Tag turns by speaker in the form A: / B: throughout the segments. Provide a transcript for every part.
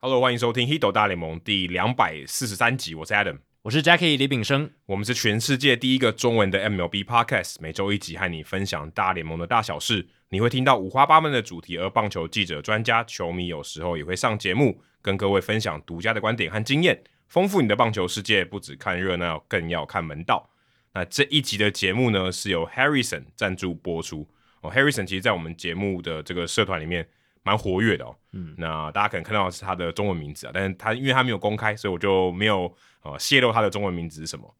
A: Hello，欢迎收听《h i d o 大联盟》第两百四十三集，我是 Adam，
B: 我是 Jackie 李炳生。
A: 我们是全世界第一个中文的 MLB Podcast，每周一集和你分享大联盟的大小事，你会听到五花八门的主题，而棒球记者、专家、球迷有时候也会上节目，跟各位分享独家的观点和经验，丰富你的棒球世界。不只看热闹，更要看门道。那这一集的节目呢，是由 Harrison 赞助播出哦。Harrison 其实，在我们节目的这个社团里面蛮活跃的哦。
B: 嗯，
A: 那大家可能看到的是他的中文名字啊，但是他因为他没有公开，所以我就没有呃泄露他的中文名字是什么。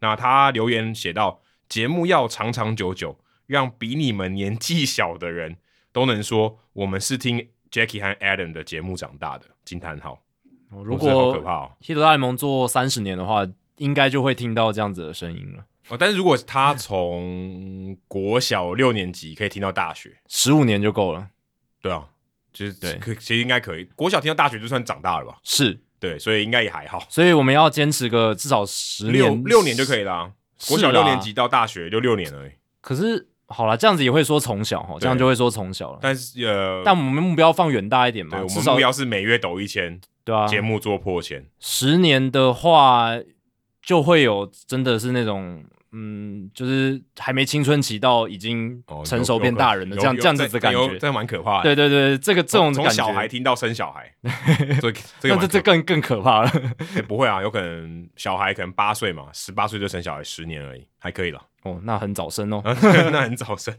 A: 那他留言写到：节目要长长久久，让比你们年纪小的人都能说我们是听 Jackie 和 Adam 的节目长大的。惊叹号！
B: 如
A: 我觉得好可
B: 果
A: 怕哦
B: 西德大联盟做三十年的话，应该就会听到这样子的声音了。
A: 哦，但是如果他从国小六年级可以听到大学，
B: 十五年就够了。
A: 对啊，就是
B: 对
A: 可其实应该可以。国小听到大学就算长大了吧？
B: 是，
A: 对，所以应该也还好，
B: 所以我们要坚持个至少十
A: 六
B: 年，
A: 六年就可以。啦、国小
B: 是
A: 六
B: 啦
A: 年级到大学就六年而已。
B: 可是好了，这样子也会说从小哈，这样就会说从小了。
A: 但是呃，
B: 但我们目标放远大一点
A: 对
B: 嘛，
A: 我
B: 至
A: 们
B: 少
A: 目标是每月抖一千，
B: 对啊，
A: 节目做破千。
B: 十年的话，就会有真的是那种。嗯，就是还没青春期到已经
A: 哦，
B: 成熟变大人的、
A: 有
B: 这样
A: 有
B: 这样子的感
A: 有
B: 觉，
A: 这样蛮可怕的。
B: 对对对，这个这种
A: 从
B: 感觉，
A: 小孩听到生小 孩，这个这个
B: 那这
A: 蛮
B: 这
A: 可
B: 更更 可怕了。
A: 欸不会啊，有可能小孩可能八岁嘛，十八岁就生小孩，十年而已，还可以了。
B: 哦，那很早生哦。
A: 那很早生。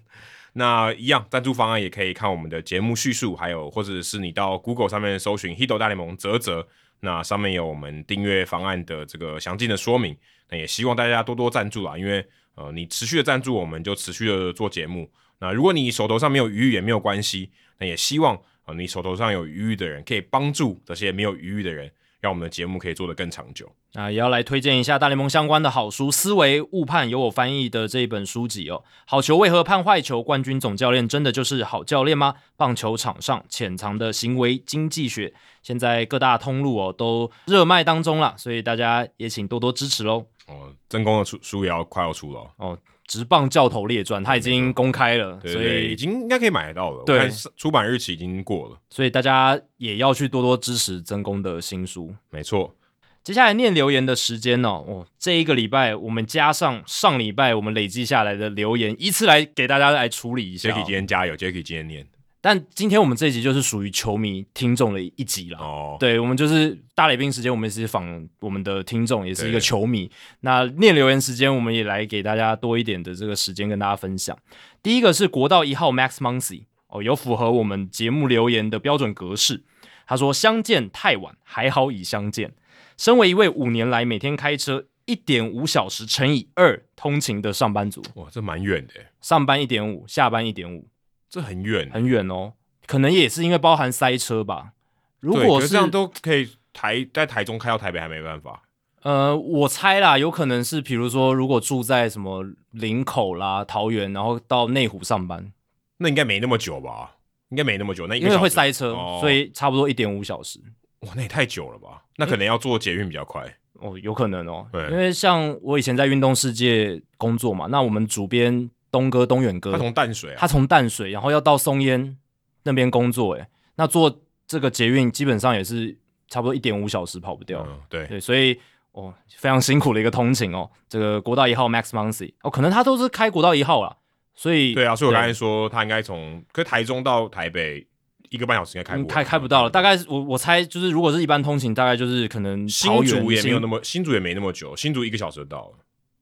A: 那一样赞助方案也可以看我们的节目叙述，还有或者是你到 Google 上面搜寻 Hito 大联盟泽泽，那上面有我们订阅方案的这个详尽的说明。那也希望大家多多赞助啊，因为呃你持续的赞助，我们就持续的做节目。那如果你手头上没有余裕也没有关系，那也希望呃你手头上有余裕的人可以帮助这些没有余裕的人，让我们的节目可以做得更长久。
B: 啊，也要来推荐一下大联盟相关的好书，《思维误判》由我翻译的这一本书籍哦。好球为何判坏球？冠军总教练真的就是好教练吗？棒球场上潜藏的行为经济学，现在各大通路哦都热卖当中啦，所以大家也请多多支持喽。
A: 哦，真功的书书也要快要出了哦、
B: 直棒教头列传，它已经公开了，
A: 对
B: 所
A: 对已
B: 以
A: 经应该可以买得到了。
B: 对
A: 我看是出版日期已经过了，
B: 所以大家也要去多多支持曾公的新书。
A: 没错。
B: 接下来念留言的时间哦，哦，这一个礼拜我们加上上礼拜我们累积下来的留言，依次来给大家来处理一下哦、
A: Jacky 今天加油，Jacky 今天念
B: 但今天我们这一集就是属于球迷听众的一集啦。
A: 哦，
B: 对，我们就是大来宾时间，我们是访我们的听众，也是
A: 对
B: 一个球迷。那念留言时间，我们也来给大家多一点的这个时间跟大家分享。第一个是国道一号 Max Muncy 哦，有符合我们节目留言的标准格式。他说：“相见太晚，还好已相见。身为一位五年来每天开车一点五小时乘以二通勤的上班族，
A: 哇，这蛮远的耶，
B: 上班一点五，下班一点五，
A: 这很远。
B: 很远哦，可能也是因为包含塞车吧。如
A: 对
B: 果
A: 可是这样都可以台在台中开到台北还没办法，
B: 呃，我猜啦，有可能是比如说，如果住在什么林口啦、桃园，然后到内湖上班，
A: 那应该没那么久吧？应该没那么久，那一
B: 因
A: 个
B: 为会
A: 小时
B: 塞车，
A: 哦
B: 所以差不多一点五小时。
A: 哇，那也太久了吧？那可能要坐捷运比较快。
B: 哦，有可能哦，
A: 对
B: 因为像我以前在运动世界工作嘛，那我们主编东哥东远哥，
A: 他从淡水啊
B: 呃他，从淡水，然后要到松烟那边工作，诶，那坐这个捷运基本上也是差不多一点五小时跑不掉。
A: 嗯，对，
B: 对，所以哦，非常辛苦的一个通勤哦。这个国道一号 Max Muncy 哦，可能他都是开国道一号啦，所以
A: 对啊，所以我刚才说他应该从，可是台中到台北一个半小时应该开
B: 嗯
A: 不完
B: 开开不到了。大概是我我猜就是，如果是一般通勤，大概就是可能
A: 新
B: 桃园
A: 竹也没有那
B: 么，
A: 么，新竹也没那么久，新竹一个小时就到了，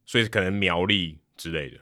A: 所以可能苗栗之类的。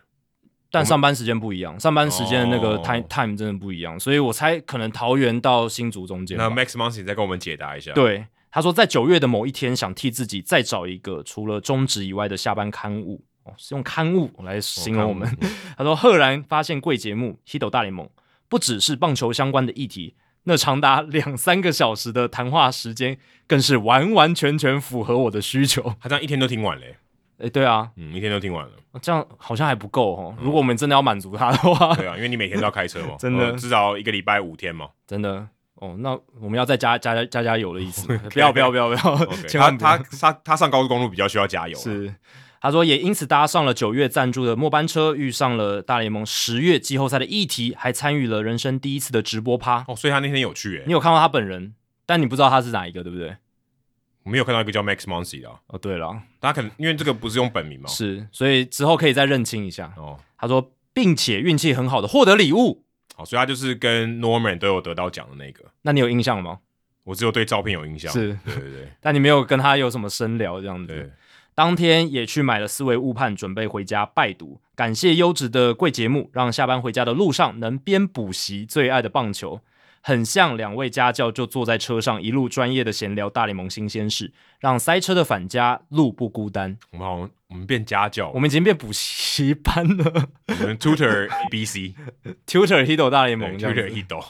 B: 但上班时间不一样，上班时间的那个
A: 哦
B: time、time 真的不一样，所以我猜可能桃园到新竹中间吧。
A: 那 Max Muncy 再跟我们解答一下。，
B: 对，他说在九月的某一天，想替自己再找一个除了中职以外的下班刊物。哦，是用刊物来形容我们。 他说，赫然发现贵节目《西斗大联盟》不只是棒球相关的议题，那长达两三个小时的谈话时间，更是完完全全符合我的需求。
A: 他这样一天都听完嘞、
B: 诶，对啊，哦
A: 嗯，一天都听 完了。
B: 这样好像还不够哦。如果我们真的要满足他的 话，
A: 对啊，因为你每天都要开车嘛，
B: 真
A: 呃
B: 的
A: 至少一个礼拜五天 嘛。
B: 真的哦，那我们要再加加加加加油的意 思吗。不要不要不要不要
A: OK，他
B: 千万不要
A: 他他他上高速公路比较需要加油、啊，
B: 是，他说也因此搭上了九月赞助的末班车，遇上了大联盟十月 E 季后赛的议题，还参与了人生第一次的直播趴。
A: 哦，所以他那天有去、欸，
B: 你有看到他本人？但你不知道他是哪一个，对不对？
A: 我没有看到一个叫 Max Monsi 的、啊，
B: 哦，对了，
A: 大家可能因为这个不是用本名嘛。
B: 是，所以之后可以再认清一下。
A: 哦，
B: 他说，并且运气很好的获得礼物，
A: 好，所以他就是跟 Norman 都有得到奖的那个。
B: 那你有印象吗？
A: 我只有对照片有印象。
B: 是
A: 对对对
B: 但你没有跟他有什么深聊这样子。
A: 对，
B: 当天也去买了思维误判，准备回家拜读。感谢优质的贵节目，让下班回家的路上能边补习最爱的棒球。很像两位家教就坐在车上，一路专业的闲聊大联盟新鲜事，让塞车的返家路不孤单。
A: 我们好像我们变家教，
B: 我
A: 我
B: 们已经变补习班了
A: 们 Tutor ABC，
B: ，Tutor Hito 大联
A: 对
B: 哦盟这样
A: ，Tutor
B: 子
A: Hido，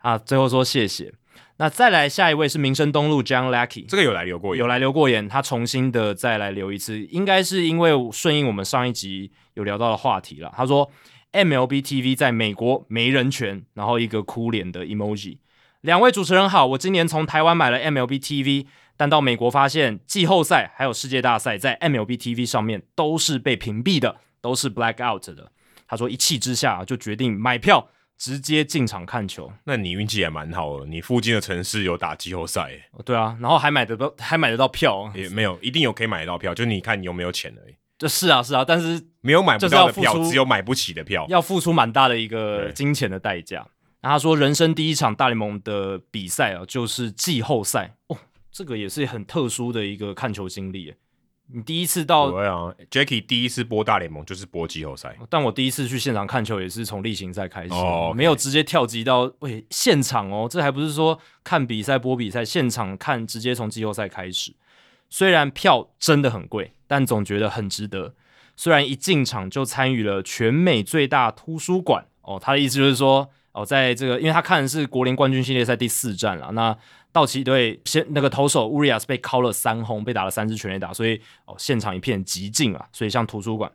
B: 啊。最后说谢谢。那再来下一位是民生东路 John Lucky，
A: 这个有来留过言
B: 有来留过言，他重新的再来留一次，应该是因为顺应我们上一集有聊到的话题了。他说 MLB TV 在美国没人权，然后一个哭脸的 emoji。两位主持人好，我今年从台湾买了 MLB TV，但到美国发现季后赛还有世界大赛在 MLB TV 上面都是被屏蔽的，都是 black out 的。他说一气之下啊就决定买票直接进场看球。
A: 那你运气也蛮好的，你附近的城市有打季后赛耶，
B: 哦对啊，然后还买得到，还买得到票哦。
A: 也没有，一定有可以买得到票，就你看你有没有钱而已。
B: 这是啊是啊，但是
A: 没有买不
B: 就是
A: 到
B: 要
A: 的
B: 付
A: 票，
B: 出
A: 只有买不起的票。
B: 要付出蛮大的一个
A: 对
B: 金钱的代价。那他说，人生第一场大联盟的比赛啊，就是季后赛哦，这个也是很特殊的一个看球经历耶。你第一次到，
A: 对啊，Jacky 第一次播大联盟就是播季后赛，
B: 但我第一次去现场看球也是从例行赛开始，
A: 哦，OK
B: 没有直接跳级到喂现场哦，这还不是说看比赛播比赛，现场看直接从季后赛开始。虽然票真的很贵，但总觉得很值得。虽然一进场就参与了全美最大图书馆哦，他的意思就是说哦，在这个因为他看的是国联冠军系列赛第四战了，那道奇队先那个投手乌利亚斯被敲了三轰，被打了三支全垒打，所以哦现场一片寂静啊，所以像图书馆。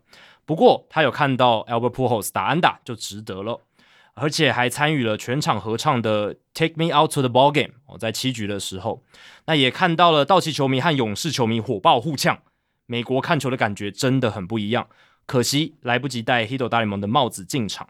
B: 不过他有看到 Albert Pujols 打安打就值得了。而且还参与了全场合唱的《Take Me Out to the Ball Game》哦，在七局的时候，那也看到了道奇球迷和勇士球迷火爆互呛，美国看球的感觉真的很不一样。可惜来不及戴 Hito 大联盟的帽子进场。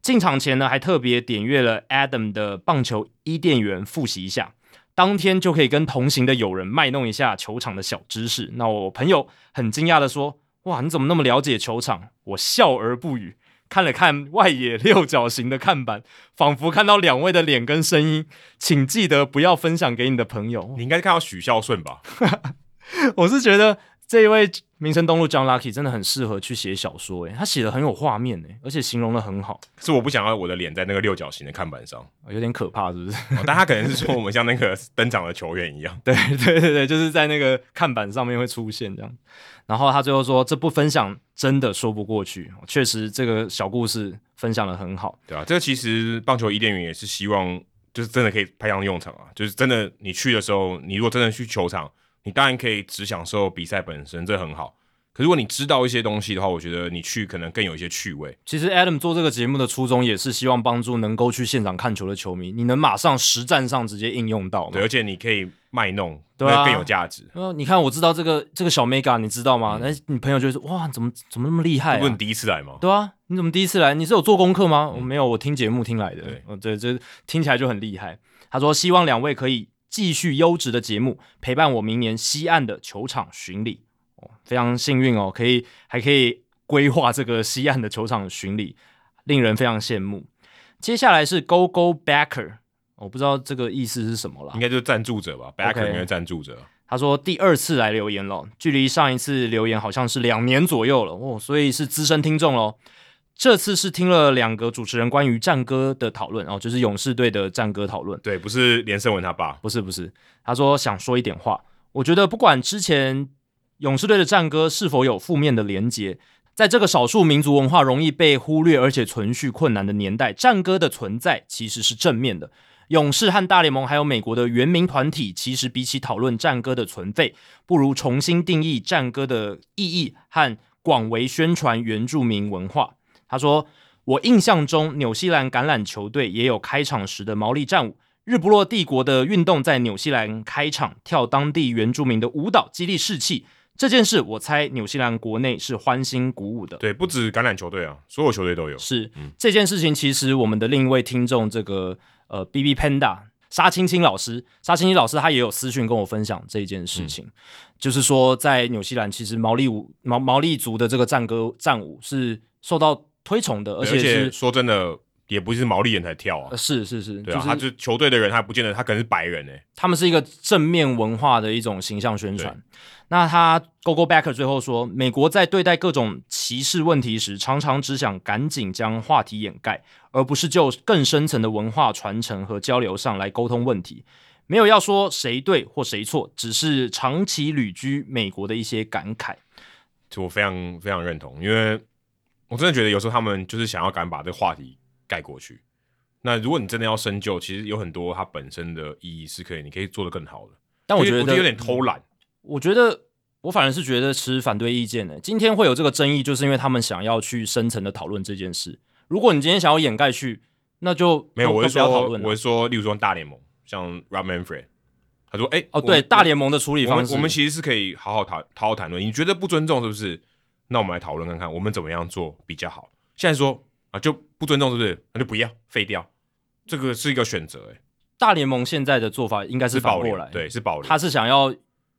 B: 进场前呢，还特别点阅了 Adam 的棒球伊甸园复习一下，当天就可以跟同行的友人卖弄一下球场的小知识。那我朋友很惊讶的说：“哇，你怎么那么了解球场？”我笑而不语。看了看外野六角形的看板，仿佛看到两位的脸跟声音，请记得不要分享给你的朋友。
A: 你应该是看到许孝顺吧？
B: 我是觉得这一位民生东路 John Lucky 真的很适合去写小说，欸诶，他写的很有画面，欸诶，而且形容的很好，
A: 可是我不想要我的脸在那个六角形的看板上，哦
B: 有点可怕，是不是？
A: 但他可能是说我们像那个 登场的球员一样，
B: 对对对对，就是在那个看板上面会出现这样。然后他最后说，这不分享真的说不过去，确实这个小故事分享的很好。
A: 对啊，这个其实棒球伊甸园也是希望，就是真的可以派上用场啊，就是真的你去的时候，你如果真的去球场，你当然可以只享受比赛本身，这很好。可如果你知道一些东西的话，我觉得你去可能更有一些趣味。
B: 其实 Adam 做这个节目的初衷也是希望帮助能够去现场看球的球迷，你能马上实战上直接应用到嘛
A: 对，而且你可以卖弄，
B: 啊对啊
A: 那更有价值。
B: 呃，你看，我知道这个这个小 mega，你知道吗？那、你朋友就会说，哇，怎么怎么那么厉害、啊？
A: 嗯不是你第一次来吗？
B: 对啊，你怎么第一次来？你是有做功课吗？我、没有，我听节目听来的。
A: 对
B: 哦，对，这听起来就很厉害。他说希望两位可以继续优质的节目陪伴我明年西岸的球场巡礼。哦，非常幸运哦，可以还可以规划这个西岸的球场巡礼，令人非常羡慕。接下来是 Go Go Backer，我不知道这个意思是什么啦
A: 应。该就是赞助者吧 b a c
B: OK
A: k 应该是赞助者。啊
B: 他说第二次来留言了，距离上一次留言好像是两年左右了哦，所以是资深听众喽。这次是听了两个主持人关于战歌的讨论哦，就是勇士队的战歌讨论。
A: 对，不是连胜文他爸。
B: 不是不是，他说想说一点话。我觉得不管之前勇士队的战歌是否有负面的连结，在这个少数民族文化容易被忽略而且存续困难的年代，战歌的存在其实是正面的。勇士和大联盟还有美国的原民团体，其实比起讨论战歌的存废，不如重新定义战歌的意义和广为宣传原住民文化。他说：“我印象中，纽西兰橄榄球队也有开场时的毛利战舞。日不落帝国的运动在纽西兰开场，跳当地原住民的舞蹈，激励士气。这件事，我猜纽西兰国内是欢欣鼓舞的。
A: 对，不止橄榄球队啊，所有球队都有。
B: 是、这件事情，其实我们的另一位听众这个呃 B B Panda 沙青青老师，沙青青老师他也有私讯跟我分享这一件事
A: 嗯
B: 情，就是说在纽西兰，其实毛利舞毛毛利族的这个战歌战舞是受到推崇的，而
A: 而
B: 且是
A: 说真的，也不是毛利人才跳啊
B: 呃，是是是，
A: 对啊，
B: 就
A: 他
B: 是
A: 就球队的人，他不见得他可能是白人哎、
B: 他们是一个正面文化的一种形象宣传。那他 Gogo Backer 最后说，美国在对待各种歧视问题时，常常只想赶紧将话题掩盖，而不是就更深层的文化传承和交流上来沟通问题。没有要说谁对或谁错，只是长期旅居美国的一些感慨。
A: 就我非常非常认同，因为我真的觉得有时候他们就是想要敢把这个话题盖过去。那如果你真的要深究，其实有很多它本身的意义是可以，你可以做得更好的。
B: 但我觉得嗯
A: 有点偷懒，
B: 我觉得我反而是觉得持反对意见的。今天会有这个争议，就是因为他们想要去深层的讨论这件事。如果你今天想要掩盖去，那就
A: 没有，
B: 都
A: 我是
B: 嗯都不要讨
A: 说，
B: 论了啊
A: 我是说，例如说大联盟，像 Rob Manfred，他说，哎、我
B: 哦，对，
A: 们
B: 大联盟的处理
A: 我
B: 方
A: 们
B: 式，
A: 我们其实是可以好好谈好好谈论。你觉得不尊重是不是？那我们来讨论看看，我们怎么样做比较好。现在说啊，就不尊重是不是？那就不要废掉，这个是一个选择、欸，
B: 大联盟现在的做法应该
A: 是
B: 反
A: 保
B: 过
A: 留
B: 来，，
A: 对，是保留。
B: 他是想要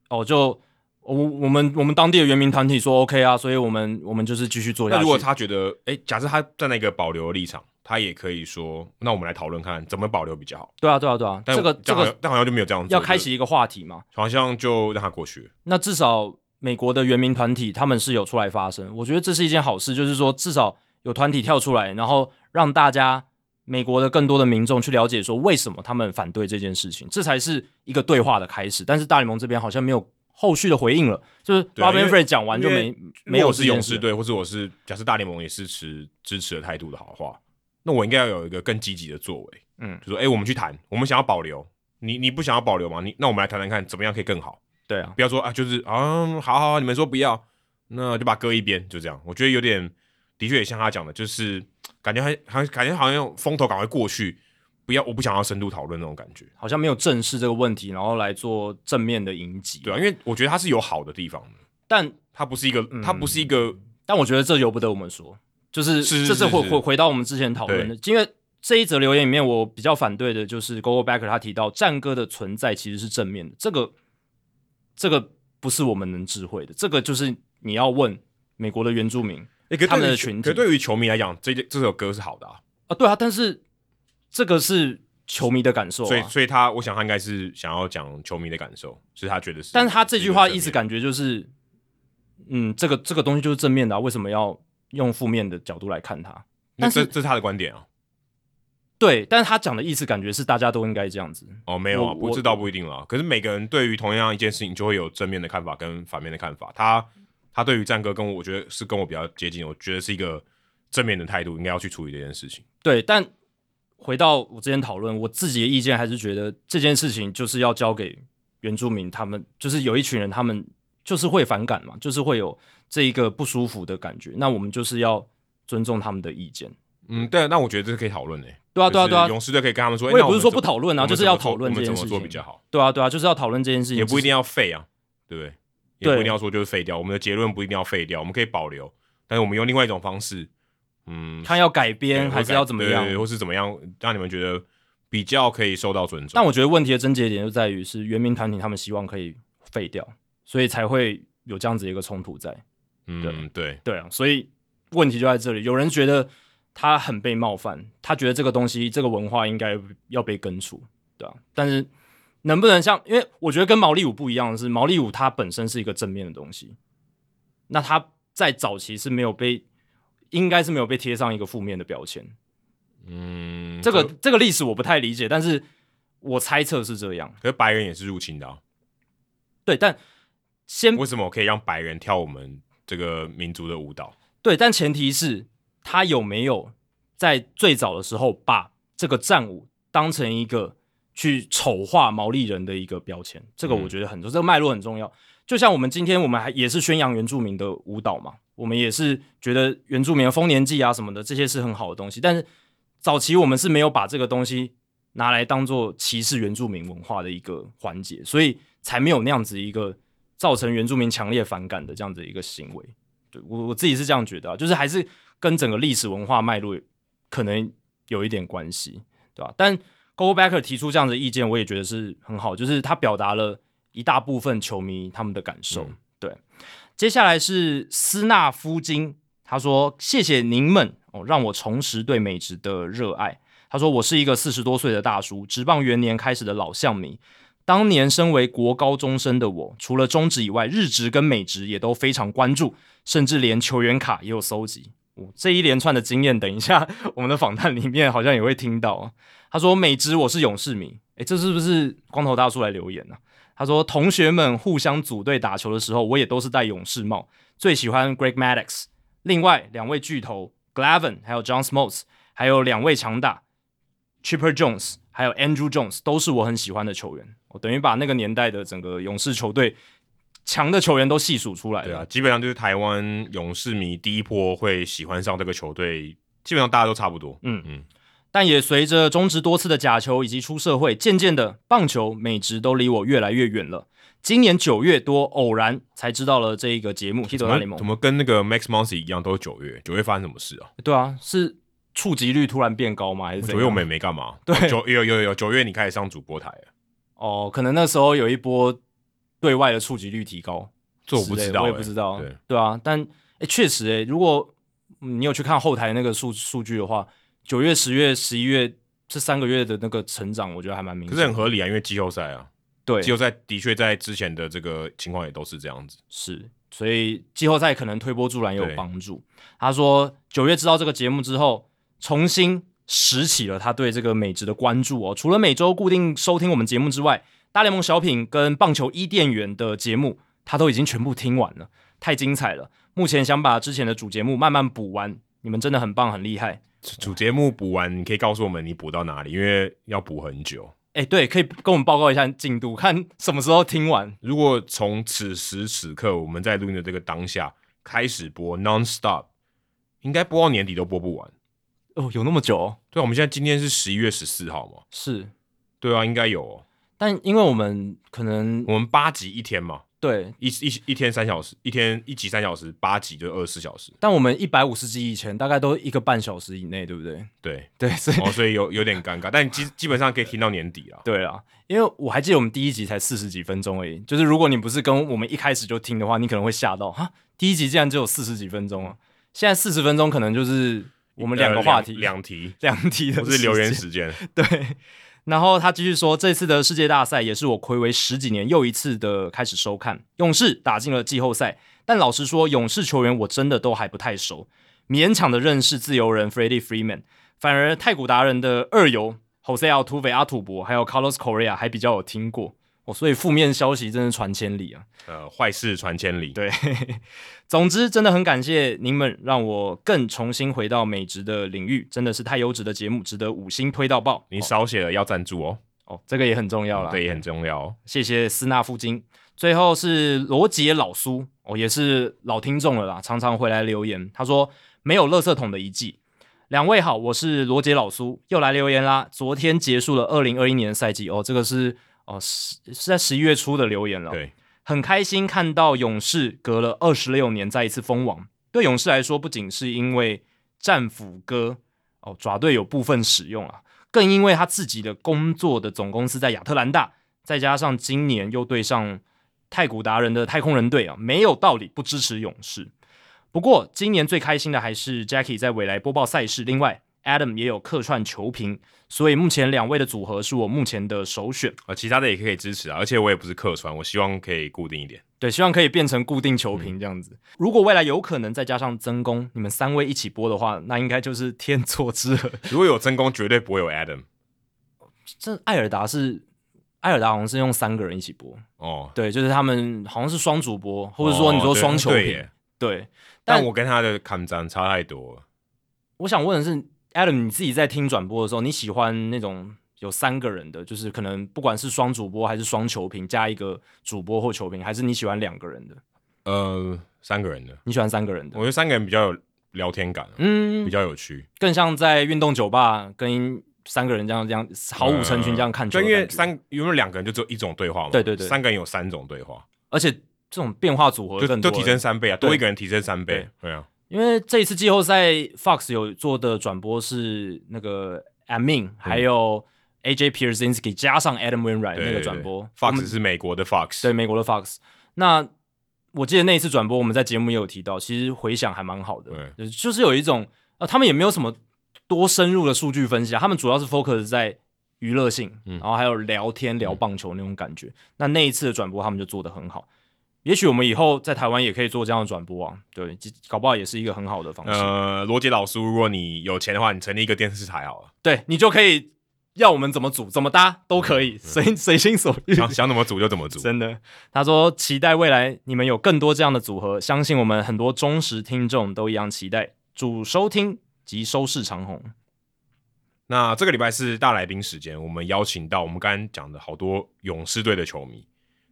B: 哦，就我我们我们当地的原民团体说 OK 啊，所以我们我们就是继续做下
A: 那
B: 去。
A: 如果他觉得，哎、假设他站在一个保留的立场，他也可以说，那我们来讨论看怎么保留比较好。
B: 对啊对啊对啊，
A: 但
B: 这个这
A: 但好像
B: 个
A: 但好像就没有这样做，
B: 要开启一个话题嘛，
A: 就好像就让他过去了。
B: 那至少美国的原民团体他们是有出来发声，我觉得这是一件好事，就是说至少有团体跳出来，然后让大家美国的更多的民众去了解说为什么他们反对这件事情，这才是一个对话的开始。但是大联盟这边好像没有后续的回应了，就是 r
A: 对啊
B: o b i n
A: 因
B: f r
A: 为
B: e 讲完就
A: 因
B: 没
A: 为
B: 没
A: 如
B: 有
A: 果
B: 这
A: 是
B: 件
A: 勇
B: 事
A: 士队，或是我是假设大联盟也是持支持的态度的好话，那我应该要有一个更积极的作为，
B: 嗯
A: 就说，哎、我们去谈，我们想要保留，你你不想要保留吗？你那我们来谈谈看，怎么样可以更好，
B: 对啊，
A: 不要说啊，就是啊，好好，你们说不要，那就把它搁一边，就这样。我觉得有点，的确也像他讲的，就是感觉还还感觉好像风头赶快过去，不要，我不想要深度讨论那种感觉。
B: 好像没有正视这个问题，然后来做正面的迎击。
A: 对啊，因为我觉得它是有好的地方的，
B: 但
A: 它不是一个，
B: 嗯
A: 它不是一个
B: 但我觉得这由不得我们说，就是
A: 是
B: 这
A: 是
B: 回
A: 是
B: 回回到我们之前讨论的，因为这一则留言里面，我比较反对的就是 Gogo Backer 他提到战歌的存在其实是正面的，这个这个不是我们能智慧的，这个就是你要问美国的原住民
A: 欸、可是
B: 他们
A: 对于
B: 的
A: 球
B: 群
A: 可是
B: 体
A: 对于球迷来讲，这这首歌是好的啊，
B: 啊，对啊，但是这个是球迷的感受、啊，
A: 所以所以他我想他应该是想要讲球迷的感受，是他觉得是。
B: 但他这句话意思
A: 思，
B: 感觉就是，嗯，这个这个东西就是正面的、啊，为什么要用负面的角度来看它？
A: 那这
B: 但是
A: 这是他的观点啊。
B: 对，但是他讲的意思感觉是大家都应该这样子，
A: 哦，没有啊，
B: 我
A: 不
B: 我
A: 知道不一定啦。可是每个人对于同样一件事情，就会有正面的看法跟反面的看法。他他对于战哥跟我，我觉得是跟我比较接近，我觉得是一个正面的态度，应该要去处理这件事情。
B: 对，但回到我之前讨论，我自己的意见还是觉得这件事情就是要交给原住民，他们就是有一群人，他们就是会反感嘛，就是会有这一个不舒服的感觉。那我们就是要尊重他们的意见。
A: 嗯，对啊，那我觉得这是可以讨论诶。
B: 对啊，对啊，
A: 就是
B: 对啊，
A: 勇士队可以跟他们说，
B: 我也不是说不讨论啊，
A: 然后
B: 就是要讨论
A: 我
B: 这
A: 们
B: 件
A: 怎
B: 事
A: 么
B: 情
A: 做。比较好。
B: 对啊，对啊，就是要讨论这件事情，
A: 也不一定
B: 要。
A: 要废啊，对不对？也
B: 对
A: 不一定要说就是废掉，我们的结论不一定要废掉，我们可以保留，但是我们用另外一种方式，嗯，
B: 看要改
A: 对
B: 编还
A: 或
B: 是
A: 改
B: 要怎么样
A: 对？对对或是怎么样让你们觉得比较可以受到尊重。
B: 但我觉得问题的症结点就在于是原民团体他们希望可以废掉，所以才会有这样子一个冲突在。
A: 嗯，对，
B: 对啊，所以问题就在这里。有人觉得他很被冒犯，他觉得这个东西、这个文化应该要被根除，对啊。但是能不能像，因为我觉得跟毛利舞不一样的是，毛利舞它本身是一个正面的东西，那它在早期是没有被，应该是没有被贴上一个负面的标签。
A: 嗯，
B: 这个
A: 可
B: 这个历史我不太理解，但是我猜测是这样。
A: 可是白人也是入侵的、啊，
B: 对，但先
A: 为什么我可以让白人跳我们这个民族的舞蹈？
B: 对，但前提是他有没有在最早的时候把这个战舞当成一个去丑化毛利人的一个标签，这个
A: 嗯
B: 我觉得很重，这个脉络很重要。就像我们今天，我们还也是宣扬原住民的舞蹈嘛，我们也是觉得原住民的丰年祭啊什么的，这些是很好的东西。但是早期我们是没有把这个东西拿来当做歧视原住民文化的一个环节，所以才没有那样子一个造成原住民强烈反感的这样子一个行为。对我我自己是这样觉得、啊，就是还是跟整个历史文化脉络可能有一点关系，对吧、但 Go Backer 提出这样的意见，我也觉得是很好，就是他表达了一大部分球迷他们的感受。
A: 嗯
B: 对，接下来是斯纳夫金，他说：“谢谢您们哦，让我重拾对美职的热爱。”他说：“我是一个四十多岁的大叔，职棒元年开始的老象迷。当年身为国高中生的我，除了中职以外，日职跟美职也都非常关注，甚至连球员卡也有搜集。哦、这一连串的经验，等一下 我们的访谈里面好像也会听到、啊。他说：“美职我是勇士迷。”诶，这是不是光头大叔来留言呢、他说：“同学们互相组队打球的时候，我也都是戴勇士帽，最喜欢 Greg Maddux。另外两位巨头 Glavin 还有 John Smoltz，还有两位强打 Chipper Jones 还有 Andrew Jones 都是我很喜欢的球员。我等于把那个年代的整个勇士球队强的球员都细数出来
A: 对啊，
B: 了。
A: 基本上就是台湾勇士迷第一波会喜欢上这个球队，基本上大家都差不多。
B: 但也随着中职多次的假球以及出社会，渐渐的棒球、美职都离我越来越远了。今年九月多偶然才知道了这一个节目《h i t
A: 怎
B: o 大
A: 么
B: 联盟
A: 怎》。么跟那个 Max Muncy 一样，都是九月？九月发生什么事啊？
B: 对啊，是触及率突然变高吗？还是怎
A: 九
B: 样
A: 月我们也没干嘛。
B: 对
A: 九有有有九月你开始上主播台了，
B: 哦，可能那时候有一波对外的触及率提高，
A: 这我不知道、
B: 我也
A: 欸
B: 不知道。
A: 对
B: 啊，但诶确、实诶、如果嗯你有去看后台那个数数据的话，九月、十月、十一月这三个月的那个成长，我觉得还蛮明
A: 可
B: 显。
A: 是很合理啊，因为季后赛啊，
B: 对，
A: 季后赛的确在之前的这个情况也都是这样子。
B: 是，所以季后赛可能推波助澜也有
A: 对
B: 帮助。他说九月知道这个节目之后，重新拾起了他对这个美职的关注哦。除了每周固定收听我们节目之外，大联盟小品跟棒球伊甸园的节目，他都已经全部听完了，太精彩了。目前想把之前的主节目慢慢补完，你们真的很棒，很厉害。
A: 主节目补完，你可以告诉我们你补到哪里，因为要补很久。
B: 哎，对，可以跟我们报告一下进度，看什么时候听完。
A: 如果从此时此刻我们在录音的这个当下开始播 non stop，应该播到年底都播不完。
B: 哦，有那么久、哦？
A: 对啊，我们现在今天是十一月十四号嘛？
B: 是，
A: 对啊，应该有、哦。
B: 但因为我们可能
A: 我们八集一天嘛，
B: 对
A: 一一一天三小时，一天一集三小时，八集就二十四小时。
B: 但我们一百五十集以前大概都一个半小时以内，对不对？
A: 对，
B: 对，所以、
A: 哦，所以有有点尴尬，但基基本上可以听到年底啦。
B: 对啊，因为我还记得我们第一集才四十几分钟而已，就是如果你不是跟我们一开始就听的话，你可能会吓到哈，第一集竟然只有四十几分钟啊！现在四十分钟可能就是我们两个
A: 呃
B: 话题、
A: 两题，
B: 两题的
A: 不是留言
B: 时间
A: 时间。
B: 对，然后他继续说，这次的世界大赛也是我暌违十几年又一次的开始收看。勇士打进了季后赛，但老实说，勇士球员我真的都还不太熟，勉强的认识自由人 Freddie Freeman，反而太古达人的二游 Jose Altuve 阿土伯还有 Carlos Correa 还比较有听过。哦，所以负面消息真是传千里啊！
A: 呃，坏事传千里。
B: 对，总之真的很感谢您们，让我更重新回到美职的领域，真的是太优质的节目，值得五星推到爆。
A: 你少写了要赞助哦，
B: 哦，这个也很重要啦。
A: 对，也很重要哦。
B: 谢谢斯纳夫金。最后是罗杰老苏，哦，也是老听众了啦，常常回来留言。他说没有垃圾桶的遗迹。两位好，我是罗杰老苏，又来留言啦。昨天结束了二零二一年的赛季，哦，这个是哦是是在十一月初的留言了。
A: 对，
B: 很开心看到勇士隔了二十六年再一次封王。对勇士来说，不仅是因为战斧哥哦爪队有部分使用啊，更因为他自己的工作的总公司在亚特兰大，再加上今年又对上太古达人的太空人队啊，没有道理不支持勇士。不过今年最开心的还是 Jackie 在未来播报赛事，另外 Adam 也有客串球评，所以目前两位的组合是我目前的首选。
A: 呃，其他的也可以支持啊，而且我也不是客串，我希望可以固定一点。
B: 对，希望可以变成固定
A: 嗯
B: 球评这样子。如果未来有可能再加上曾公，你们三位一起播的话，那应该就是 天作之合。
A: 如果有真功，绝对不会有 Adam
B: 这艾尔达是艾尔达，好像是用三个人一起播，
A: 哦。
B: 对，就是他们好像是双主播，或者说你说
A: 哦对
B: 双球
A: 对
B: 评，
A: 耶
B: 对。但
A: 但我跟他的抗战差太多了。
B: 我想问的是，Adam，你自己在听转播的时候，你喜欢那种有三个人的，就是可能不管是双主播还是双球评加一个主播或球评，还是你喜欢两个人的？
A: 呃，三个人的，
B: 你喜欢三个人
A: 我
B: 的？
A: 觉得三个人比较有聊天感、啊，
B: 嗯
A: 比，较有趣，
B: 更像在运动酒吧跟三个人这样这样毫无成群这样看球
A: 就
B: 的
A: 呃因
B: 感
A: 为
B: 觉、
A: 三原本两个人就只有一种对话嘛，
B: 对对对
A: 三个人有三种对话，
B: 而且这种变化组合
A: 就
B: 更
A: 就
B: 多
A: 提升
B: 了。
A: 三倍啊，
B: 对
A: 多一个人提升三倍，对啊，
B: 因为这一次季后赛，Fox 有做的转播是那个 Amin，还有 AJ Pierzynski 加上 Adam Wainwright 那个转播
A: 对对对
B: 我们
A: ，Fox 是美国的 Fox，
B: 对，美国的 Fox。那我记得那一次转播，我们在节目也有提到，其实回响还蛮好的，就是就是有一种呃，他们也没有什么多深入的数据分析啊，他们主要是 focus 在娱乐性，
A: 嗯
B: 然后还有聊天聊棒球那种感觉。那那一次的转播，他们就做得很好。也许我们以后在台湾也可以做这样的转播啊，对，搞不好也是一个很好的方式。
A: 呃，罗杰老叔，如果你有钱的话，你成立一个电视台好了，
B: 对你就可以要我们怎么组怎么搭都可
A: 嗯
B: 以，随随心所欲。
A: 想想怎么组就怎么组。
B: 真的，他说期待未来你们有更多这样的组合，相信我们很多忠实听众都一样期待。主收听及收视长虹，
A: 那这个礼拜是大来宾时间，我们邀请到我们刚刚讲的好多勇士队的球迷，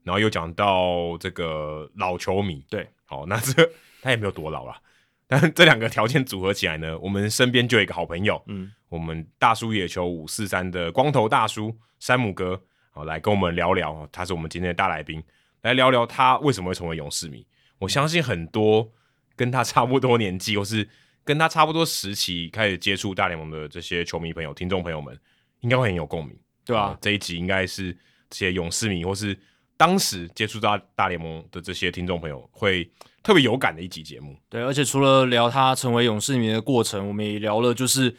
A: 然后又讲到这个老球迷，
B: 对，
A: 好，那这 个他也没有多老啦，但这两个条件组合起来呢，我们身边就有一个好朋友，
B: 嗯，
A: 我们大叔野球五四三的光头大叔山姆哥，好来跟我们聊聊，他是我们今天的大来宾，来聊聊他为什么会成为勇士迷。我相信很多跟他差不多年纪，或是跟他差不多时期开始接触大联盟的这些球迷朋友、听众朋友们，应该会很有共鸣。
B: 对吧、
A: 啊，这一集应该是这些勇士迷或是当时接触到大联盟的这些听众朋友会特别有感的一集节目。
B: 对，而且除了聊他成为勇士迷的过程，我们也聊了就是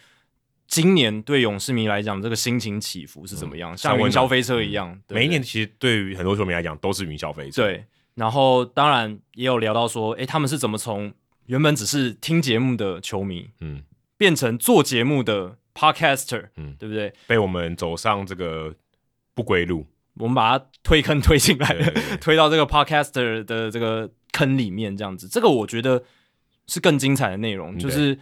B: 今年对勇士迷来讲这个心情起伏是怎么样，
A: 三
B: 像
A: 温
B: 云
A: 暖
B: 霄飞车一样，对
A: 嗯每一年其实对于很多球迷来讲都是云霄飞车。
B: 对，然后当然也有聊到说，诶，他们是怎么从原本只是听节目的球迷，
A: 嗯，
B: 变成做节目的 podcaster，
A: 嗯
B: 对不对？
A: 被我们走上这个不归 路。
B: 我们把它推坑推进来
A: 对对对
B: 推到这个 podcaster 的这个坑里面，这样子，这个我觉得是更精彩的内容，
A: 嗯
B: 就是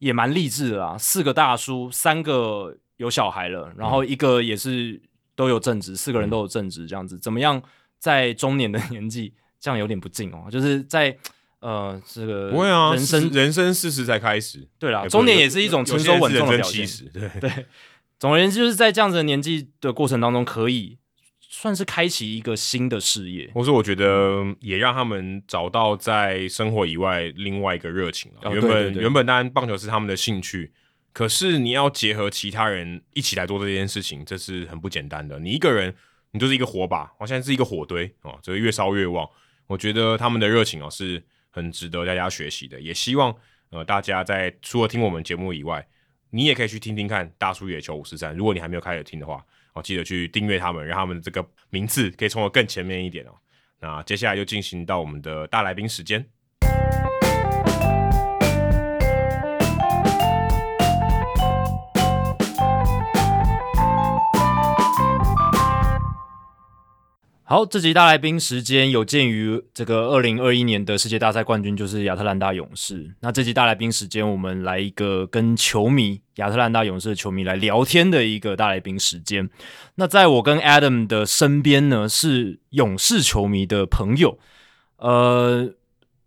B: 也蛮励志的啦。四个大叔，三个有小孩了，
A: 嗯
B: 然后一个也是都有正职，四个人都有正职，这样子，怎么样在中年的年纪，这样有点不敬哦，就是在呃这个
A: 不会啊，
B: 人
A: 四
B: 生
A: 十人生四十才开始，
B: 对啦，
A: 不
B: 中年也是一种成熟稳重的
A: 有
B: 表
A: 些
B: 现
A: 人。是人生七十，对，
B: 对，总而言之，就是在这样子的年纪的过程当中，可以算是开启一个新的事业。
A: 或是我觉得也让他们找到在生活以外另外一个热情了、啊
B: 哦
A: 原
B: 对
A: 本
B: 对对
A: 原本当然棒球是他们的兴趣，可是你要结合其他人一起来做这件事情，这是很不简单的。你一个人，你就是一个火把，我、现在是一个火堆哦，这个越烧越旺。我觉得他们的热情哦是很值得大家学习的，也希望呃大家在除了听我们节目以外，你也可以去听听看《大叔野球五十三》，如果你还没有开始听的话，哦，记得去订阅他们，让他们这个名次可以冲得更前面一点哦。那接下来就进行到我们的大来宾时间。
B: 好，这集大来宾时间有鉴于这个二零二一年的世界大赛冠军就是亚特兰大勇士，那这集大来宾时间我们来一个跟球迷亚特兰大勇士的球迷来聊天的一个大来宾时间。那在我跟 Adam 的身边呢是勇士球迷的朋友，呃，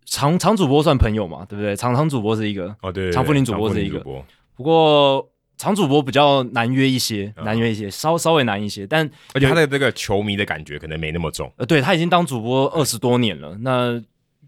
B: 常常主播算朋友嘛，对不对？常常主播是一个，
A: 哦，对对对
B: 常富林主
A: 常
B: 播
A: 富
B: 是
A: 林
B: 一个
A: 主播
B: 不过常主播比较难约一些，
A: 嗯
B: 难约一些，稍稍微难一些，但
A: 而且他的这个球迷的感觉可能没那么重。
B: 呃，对他已经当主播二十多年了。那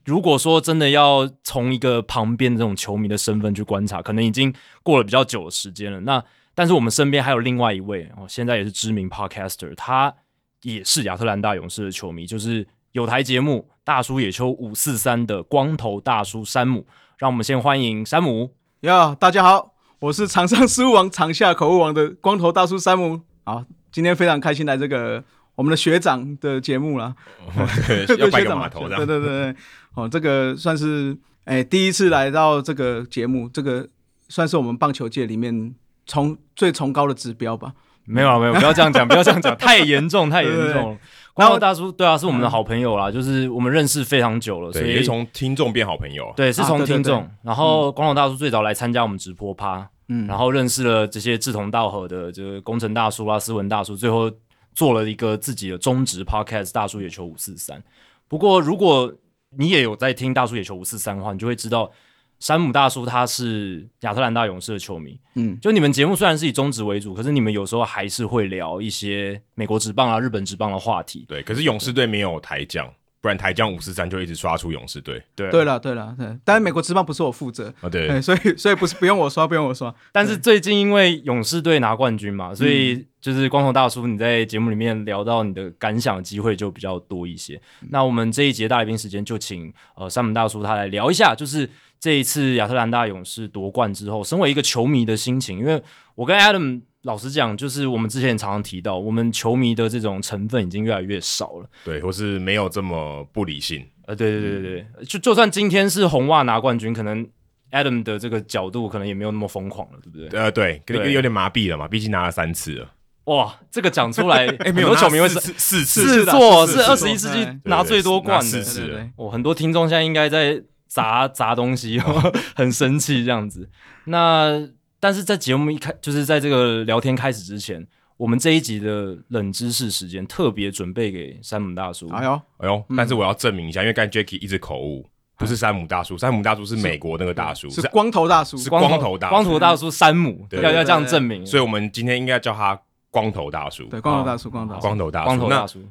B: 如果说真的要从一个旁边这种球迷的身份去观察，可能已经过了比较久的时间了。那但是我们身边还有另外一位哦，现在也是知名 podcaster，他也是亚特兰大勇士的球迷，就是有台节目《大叔野球五四三》的光头大叔山姆。让我们先欢迎山姆。
C: 呀，大家好，我是场上失误王、场下口误王的光头大叔山姆。好，今天非常开心来这个我们的学长的节目啦，
A: 哦 要拜个
C: 学长
A: 码头这
C: 对
A: 样。
C: 对对对，哦，这个算是哎、第一次来到这个节目，这个算是我们棒球界里面崇最崇高的指标吧。
B: 没有啊没有，不要这样讲，不要这样讲，太严重，太严
C: 对对嗯
B: 重了。光头大叔，对啊，是我们的好朋友啦，就是我们认识非常久了，所
A: 对，
B: 以
A: 也是从听众变好朋友。
B: 对，是
C: 啊
B: 从
C: 对对
B: 听
C: 对
B: 众。然后光头大叔最早来参加我们直播趴，
C: 嗯，
B: 然后认识了这些志同道合的，就是工程大叔啊、斯文大叔，最后做了一个自己的中职 podcast《大叔野球五四三》。不过，如果你也有在听《大叔野球五四三》的话，你就会知道山姆大叔他是亚特兰大勇士的球迷。
C: 嗯
B: 就你们节目虽然是以中职为主，可是你们有时候还是会聊一些美国职棒啊、日本职棒的话题。
A: 对，可是勇士队没有台将，不然台将五四三就一直刷出勇士队
B: 对
C: 对了对了，对，但是美国职棒不是我负责，
A: 啊。对，
C: 对，所以所以不是不用我刷，不用我刷，
B: 但是最近因为勇士队拿冠军嘛，所以就是光头大叔，你在节目里面聊到你的感想的机会就比较多一些。那我们这一节大来宾时间就请呃山本大叔他来聊一下，就是这一次亚特兰大勇士夺冠之后，身为一个球迷的心情，因为我跟 Adam 老实讲，就是我们之前也常常提到，我们球迷的这种成分已经越来越少了。
A: 对，或是没有这么不理性。
B: 呃，对对对对对，就就算今天是红袜拿冠军，可能 Adam 的这个角度可能也没有那么疯狂了，对不对？
A: 呃，对，可能
B: 对
A: 有点麻痹了嘛，毕竟拿了三次了。
B: 哇，这个讲出来，
A: 哎，
B: 很
A: 没有
B: 多球迷
A: 拿
B: 会
A: 四次四
B: 四
A: 次啦
B: 座
A: 四
B: 是
A: 次
B: 二
A: 啦
B: 十一世纪
C: 对
A: 对
B: 拿最多冠
A: 拿四次
B: 的。
C: 对对
A: 了
C: 对
B: 我很多听众现在应该在砸砸东西哦， 很生气这样子。那但是在节目一开，就是在这个聊天开始之前，我们这一集的冷知识时间特别准备给山姆大叔。
C: 哎呦，
A: 哎呦，但是我要证明一下，因为刚才 Jacky 一直口误，不是山姆大叔，山姆大叔是啊美国那个大叔，
C: 是光头大叔，
A: 是光
B: 光
A: 头大叔
B: 光头大叔山姆，
A: 对
B: 要要这样
C: 对对
B: 证明。
A: 所以我们今天应该叫他光头哦大叔。
C: 对，光头大叔，光头大叔，
A: 光头大叔。
B: 光头大
A: 那
B: 叔，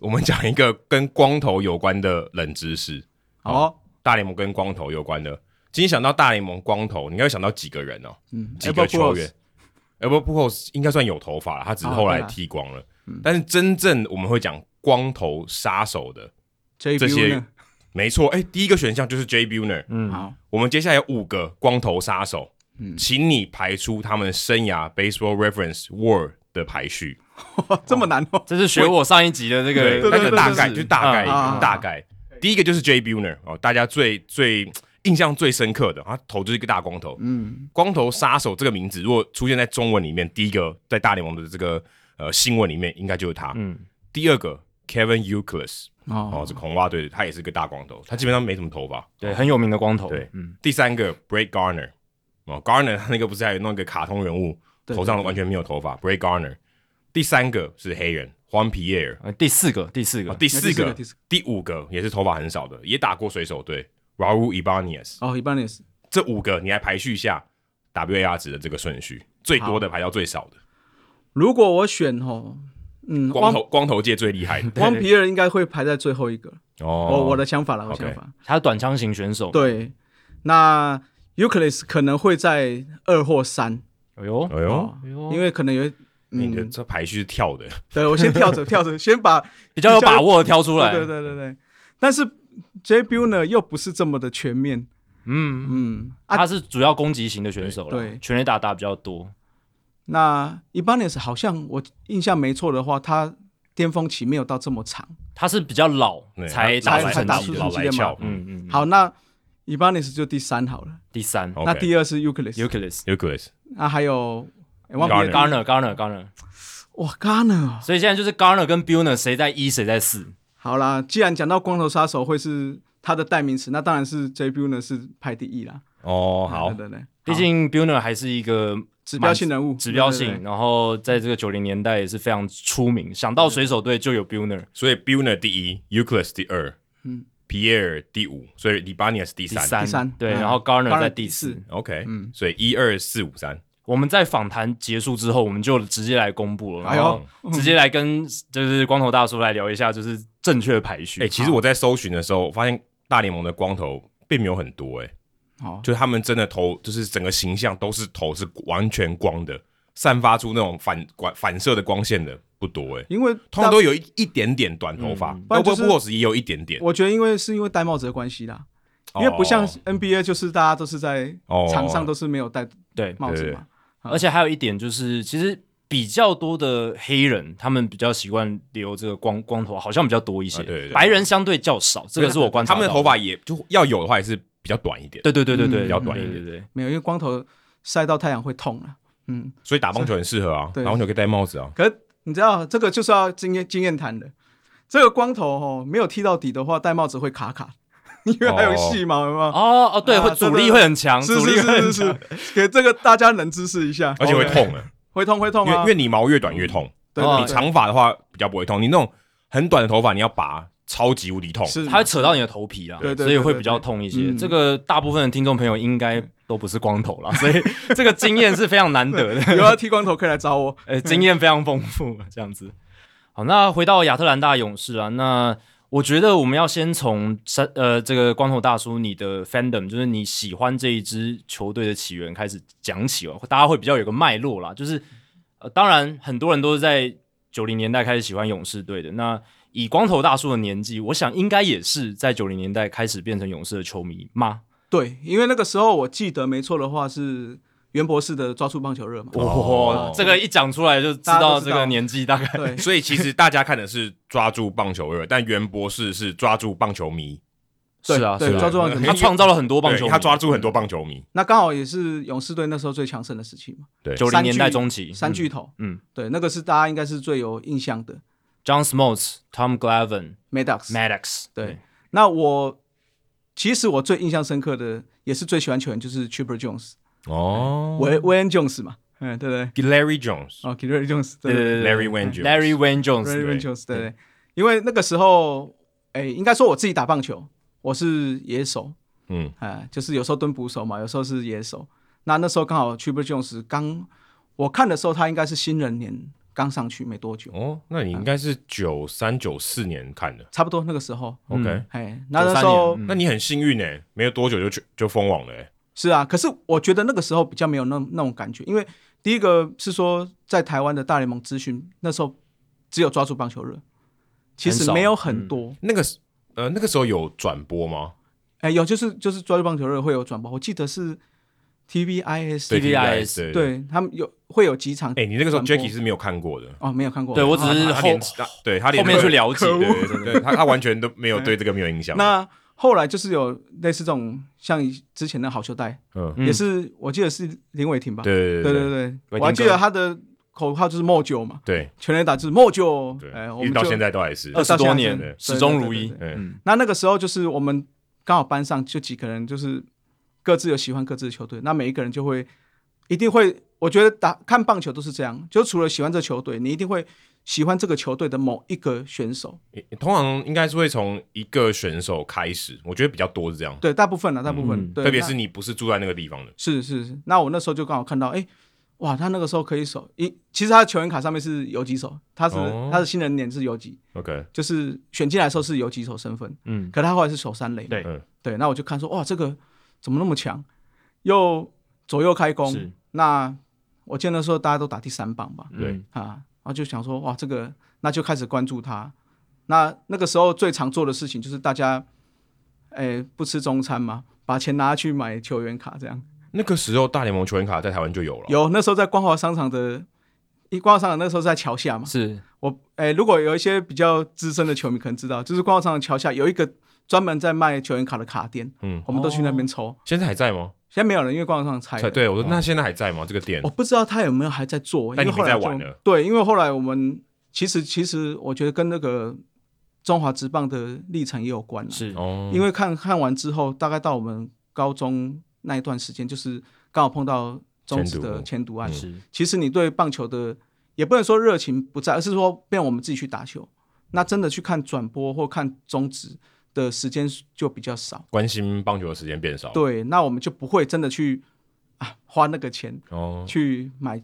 A: 我们讲一个跟光头有关的冷知识，
C: 好哦，
A: 大联盟跟光头有关的。今天想到大联盟光头，你应该会想到几个人哦，
C: 嗯，
A: 几个
C: Albert
A: 球
C: Pujols
A: 员。a l b e r p u o l s 应该算有头发了，他只是后来
C: 啊对啊
A: 剃光了。但是真正我们会讲光头杀手的，这些
C: JBU 呢？
A: 没错，哎，第一个选项就是 J. Buhner。
B: 嗯，
C: 好，
A: 我们接下来有五个光头杀手，
C: 嗯
A: 请你排出他们生涯 Baseball Reference War 的排序。
C: 这么难哦，
B: 这是学我上一集的这
A: 对，
B: 个
A: 那
B: 那
A: 个
B: 个
A: 大
B: 知识
A: 概就大概、
B: 嗯
C: 啊
A: 大概。第一个就是 J. Buhner 哦，大家最最印象最深刻的，他投就是一个大光头。
C: 嗯，
A: 光头杀手这个名字如果出现在中文里面，第一个在大联盟的这个呃新闻里面应该就是他。
B: 嗯，
A: 第二个 Kevin Youkilis 哦，
C: 哦，
A: 这个红袜队的他也是个大光头，他基本上没什么头发。
B: 对，很有名的光头。
A: 对
B: 嗯，
A: 第三个 Brett Garner 哦，Garner 他那个不是还有那个卡通人物，
C: 对
A: 头上完全没有头发，Brett Garner。第三个是黑人 Juan Pierre，
B: 呃第四个，第四个
A: 哦，，第四个、
C: 第四
A: 第五个也是头发很少的，也打过水手队 Raul Ibanez。
C: 哦，一般也是，
A: 这五个你来排序一下 WAR 值的这个顺序，最多的排到最少的，
C: 如果我选哦，嗯，
A: 光
C: 汪
A: 头光头界最厉害的
C: 汪皮尔应该会排在最后一个，
A: 哦
C: 我我的想法啦，我
A: OK
C: 想法，
B: 他是短枪型选手。，
C: 对，那 Euclid 可能会在二或三，
B: 哎呦，
A: 哎呦，
C: 哦
B: 哎呦
C: 因为可能有，
A: 你的
C: 嗯，
A: 这排序是跳的，
C: 对我先跳着跳着，先把哦
B: 比较有把握地挑出来。
C: 对对对对，但是 J. b u 呢又不是这么的全面，
B: 嗯，
C: 嗯啊，
B: 他是主要攻击型的选手了，
C: 对对
B: 全垒打打比较多。
C: 那 Ibanez 好像我印象没错的话，他巅峰期没有到这么长。
B: 他是比较老
A: 对
B: 才
A: 他
B: 打
C: 才
B: 出
A: 才
B: 成
A: 打
B: 绩
C: 出
A: 出
B: 的，
A: 老
C: 成
A: 来
C: 绩的嘛
A: 俏，嗯
B: 嗯嗯嗯。
C: 好，那 Ibanez 就第三好了，
B: 第三
A: 哦
C: 那第二是 Euclid，
B: ，Euclid
A: Euclid
C: 那还有哎忘记
A: Garner
C: 了
B: Garner Garner Garner，
C: 哇 Garner 哦。
B: 所以现在就是 Garner 跟 Buner 谁在一谁在四。
C: 好啦，既然讲到光头杀手会是他的代名词，那当然是 J. b u 呢是排第一啦。
A: 哦，好
C: 对，对对，
B: 毕竟 Buner 还是一个
C: 指标性人物，
B: 指标
C: 对对
B: 性，
C: 对
B: 然后在这个九零年代也是非常出名，想到水手队就有 Buner
A: 所以 Buhner 第一，Euclid 第二，
C: 嗯
A: ，Pierre 第五，所以 Ibanez 第
B: 第
A: 三
B: 三，
C: 第三
B: 对，
C: 嗯
B: 然后 Garner
C: Garner
B: 在第
C: 第四
B: 四。
A: ，OK，
C: 嗯
A: 所以一二四五三，
B: 我们在访谈结束之后，我们就直接来公布了，
C: 哎
B: 然
C: 呦
B: 后直接来跟就是光头大叔来聊一下，就是正确的排序。
A: 哎，其实我在搜寻的时候，我发现大联盟的光头并没有很多，哎，
C: 好，
A: 就是他们真的头，就是整个形象都是头是完全光的，散发出那种反光反射的光线的不多哎、欸，
C: 因为
A: 通常都有一一点点短头发
B: 嗯，
C: 不
A: 包
C: 然就
A: 括
C: 是
A: b o s 也有一点点，
C: 我觉得因为是因为戴帽子的关系啦，因为不像 NBA 就是大家都是在
A: 哦
C: 场上都是没有戴
B: 对，
C: 帽子
A: 对
C: 嘛，
B: 而且还有一点就是，其实比较多的黑人，他们比较习惯留这个光光头，好像比较多一些。
A: 啊对对对
B: 白人相对较少，这个是我观察
A: 他
B: 到
A: 们
B: 的。
A: 的头发也就要有的话也是比较短一点，
B: 对，对对对对，
C: 嗯
A: 比较短一点
B: 对对对，
C: 没有，因为光头晒到太阳会痛啦。嗯，
A: 所以打棒球很适合啊，打
C: 对
A: 棒球可以戴帽子啊，
C: 可是你知道这个就是要经验经验谈的，这个光头哦没有剃到底的话，戴帽子会卡卡，因为还有细毛，有没有？
B: 哦哦，对，
C: 啊
B: 会阻
C: 真的
B: 力会很强，
C: 是
B: 阻力
C: 是
B: 会很
C: 是是
B: 强。
C: 是，给这个大家冷知识一下，
A: 而且会
C: OK
A: 痛啊，
C: 会痛会哦痛
A: 因为
C: 啊，
A: 因为你毛越短越痛，
C: 对
B: 哦
C: 对
A: 你
C: 对
A: 长发的话比较不会痛，你那种很短的头发你要拔超级无敌痛，
C: 是
B: 它会扯到你的头皮啦，
C: 对对
B: 所以
C: 对
B: 会
C: 对
B: 比较痛一些。
C: 嗯
B: 这个大部分的听众朋友应该都不是光头啦，所以这个经验是非常难得的。
C: 有要剃光头可以来找我。
B: 呃，经验非常丰富，这样子。好，那回到亚特兰大勇士啊，那我觉得我们要先从三呃这个光头大叔你的 fandom，就是你喜欢这一支球队的起源开始讲起哦，大家会比较有个脉络啦。就是呃，当然很多人都是在九零年代开始喜欢勇士队的，那以光头大叔的年纪，我想应该也是在九零年代开始变成勇士的球迷吗？
C: 对，因为那个时候我记得没错的话是袁博士的抓住棒球热嘛。
A: 哦
B: 这个一讲出来就知
C: 大家
B: 道
C: 都知
B: 这
C: 道
B: 个年纪大概
C: 对，
A: 所以其实大家看的是抓住棒球热，但袁博士是抓住棒球迷，
C: 对
B: 是啊，
C: 对
B: 是啊
C: 抓住棒球迷
B: 他创造了很多棒球
A: 对
B: 迷，
A: 他抓住很多棒球迷。
C: 那刚好也是勇士队那时候最强盛的时期嘛，
B: 九零
C: 三
B: 年代
C: 巨
B: 中期
C: 三
B: 嗯
C: 巨头。
B: 嗯
C: 对，那个是大家应该是最有印象的
B: John Smoltz、Tom Glavin、
C: Maddox。
B: Maddox，
C: 对，那我其实我最印象深刻的，也是最喜欢球员就是 Chipper Jones，
A: 哦
C: 韦韦恩 Jones 嘛，嗯，对不对？
A: ，Larry Jones，Larry
C: 哦，Chipper Jones，
B: 对
C: 对
B: 对
C: 对对
B: 对
A: Wayne Jones。
B: Larry Wayne Jones，
C: ，Ray
A: 对
C: Ray Jones，对对。因为那个时候，哎，应该说我自己打棒球，我是野手，
A: 嗯，
C: 啊，就是有时候蹲捕手嘛，有时候是野手。那那时候刚好 Chipper Jones 刚我看的时候，他应该是新人年刚上去没多久，
A: 哦，那你应该是九三九四年看的
C: 差不多那个时候。
A: ，OK？、
C: 哎，那那时候
B: 93年嗯
A: 那你很幸运呢、没有多久就去就封网了、欸。
C: 是啊，可是我觉得那个时候比较没有那那种感觉，因为第一个是说在台湾的大联盟资讯那时候只有抓住棒球热，其
B: 很
C: 实
B: 少
C: 没有很多。
A: 那个时呃，那个时候有转播吗？
C: 哎、有就是就是抓住棒球热会有转播，我记得是 TVIS，
A: 对
B: TVIS
A: 对对。
C: 对他们有会有几场
A: 哎、你那个时候
C: 转播
A: Jacky 是没有看过的，
C: 哦，没有看过。
B: 对我只
C: 哦
B: 是
A: 他
B: 后
A: 连他对他连
B: 后面去了解
A: 对对对对，他他完全都没有对这个没有影响。
C: 那后来就是有类似这种像之前的好球带，
A: 嗯，
B: 嗯
C: 也是我记得是林伟霆吧？
A: 对对
C: 对对
B: 伟霆哥
C: 对，我还记得他的口号就是“莫九”嘛，
A: 对
C: 全垒打就是“莫九”。哎，
A: 对，
C: 我
A: 一直
C: 们
A: 到
C: 就
A: 现在都还是
B: 二十多
C: 对
B: 年
A: 对
B: 始终如一
C: 对对，
A: 对对
B: 嗯，
C: 那那个时候就是我们刚好班上就几个人，就是各自有喜欢各自的球队，那每一个人就会一定会，我觉得打看棒球都是这样，就除了喜欢这球队，你一定会喜欢这个球队的某一个选手。
A: 通常应该是会从一个选手开始，我觉得比较多是这样，
C: 对，大部分啊，大部分，
B: 嗯
C: 对，
A: 特别
C: 那
A: 是你不是住在那个地方的，
C: 是是是。那我那时候就刚好看到，哎、哇，他那个时候可以守一，其实他的球员卡上面是游击手，他是、
A: 哦
C: 他的新人年是游击，
A: OK，
C: 就是选进来的时候是游击手身份，
B: 嗯，
C: 可他后来是守三垒嘛，
B: 对
A: 嗯
C: 对，那我就看说，哇，这个怎么那么强，又左右开
B: 是
C: 弓。那我记得那时候大家都打第三棒吧，
A: 对
B: 嗯
C: 啊，然后就想说，哇，这个那就开始关注他。那那个时候最常做的事情就是大家，哎、不吃中餐嘛，把钱拿去买球员卡这样。
A: 那个时候大联盟球员卡在台湾就有了，
C: 有那时候在光华商场的，一光华商场那时候是在桥下嘛，
B: 是
C: 我哎、如果有一些比较资深的球迷可能知道，就是光华商场桥下有一个专门在卖球员卡的卡店，
A: 嗯
C: 嗯，我们都去那边抽。
A: 现在还在吗？
C: 现在没有了，因为光华商场拆
A: 才
C: 了。
A: 对，我说那现在还在吗？这个店
C: 我不知道他有没有还在做，
A: 但
C: 因
A: 你
C: 为
A: 没
C: 后来
A: 在
C: 就
A: 玩了
C: 对，因为后来我们其实其实我觉得跟那个中华职棒的历程也有关了、
B: 是
A: 哦，
C: 因为看看完之后，大概到我们高中那一段时间，就是刚好碰到中职的
A: 迁
C: 迁都案。
B: 是
C: 其实你对棒球的也不能说热情不在，而是说变我们自己去打球，那真的去看转播或看中职的时间就比较少。
A: 关心棒球的时间变少，，
C: 对，那我们就不会真的去啊花那个钱
A: 哦，
C: 去买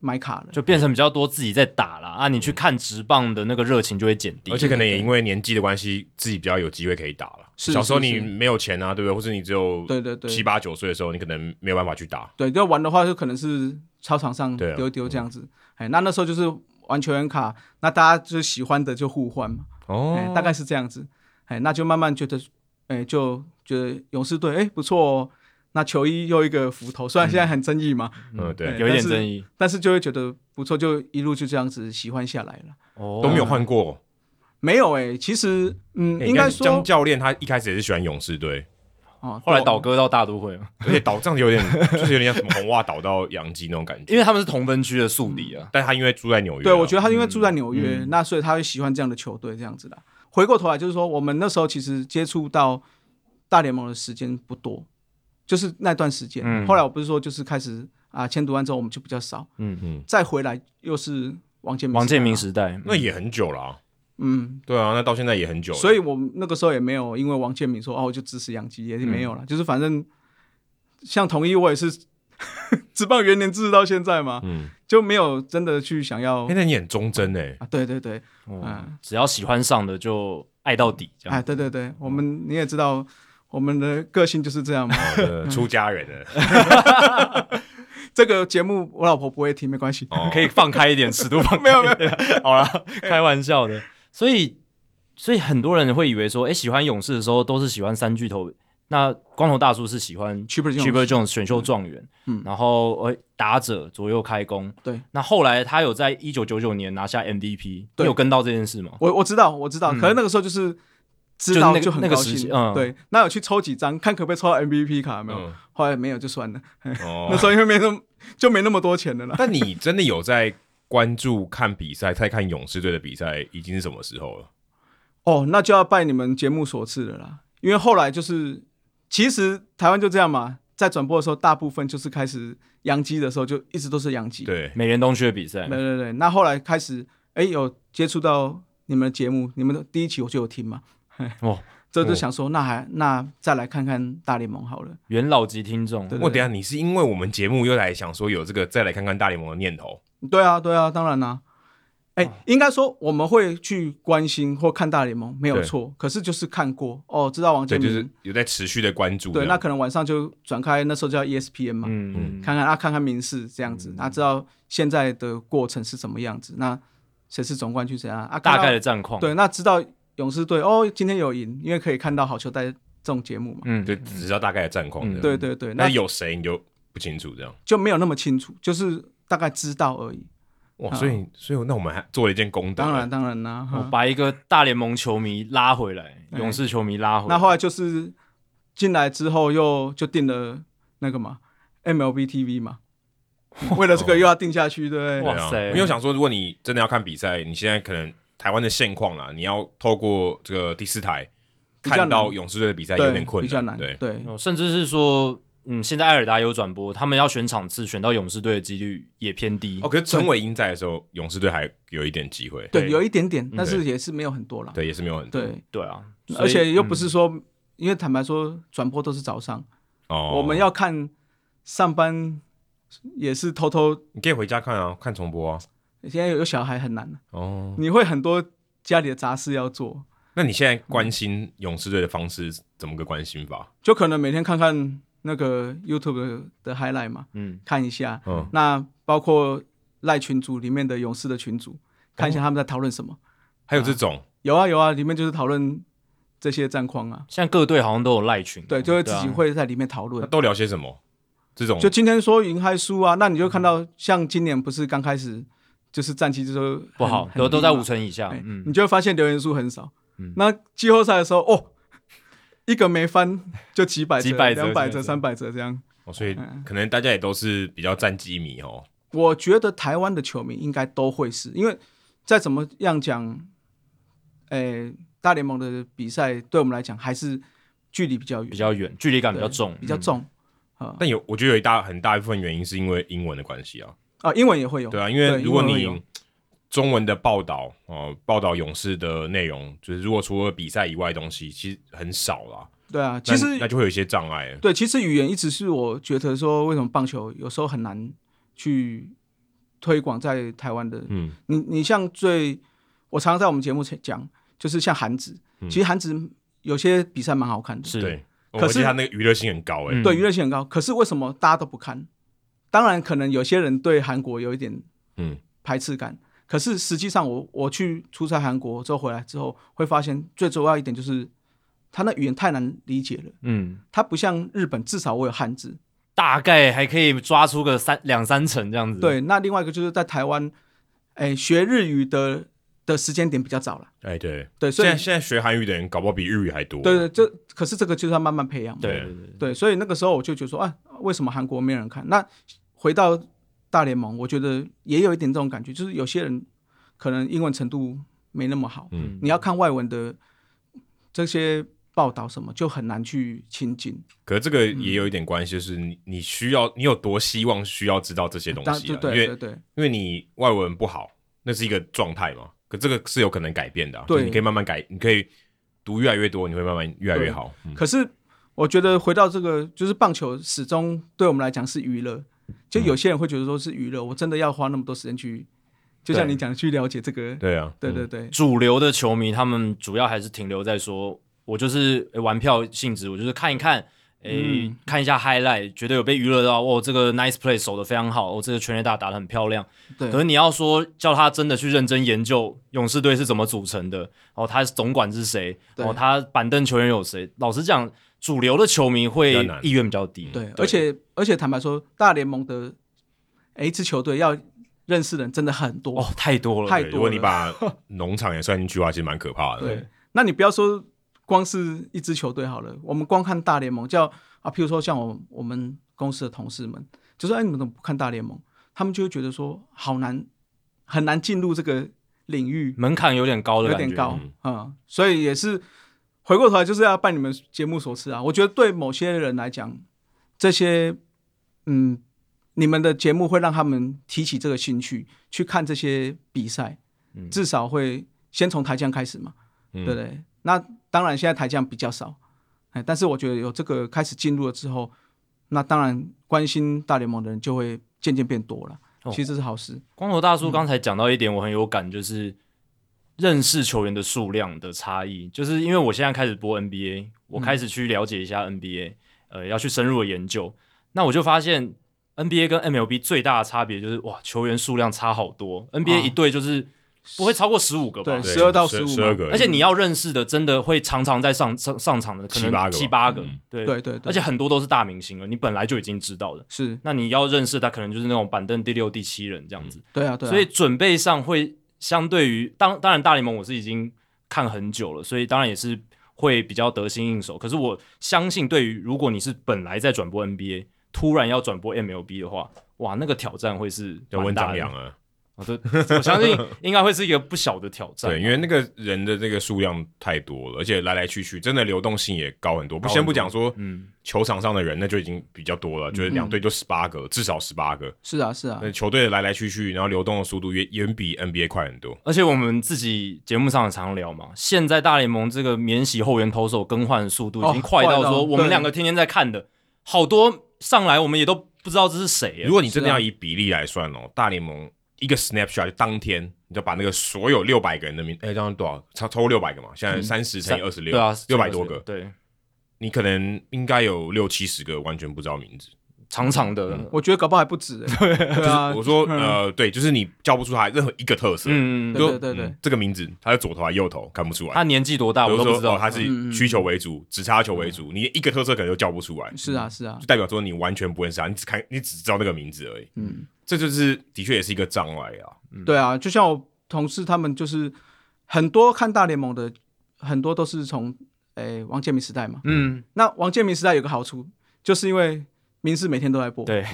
C: 买卡了。
B: 就变成比较多自己在打了啊，你去看直棒的那个热情就会减低，
A: 而且可能也因为年纪的关系，自己比较有机会可以打了。
C: 是
A: 小时候
C: 是
A: 你
C: 是
A: 没有钱啊，对不对？或是你只有
C: 对对对
A: 七八九岁的时候，你可能没有办法去打。
C: 对，要玩的话就可能是操场上
A: 对啊
C: 丢一丢这样子。哎、那那时候就是玩球员卡，那大家就喜欢的就互换嘛，哎、
A: 哦
C: 大概是这样子。哎、那就慢慢觉得，哎、就觉得勇士队哎、不错哦。那球衣又一个福头，虽然现在很争议嘛，
A: 嗯，对，
C: 对
B: 有一点
C: 但是
B: 争议
C: 但是就会觉得不错，就一路就这样子喜欢下来了。
B: 哦
A: 都没有换过。
C: 没有哎、其实嗯，
A: 哎
C: 应该
A: 你看江
C: 说
A: 教练他一开始也是喜欢勇士队，
C: 哦，
B: 后来
C: 对
B: 倒戈到大都会了，
A: 而且倒这样有点 就是有点像什么红袜倒到洋基那种感觉。
B: 因为他们是同分区的宿敌啊，
A: 但他因为住在纽约啊，
C: 对，我觉得他因为住在纽约，
B: 嗯
C: 那所以他会喜欢这样的球队这样子的。回过头来就是说，我们那时候其实接触到大联盟的时间不多，就是那段时间。
B: 嗯
C: 后来我不是说就是开始啊，签读完之后我们就比较少，
B: 嗯
A: 嗯
C: 嗯，再回来又是王建民，啊
B: 王建民，时代，
A: 那也很久了、啊。
C: 嗯，
A: 对啊，那到现在也很久了。
C: 所以我们那个时候也没有因为王建民说哦，我就支持杨基，也是没有了，
A: 嗯
C: 就是反正像统一我也是 职棒元年支持到现在嘛，
A: 嗯，
C: 就没有真的去想要
A: 哎、那你很忠贞哎、
C: 啊，对对对，
B: 哦
C: 嗯
B: 只要喜欢上的就爱到底这样。
C: 哎，对对
A: 哦
C: 对，我们你也知道，我们的个性就是这 样嘛。
A: 呃出家人 了，
C: 这个节目我老婆不会听，没关系。
A: 哦
B: 可以放开一点，尺度放没有没有， 好了，开玩笑的。所以，所以很多人会以为说，哎、喜欢勇士的时候都是喜欢三巨头。那光头大叔是喜欢
C: Chipper Jones
B: Chipper Jones 选秀状元，
C: 嗯
B: 然后呃打者左右开弓。
C: 对，
B: 那后来他有在一九九九年拿下 MVP，你
C: 对
B: 有跟到这件事吗？
C: 我我知道，我知道，
B: 嗯
C: 可是那个时候就是
B: 就
C: 知
B: 是
C: 道
B: 那个
C: 很
B: 那个
C: 高
B: 时期
C: 兴。
B: 嗯
C: 对，那有去抽几张，看可不可以抽到 MVP 卡，有没有？
A: 嗯
C: 后来没有就算了。
A: 哦
C: 那时候因为没那么就没那么多钱了啦。
A: 但你真的有在关注看比赛，在看勇士队的比赛，已经是什么时候了？
C: 哦，那就要拜你们节目所赐了啦。因为后来就是，其实台湾就这样嘛，在转播的时候，大部分就是开始洋基的时候，就一直都是洋基。，
A: 对，
B: 美联东区的比赛
C: 对，对对。那后来开始，哎，有接触到你们的节目，你们的第一期我就有听嘛。
B: 哦，
C: 这就想说，那还那再来看看大联盟好了。
B: 元老级听众
C: 对
A: 我等一下你是因为我们节目又来想说有这个再来看看大联盟的念头，
C: 对啊，对啊，当然啦、哎、应该说我们会去关心或看大联盟没有
A: 对
C: 错，可是就是看过哦，知道王
A: 对，
C: 建
A: 就
C: 民，
A: 是有在持续的关注这
C: 对
A: 样。
C: 那可能晚上就转开那时候叫 E ESPN 嘛，
B: 嗯，
C: 看看啊，看看名士这样子，那、知道现在的过程是什么样子，那谁是总冠军谁啊？啊，看
B: 大
C: 到
B: 概的战况，
C: 对，那知道勇士队哦，今天有赢，因为可以看到好球带这种节目嘛。
B: 嗯，
A: 就只知道大概的战况。
B: 嗯
A: 这样
C: 对，对对，
A: 那
C: 那
A: 有谁你就不清楚这样。
C: 就没有那么清楚，就是大概知道而已。
A: 哇，所以所以那我们还做了一件功德。
C: 嗯当然，当然啦、
B: 我
C: 哈
B: 把一个大联盟球迷拉回来，
C: 哎
B: 勇士球迷拉回来。
C: 那后来就是进来之后又就定了那个嘛 MLB TV 嘛，为了这个又要定下去，对不
A: 对
C: 对？
A: 啊，
B: 哇塞
A: 因为我想说，如果你真的要看比赛，你现在可能台湾的现况啦，你要透过这个第四台
C: 比较
A: 看
C: 难
A: 到勇士队的比赛
C: 对
A: 有点困
C: 比较
A: 难。，
C: 难
A: 对，
C: 对
B: 哦甚至是说，嗯，现在艾尔达有转播，他们要选场次，选到勇士队的几率也偏低。
A: 哦，可是陈伟英在的时候，勇士队还有一点机会。
C: 对，有一点点，但
A: 对
C: 是也是没有很多啦。
A: 对，也是没有很多。
C: 对，
B: 对啊，所
C: 而
B: 以
C: 且又不、
B: 嗯
C: 是说，因为坦白说，转播都是早上，
A: 哦，
C: 我们要看上班也是偷偷，
A: 你可以回家看啊，看重播啊。
C: 现在有有小孩很难，
A: 哦，
C: 你会很多家里的杂事要做，
A: 那你现在关心勇士队的方式怎么个关心法？
C: 就可能每天看看那个 YouTube 的的 highlight 嘛，
B: 嗯，
C: 看一下，
A: 嗯，
C: 那包括赖群组里面的勇士的群组，看一下他们在讨论什么。
A: 还有这种
C: 有啊有啊，里面就是讨论这些战况啊，
B: 现在各队好像都有赖群，
C: 对，就会自己
B: 啊
C: 会在里面讨论
A: 那。都聊些什么？这
B: 哦
A: 种
C: 就今天说赢还输啊，那你就看
B: 嗯
C: 到像今年不是刚开始就是战绩就是很
B: 不好，
C: 很
B: 都都
C: 低
B: 在
C: 嘛
B: 五成以下
C: 哎。
B: 嗯
C: 你，就会发现留言数很少。
B: 嗯
C: 那季后赛的时候，哦，一个没翻就几百折、
B: 几百折
C: 两百折、
B: 几百折
C: 三百折这样。
A: 哦，所以
C: 嗯
A: 可能大家也都是比较战绩迷哦。
C: 我觉得台湾的球迷应该都会是，因为再怎么样讲，诶、大联盟的比赛对我们来讲还是距离比较远，
B: 比较远，距离感比较
C: 对
B: 重，
C: 比较
B: 嗯。
C: 重
A: 但有，我觉得有一大很大一部分原因是因为英文的关系啊。
C: 啊。英文也会有，
A: 对啊，因为
C: 对
A: 如果
C: 英文会有
A: 你中文的报道哦、报道勇士的内容，就是如果除了比赛以外的东西，其实很少啦。
C: 对啊，
A: 那
C: 其实
A: 那就会有一些障碍。
C: 对，其实语言一直是我觉得说，为什么棒球有时候很难去推广在台湾的。
A: 嗯，
C: 你你像最，我常常在我们节目讲，就是像韩职，其实韩职有些比赛蛮好看的，
B: 是
A: 对。哦
C: 可
A: 我记得
C: 是
A: 他那个娱乐性很高哎、
B: 嗯
C: 对娱乐性很高。可是为什么大家都不看？当然，可能有些人对韩国有一点
A: 嗯
C: 排斥感。可是实际上我，我去出差韩国之后回来之后，会发现最主要一点就是，他那语言太难理解了。
B: 嗯，
C: 它不像日本，至少我有汉字，
B: 大概还可以抓出个三两三成这样子。，
C: 对，那另外一个就是在台湾，哎，学日语的的时间点比较早了，
A: 哎、对，
C: 对，
A: 现
C: 所以
A: 在现在学韩语的人，搞不好比日语还多。啊
C: 对对，这可是这个就是要慢慢培养嘛，
B: 对
A: 对
B: 对对，
C: 对，所以那个时候我就觉得说，啊，为什么韩国没人看？那回到大联盟，我觉得也有一点这种感觉，就是有些人可能英文程度没那么好，
A: 嗯
C: 你要看外文的这些报道什么，就很难去亲近。
A: 可是这
C: 嗯
A: 个也有一点关系，就是你你需要你有多希望需要知道这些东
C: 当
A: 西、
C: 对
A: 啊，因为
C: 对对对
A: 因为你外文不好，那是一个状态嘛。可这个是有可能改变的、啊，
C: 对
A: 就是你可以慢慢改，你可以读越来越多，你会慢慢越来越好。嗯
C: 可是我觉得回到这个，就是棒球始嗯终对我们来讲是娱乐。就有些人会觉得说是娱乐，我真的要花那么多时间去就像你讲的，去了解这个，
A: 对啊，
C: 对对对，
B: 主流的球迷他们主要还是停留在说，我就是、诶玩票性质，我就是看一看，诶、
C: 嗯
B: 看一下 highlight，觉得有被娱乐到，哦，这个 nice play 守的非常好，哦，这个全垒打打的很漂亮。
C: 对
B: 可是你要说叫他真的去认真研究勇士队是怎么组成的，哦，他总管是谁，
C: 对
B: 哦，他板凳球员有谁？老实讲，主流的球迷
A: 比较
B: 会
A: 难
B: 意愿比较低。
C: 对，而且而且坦白说，大联盟的诶一支球队要认识的人真的很多，
B: 哦，太多了，
C: 太
A: 对
C: 多
A: 如果你
C: 了
A: 把农场也算进去的话，其实蛮可怕的。
C: 对，那你不要说光是一支球队好了，我们光看大联盟，叫啊，譬如说像我我们公司的同事们，就说哎，你们怎么不看大联盟？他们就会觉得说好难，很难进入这个领域，
B: 门槛有点高的
C: 有
B: 感觉。
C: 点高，嗯，所以也是回过头来就是要拜你们节目所赐啊。我觉得对某些人来讲，这些嗯，你们的节目会让他们提起这个兴趣，去看这些比赛，
B: 嗯
C: 至少会先从台将开始嘛。
A: 嗯
C: 对不对？那当然，现在台将比较少，哎，但是我觉得有这个开始进入了之后，那当然关心大联盟的人就会渐渐变多了。
B: 哦
C: 其实这是好事，
B: 光头
C: 嗯
B: 大叔刚才讲到一点，我很有感，就是认识球员的数量的差异。就是因为我现在开始播
C: 嗯
B: NBA，我开始去了解一下 NBA，、呃，要去深入的研究。那我就发现 NBA 跟 MLB 最大的差别就是，哇，球员数量差好多。
C: 啊
B: NBA 一队就是不会超过十五个吧
C: 对？12到15
A: 十二个，
B: 而且你要认识的，真的会常常在上上上场的，可
A: 七八个
B: 能
A: 吧嗯
B: 七八个，对
C: 对对对，
B: 而且很多都是大明星了，你本来就已经知道的。
C: 是
B: 那你要认识他，可能就是那种板凳第六、第七人这样子。
C: 对啊，对啊，
B: 所以准备上会相对于当当然大联盟我是已经看很久了，所以当然也是会比较得心应手。可是我相信，对于如果你是本来在转播 NBA，突然要转播 MLB 的话，哇，那个挑战会是
A: 要
B: 蛮
A: 问
B: 大
A: 张
B: 的
A: 扬。啊，
B: 我都我相信应该会是一个不小的挑战。
A: 对，因为那个人的这个数量太多了，而且来来去去，真的流动性也高很多。不，先不讲说
B: 嗯，
A: 球场上的人，那就已经比较多了，就是两队就十八个，至少十八个。
C: 是啊，是啊
A: 那，球队的来来去去，然后流动的速度远远比 NBA 快很多。
B: 而且我们自己节目上也常聊嘛，现在大联盟这个免洗后援投手更换的速度已经
C: 哦
B: 快到
C: 快到
B: 说，我们
C: 对
B: 两个天天在看的，好多上来我们也都不知道这是谁耶。
A: 如果你真的
C: 是啊
A: 要以比例来算哦，大联盟一个 snapshot 就当天，你就把那个所有六百个人的名，哎，这样多少？超超过六百个嘛？现在三十乘以二十六，
B: 对啊，
A: 六百多个，
B: 对，
A: 你可能应该有六七十个完全不知道名字。
B: 长长的，
C: 我觉得搞不好还不 止、欸，对啊，
A: 我说，
C: 嗯
A: 呃，对，就是你叫不出他任何一个特色。
B: 嗯，
A: 你说
C: 对对对对
A: 这个名字，他的左头还是右头看不出来。
B: 他年纪多大
A: 比
B: 我
A: 如
B: 都不
A: 说
B: 知道，
A: 哦，他是以需求为主，只差球为主，你一个特色可能都叫不出来，
C: 是
B: 嗯
C: 啊，是啊
A: 就，代表说你完全不认识他，你只看你只知道那个名字而已。
C: 嗯，
A: 这就是的确也是一个障碍啊。
B: 嗯
C: 对啊，就像我同事他们就是很多看大联盟的，很多都是从诶、王建民时代嘛。
B: 嗯，
C: 那王建民时代有个好处，就是因为民视每天都在播，
B: 对，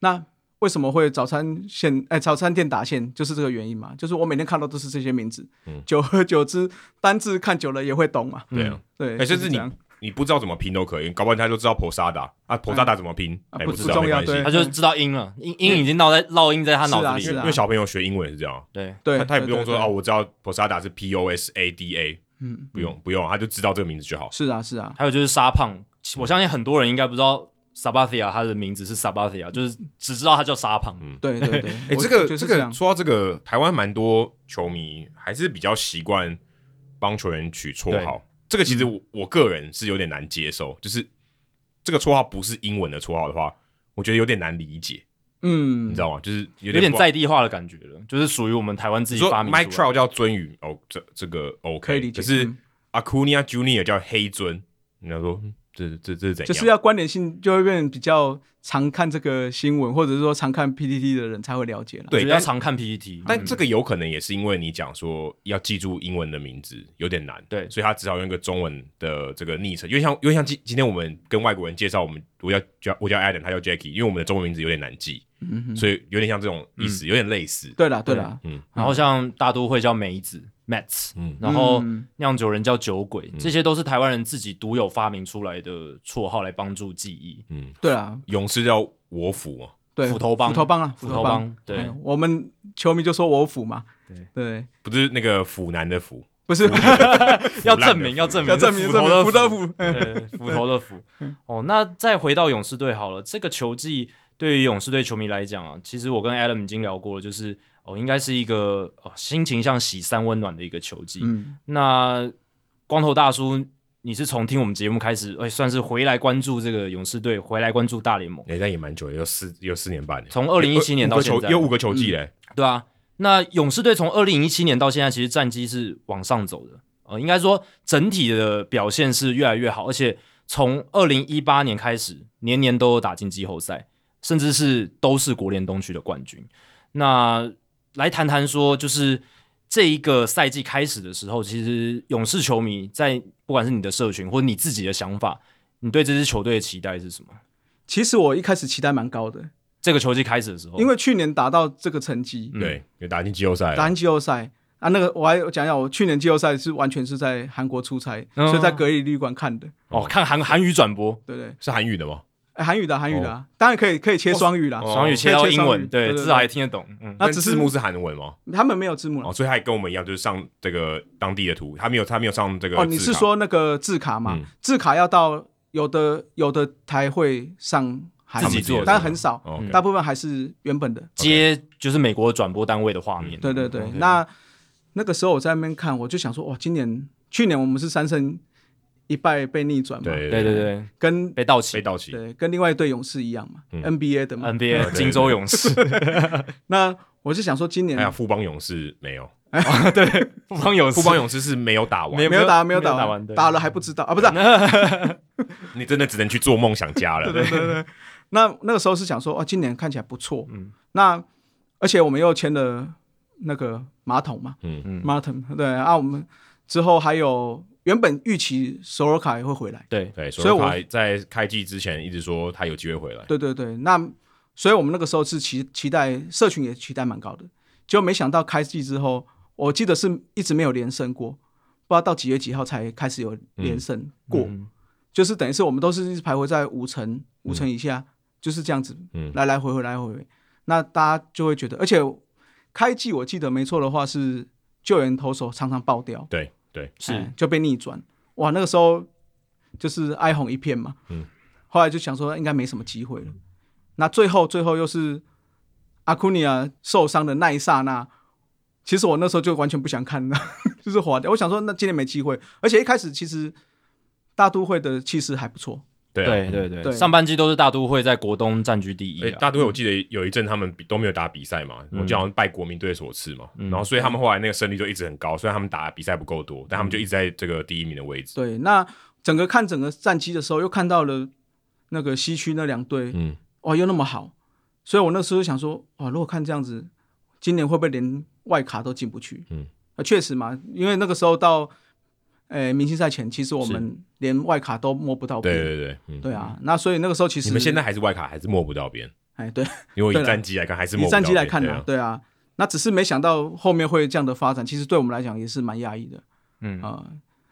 C: 那为什么会早餐线哎、早餐店打线，就是这个原因嘛？就是我每天看到都是这些名字，
A: 嗯
C: 久而久之，单字看久了也会懂嘛。
A: 对啊，
C: 对，
A: 哎，
C: 就
A: 甚至
C: 这
A: 你
C: 样
A: 你不知道怎么拼都可以，搞不好他就知道 posada 啊，posada 怎么拼，
C: 啊
A: 哎，
C: 不
A: 知
C: 不
A: 道
C: 重
A: 没
C: 要
A: 关系
C: 对
B: 他。就知道音了，音音已经烙在烙印在他脑子
C: 是
B: 里
A: 因
B: 了，
C: 啊
A: 为小朋友学英文也是这样，啊
B: 对，
C: 对
A: 他他也不
C: 对
A: 用说
C: 对
A: 哦，我知道 posada 是 p o s a d a，
C: 嗯，
A: 不用不用，他就知道这个名字就好。
C: 是啊是啊，
B: 还有就是沙胖，我相信很多人应该不知道 Sabathia 他的名字是 Sabathia，就是只知道他叫沙胖，
C: 对对对，
A: 哎，
C: 我
A: 这个
C: 就是
A: 这
C: 这
A: 个
C: 样，
A: 说到这个，台湾蛮多球迷还是比较习惯帮球员取绰号。这个其实
C: 嗯
A: 我我个人是有点难接受，就是这个绰号不是英文的绰号的话，我觉得有点难理解，
C: 嗯
A: 你知，道吗？就是有
B: 有点
A: 不
B: 在地化的感觉了，就是属于我们台湾自
A: 你
B: 己
A: 说
B: 发明
A: Mike
B: 出来
A: Trout 叫尊宇哦，这这个 OK，
C: 可以理解
A: 可是
C: 嗯
A: Acuna Junior 叫黑尊，你要说嗯这这这是怎样？
C: 就是要关联性就会变比较常看这个新闻，或者是说常看 PPT 的人才会了解了。
A: 对，
B: 对，要
A: 但
B: 常看 PPT，
C: 嗯
A: 但这个有可能也是因为你讲说要记住英文的名字有点难，
B: 对
A: 所以他只好用一个中文的这个昵称，因为像因为像今今天我们跟外国人介绍我们我叫叫我叫 Adam，他叫 Jackie，因为我们的中文名字有点难记，
C: 嗯哼，
A: 所以有点像这种意思，有点类似。
C: 对啦对啦，
B: 然后像大都会叫梅子 Mets，
A: 嗯
B: 然后
C: 嗯
B: 酿酒人叫酒鬼，这些都是台湾人自己独有发明出来的绰号来帮助记忆。
C: 对啦，
A: 勇士叫我府哦嘛，
C: 对，
B: 斧头帮
C: 斧头帮啊，
B: 斧头帮，对
C: 哎，我们球迷就说我斧嘛，
B: 对
C: 对，
A: 不是那个腐男的腐，
C: 不是
A: 腐烂的
B: 要证明，
A: 腐
B: 要证明，
C: 要证明
B: 是
C: 证明，
B: 斧
C: 嗯斧
B: 头
C: 头
B: 的
C: 斧，
B: 对，斧头的斧。哦，那再回到勇士队好了，这个球季对于勇士队球迷来讲啊，其实我跟 Adam 已经聊过了，就是哦，应该是一个哦心情像洗三温暖的一个球季。
C: 嗯，
B: 那光头大叔，你是从听我们节目开始，哎，算是回来关注这个勇士队，回来关注大联盟，
A: 哎、但也蛮久了，有四有四年半了，
B: 从2017年
A: 有五
B: 到
A: 个球
B: 现在
A: 有五个球季嘞、
B: 对啊。那勇士队从二零一七年到现在，其实战绩是往上走的，呃，应该说整体的表现是越来越好，而且从二零一八年开始，年年都有打进季后赛，甚至是都是国联东区的冠军。那来谈谈说，就是这一个赛季开始的时候，其实勇士球迷在不管是你的社群或者你自己的想法，你对这支球队的期待是什么？
C: 其实我一开始期待蛮高的，
B: 这个球季开始的
A: 哦
B: 时候，
C: 因为去年达到这个成绩，
B: 嗯
A: 对，有打进季后赛了，
C: 打进季后赛啊，那个我还有讲一下，我去年季后赛是完全是在韩国出差，
A: 哦
B: 嗯
C: 所以在隔离旅馆看的，
B: 哦，看韩韩语转播，
C: 对不对？
A: 是韩语的吗？
C: 哎韩语的啊韩语的啊，当然可以可以切双语啦，
A: 哦
B: 双语切到英文，
C: 啊
B: 对，
C: 对对对
B: 至少还听得懂。嗯，
C: 那
A: 但
C: 只是
A: 字幕是韩文吗？
C: 他们没有字幕了
A: 哦，。所以他也跟我们一样，就是上这个当地的图，他没有他没有上这个
C: 哦，你
A: 字
C: 是
A: 卡
C: 说那个字卡嘛
A: 嗯？
C: 字卡要到有的有的台会上韩
A: 自己
C: 语
A: 做的
C: 但很少，
A: 哦，OK
C: 大部分还是原本的。
B: 接就是美国转播单位的画面。
C: 对对
B: 嗯
C: 对，那那个时候我在那边看，我就想说，哇，今年去年我们是三胜一败被逆转嘛，
A: 对
B: 对对对，
C: 跟
B: 被盗
A: 被
B: 窃
A: 盗旗，
C: 对跟另外一队勇士一样嘛
A: 嗯
C: ，NBA 的嘛。
B: NBA 金州勇士，
C: 那我就想说，今年
A: 还有哎富邦勇士没 有，
C: 哦
B: 富邦勇士，
A: 富邦勇士是没有打完，
B: 没有
C: 没有打，没有
B: 没有
C: 打
B: 打
C: 完
B: 完，对
C: 打了还不知道啊，不是啊、
A: 你真的只能去做梦想家了。对对对，
C: 那那个时候是想说，哦，今年看起来不错，嗯，那而且我们又签了那个马桶嘛，
A: 嗯
B: 嗯
C: 马桶对啊，我们之后还有原本预期索尔卡也会回来，
B: 对，
A: 所以
C: 所以我
A: 我在开季之前一直说他有机会回来，
C: 对对对，那所以我们那个时候是期期待社群也期待蛮高的，结果没想到开季之后，我记得是一直没有连胜过，不知道到几月几号才开始有连胜过，
B: 嗯
C: 就是等于是我们都是一直徘徊在五成五成以下，就是这样子，
A: 嗯
C: 来来回回来回回，那大家就会觉得，而且开季我记得没错的话是救援投手常常爆掉，
A: 对对，
B: 是
C: 哎就被逆转，哇，那个时候就是哀鸿一片嘛，
A: 嗯，
C: 后来就想说应该没什么机会了，那最后最后又是阿库尼亚受伤的那一刹那。其实我那时候就完全不想看了， 就是滑掉。我想说，那今天没机会。而且一开始其实大都会的气势还不错，
A: 对啊
B: 对。对对，
C: 对
B: 上半季都是大都会在国东占据第一
A: 哎，
B: 啊。
A: 大都会我记得有一阵他们比都没有打比赛嘛，我
C: 嗯
A: 记得好像拜国民队所赐嘛，然后所以他们后来那个胜率就一直很高，虽然他们打的比赛不够多，但他们就一直在这个第一名的位置。
C: 嗯对，那整个看整个战绩的时候，又看到了那个西区那两队，
A: 嗯，
C: 哇，又那么好，所以我那时候想说，哇，如果看这样子，今年会不会连外卡都进不去？
A: 嗯，
C: 啊，确实嘛，因为那个时候到，呃，明星赛前，其实我们连外卡都摸不到
A: 对
C: 边。
A: 对对，嗯，
C: 对啊，那所以那个时候其实
A: 你们现在还是外卡，还是摸不到边，
C: 哎，对，
A: 因为
C: 对
A: 以
C: 啦
A: 战绩来看还是摸
C: 以
A: 不到
C: 战
A: 边。
C: 绩来看
A: 对
C: 呢、
A: 啊，
C: 对啊，那只是没想到后面会这样的发展，其实对我们来讲也是蛮压抑的。
B: 嗯
C: 啊、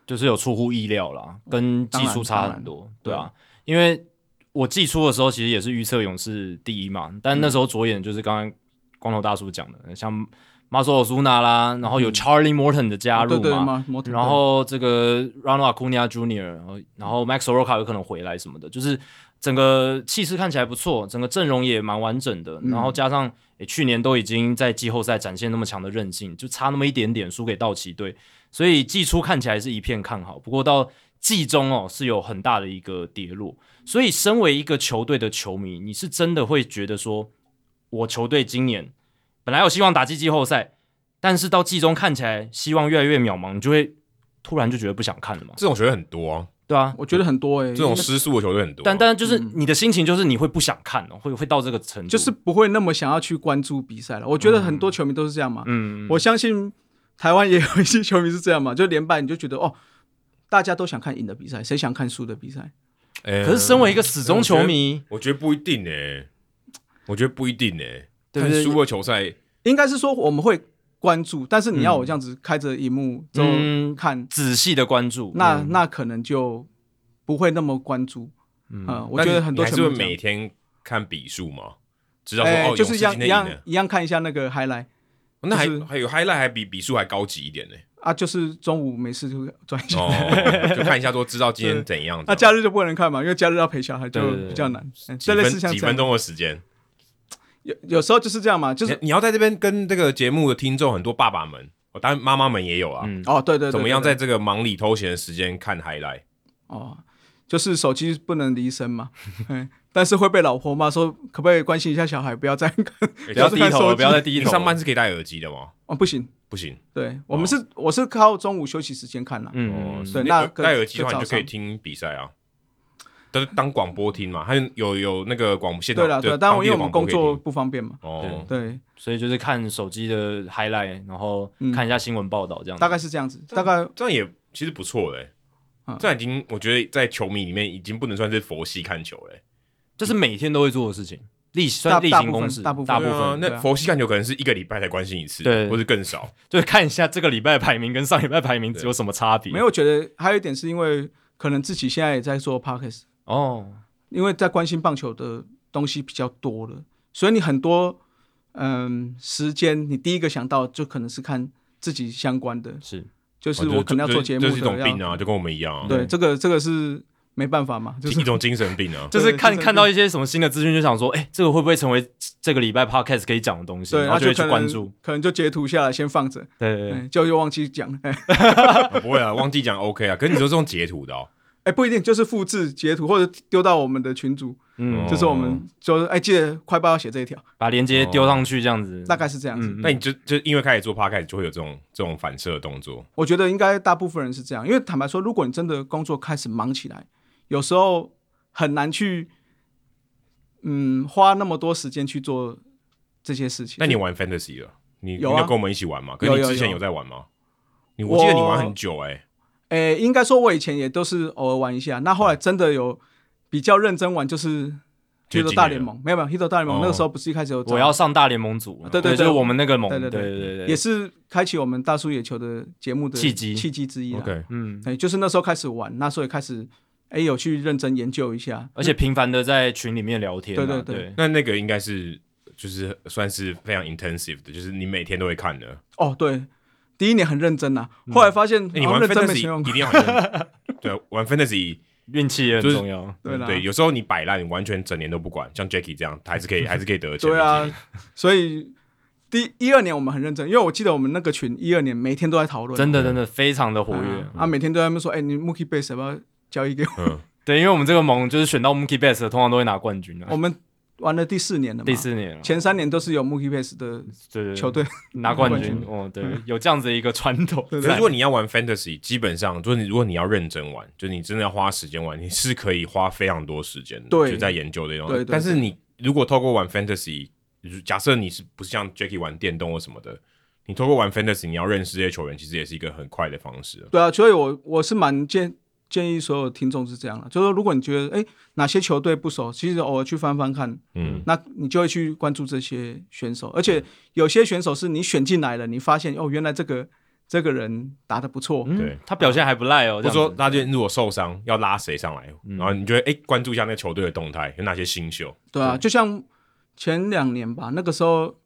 B: 就是有出乎意料啦，跟技术差很多，对
C: 当然
B: 啊，因为我季初的时候其实也是预测勇士第一嘛，但
C: 嗯
B: 那时候着眼就是刚刚光头大叔讲的，像马索尔苏纳啦，然后有 Charlie Morton 的加入
C: 啊对嗯哦对
B: 嘛，
C: 嘛，摩托
B: 然后这个 Ronald Acuna Jr.，然后然后 Max Soroka 有可能回来什么的，就是整个气势看起来不错，整个阵容也蛮完整的，然后加上诶、去年都已经在季后赛展现那么强的韧性，就差那么一点点输给道奇队，所以季初看起来是一片看好，不过到季中哦是有很大的一个跌落，所以身为一个球队的球迷，你是真的会觉得说，我球队今年本来有希望打进季后赛。但是到季中看起来希望越来越渺茫，你就会突然就觉得不想看了嘛，
A: 这种球队很多啊，
B: 对啊。
C: 我觉得很多哎、欸，
A: 这种失速的球队很多啊。
B: 但但就是你的心情就是你会不想看哦，会会到这个程度，
C: 就是不会那么想要去关注比赛了。我觉得很多球迷都是这样嘛，
B: 嗯，
C: 我相信台湾也有一些球迷是这样嘛， 就连败你就觉得哦，大家都想看赢的比赛，谁想看输的比赛？
A: 呃
B: 可是身为一个死
C: 嗯
B: 忠球迷，
A: 我觉得不一定呢、我觉得不一定呢、
B: 对不对
A: 看输的球赛，
C: 应该是说我们会关注，但是你要我这样子开着荧幕之后
B: 嗯
C: 看，
B: 仔细的关注，
C: 那
B: 嗯
C: 那可能就不会那么关注。嗯、我觉得很多
A: 但
C: 球
A: 是你还是会
C: 迷都这样
A: 每天看比数嘛，知道说、
C: 哎、
A: 哦，
C: 就是一
A: 勇士
C: 样
A: 今天赢
C: 一样
A: 了，
C: 一样看一下那个 highlight
A: 那还、
C: 就是
A: 还有 highlight 还比比数还高级一 点呢、
C: 啊，就是中午没事就转一下。
A: 哦，就看一下说知道今天怎样。
C: 那
A: 这样
C: 假日就不能看嘛，因为假日要陪小孩，就
B: 对对对
C: 比较难。哎
A: 几
C: 啊这类似
A: 分
C: 像
A: 几
C: 这样
A: 分钟的时间，
C: 有有时候就是这样嘛，就是
A: 你你要在这边跟这个节目的听众很多爸爸们，哦，当然妈妈们也有啊，
B: 嗯
C: 哦，对对对，
A: 怎么样
C: 对
A: 在这
C: 对
A: 个忙里偷闲的时间看 highlight？
C: 哦，就是手机不能离身嘛，嗯但是会被老婆骂说可不可以关心一下小孩，不要再看，
B: 不要
C: 是
B: 低
C: 看
B: 头
C: 手
B: 了，
C: 机
B: 不要再低
A: 你
B: 头了。
A: 上班是可以戴耳机的吗？
C: 哦，不行，
A: 不行，
C: 对我们是、
A: 哦
C: 我是靠中午休息时间看啦。
B: 嗯，嗯，嗯
C: 对
A: 你
C: 那
A: 耳
C: 可
A: 戴耳机的
C: 就
A: 话，你就
C: 早
A: 可以
C: 上
A: 听比赛啊，都是当广播听嘛，还有有有那个广现场
C: 对了对啦，当然
A: 当
C: 我
A: 地
C: 因
A: 的
C: 为我们
A: 广播可
C: 工
A: 以听
C: 作不方便嘛，
A: 哦，
C: 对，
B: 所以就是看手机的 highlight，然后看一下新闻报道这样子。
C: 嗯大概是这样子，大概
A: 这样也其实不错嘞
C: 嗯。
A: 这样已经，我觉得在球迷里面已经不能算是佛系看球嘞。
B: 这是每天都会做的事情，例
C: 大
B: 算例行公事，
C: 大部分
B: 大
C: 大
B: 部
C: 部
A: 对啊
B: 分，
C: 对
A: 那
C: 啊
A: 佛系看球可能是一个礼拜才关心一次，
B: 对
A: 或者更少。
B: 就是看一下这个礼拜的排名跟上礼拜排名
A: 对
B: 有什么差别。
C: 没有我觉得还有一点是因为可能自己现在也在做 podcast，
B: 哦，
C: 因为在关心棒球的东西比较多了，所以你很多嗯时间，你第一个想到就可能是看自己相关的，
B: 是
C: 就是
A: 哦
C: 我可能要
A: 这
C: 做节目
A: 这
C: 的
A: 这是一种
C: 要
A: 病啊，就跟我们一样啊，
C: 对，这个这个是没办法嘛，就是
A: 一种精神病啊。
B: 就是看
C: 就是
B: 看到一些什么新的资讯，就想说，哎、这个会不会成为这个礼拜 podcast 可以讲的东西，
C: 对，
B: 然后
C: 那
B: 就会
C: 可
B: 去
C: 能
B: 关注。，
C: 可能就截图下来先放着，
B: 对对对，
C: 嗯，就又忘记讲，哎、
A: 啊不会啊，忘记讲 OK 啊。可是你说这种截图的哦，
C: 哎不一定就是复制截图或者丢到我们的群组，
B: 嗯，
A: 哦
C: 就是我们就是哎、记得快报要写这一条，
B: 把链接丢上去这样子，
C: 大概是这样子。
B: 嗯，
A: 那你就就因为开始做 p 开始就会有这种这种反射的动作。
C: 我觉得应该大部分人是这样，因为坦白说，如果你真的工作开始忙起来，有时候很难去，嗯，花那么多时间去做这些事情。
A: 那你玩 Fantasy 了？你你
C: 有啊
A: 有跟我们一起玩吗？可是
C: 有
A: 你
C: 有
A: 之前
C: 有
A: 有在玩吗？你
C: 我
A: 我记得你玩很久哎，
C: 诶、应该说我以前也都是偶尔玩一下，那后来真的有比较认真玩，就是《
A: 就是
C: h i t
A: 今年
C: o 大联盟》，没有没有，《h i t o 大联盟》
A: 哦
C: 那个时候不是一开始有找
B: 我要上大联盟组，
C: 对对对
B: 就是我们那个盟，
C: 对
B: 对
C: 对对
B: 对对，
C: 也是开启我们大叔野球的节目的
B: 契机
C: 契机之一啦。
A: OK，
B: 嗯，
C: 对，就是那时候开始玩，那时候也开始诶、有去认真研究一下，
B: 而且频繁的在群里面聊天啊，
C: 对对对
B: 对，
A: 那那个应该是就是算是非常 intensive 的，就是你每天都会看的。
C: 哦，对，第一年很认真呐、后来发现、
A: 欸你
C: 好
A: 玩
C: 像认真没
A: fantasy
C: 用
A: 一。定要很认 对玩 fantasy，
B: 运气也很
A: 就是
B: 重要。
C: 对啦，
A: 对，有时候你摆烂，你完全整年都不管，像 Jacky 这样，他还是可 以，还是可以得钱。
C: 对啊，所以第一二年我们很认真，因为我记得我们那个群一二年每天都在讨论，
B: 真
C: 的
B: 的真的非常的活跃，嗯
C: 啊，每天都在那边说，哎、你 Mookie Base 要不要交易给我？
A: 嗯，
B: 对，因为我们这个盟就是选到 Mookie Betts 的，通常都会拿冠军啊
C: 我。们玩了第四年了嘛，
B: 第四年了，
C: 前三年都是有 Mookie Base 的
B: 对对对
C: 球队，
B: 拿冠
C: 冠
B: 军
C: 军，嗯
B: 哦，对，有这样子的一个传统在。
A: 可是如果你要玩 fantasy，基本上就是你如果你要认真玩，就是你真的要花时间玩，你是可以花非常多时间的，
C: 对
A: 就在研究这种。
C: 对对
A: 但是你如果透过玩 fantasy，如假设你是不是像 Jacky 玩电动或什么的，你透过玩 fantasy，你要认识这些球员，其实也是一个很快的方式。
C: 对啊，所以我我是蛮建建议所有听众是这样的，就是说如果你觉得哎、哪些球队不熟，其实偶尔去翻翻看，
A: 嗯，
C: 那你就会去关注这些选手，而且有些选手是你选进来了，你发现哦，原来这个这个人打得不错，
B: 嗯
A: 对
B: 他表现还不赖哦，
A: 或
B: 这
A: 者
B: 样
A: 说
B: 子
A: 大家如果受伤要拉谁上来，
C: 嗯
A: 然后你觉得哎、诶关注一下那个球队的动态，有哪些新秀？
C: 对啊，就像前两年吧，那个时候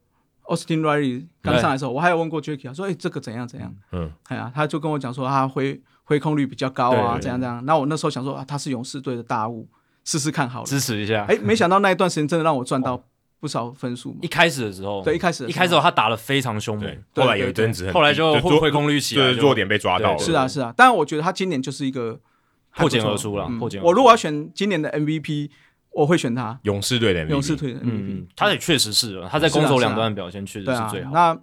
C: Austin Riley 刚上来的时候，我还有问过 Jacky 啊，说哎、这个怎样怎样，
A: 嗯，
C: 哎呀、他就跟我讲说他挥挥空率比较高啊，
B: 对对
C: 怎样怎样。那我那时候想说啊，他是勇士队的大物，试试看好了。
B: 支持一下。
C: 哎、没想到那一段时间真的让我赚到不少分数嘛
B: 一。开始的时候，
C: 对一开始的时
B: 一
C: 候
B: 开始的时候他打的非常凶
A: 对
B: 猛，，
C: 对
A: 后来有一阵子很低，
B: 后来就
A: 弱
B: 会空率起来
A: 对
B: 就
A: 弱点被抓到了。
B: 对
C: 是啊，是啊，但我觉得他今年就是一个还
B: 破
C: 不错
B: 茧而出了，
C: 嗯
B: 破茧而出。
C: 我如果要选今年的 MVP，我会选他，
A: 勇士队的 MVP
C: 勇士队的 MVP。
B: 嗯，他也确实是了，他在攻守两端的表现确实
C: 对
B: 是
C: 啊
B: 最，好。
C: 那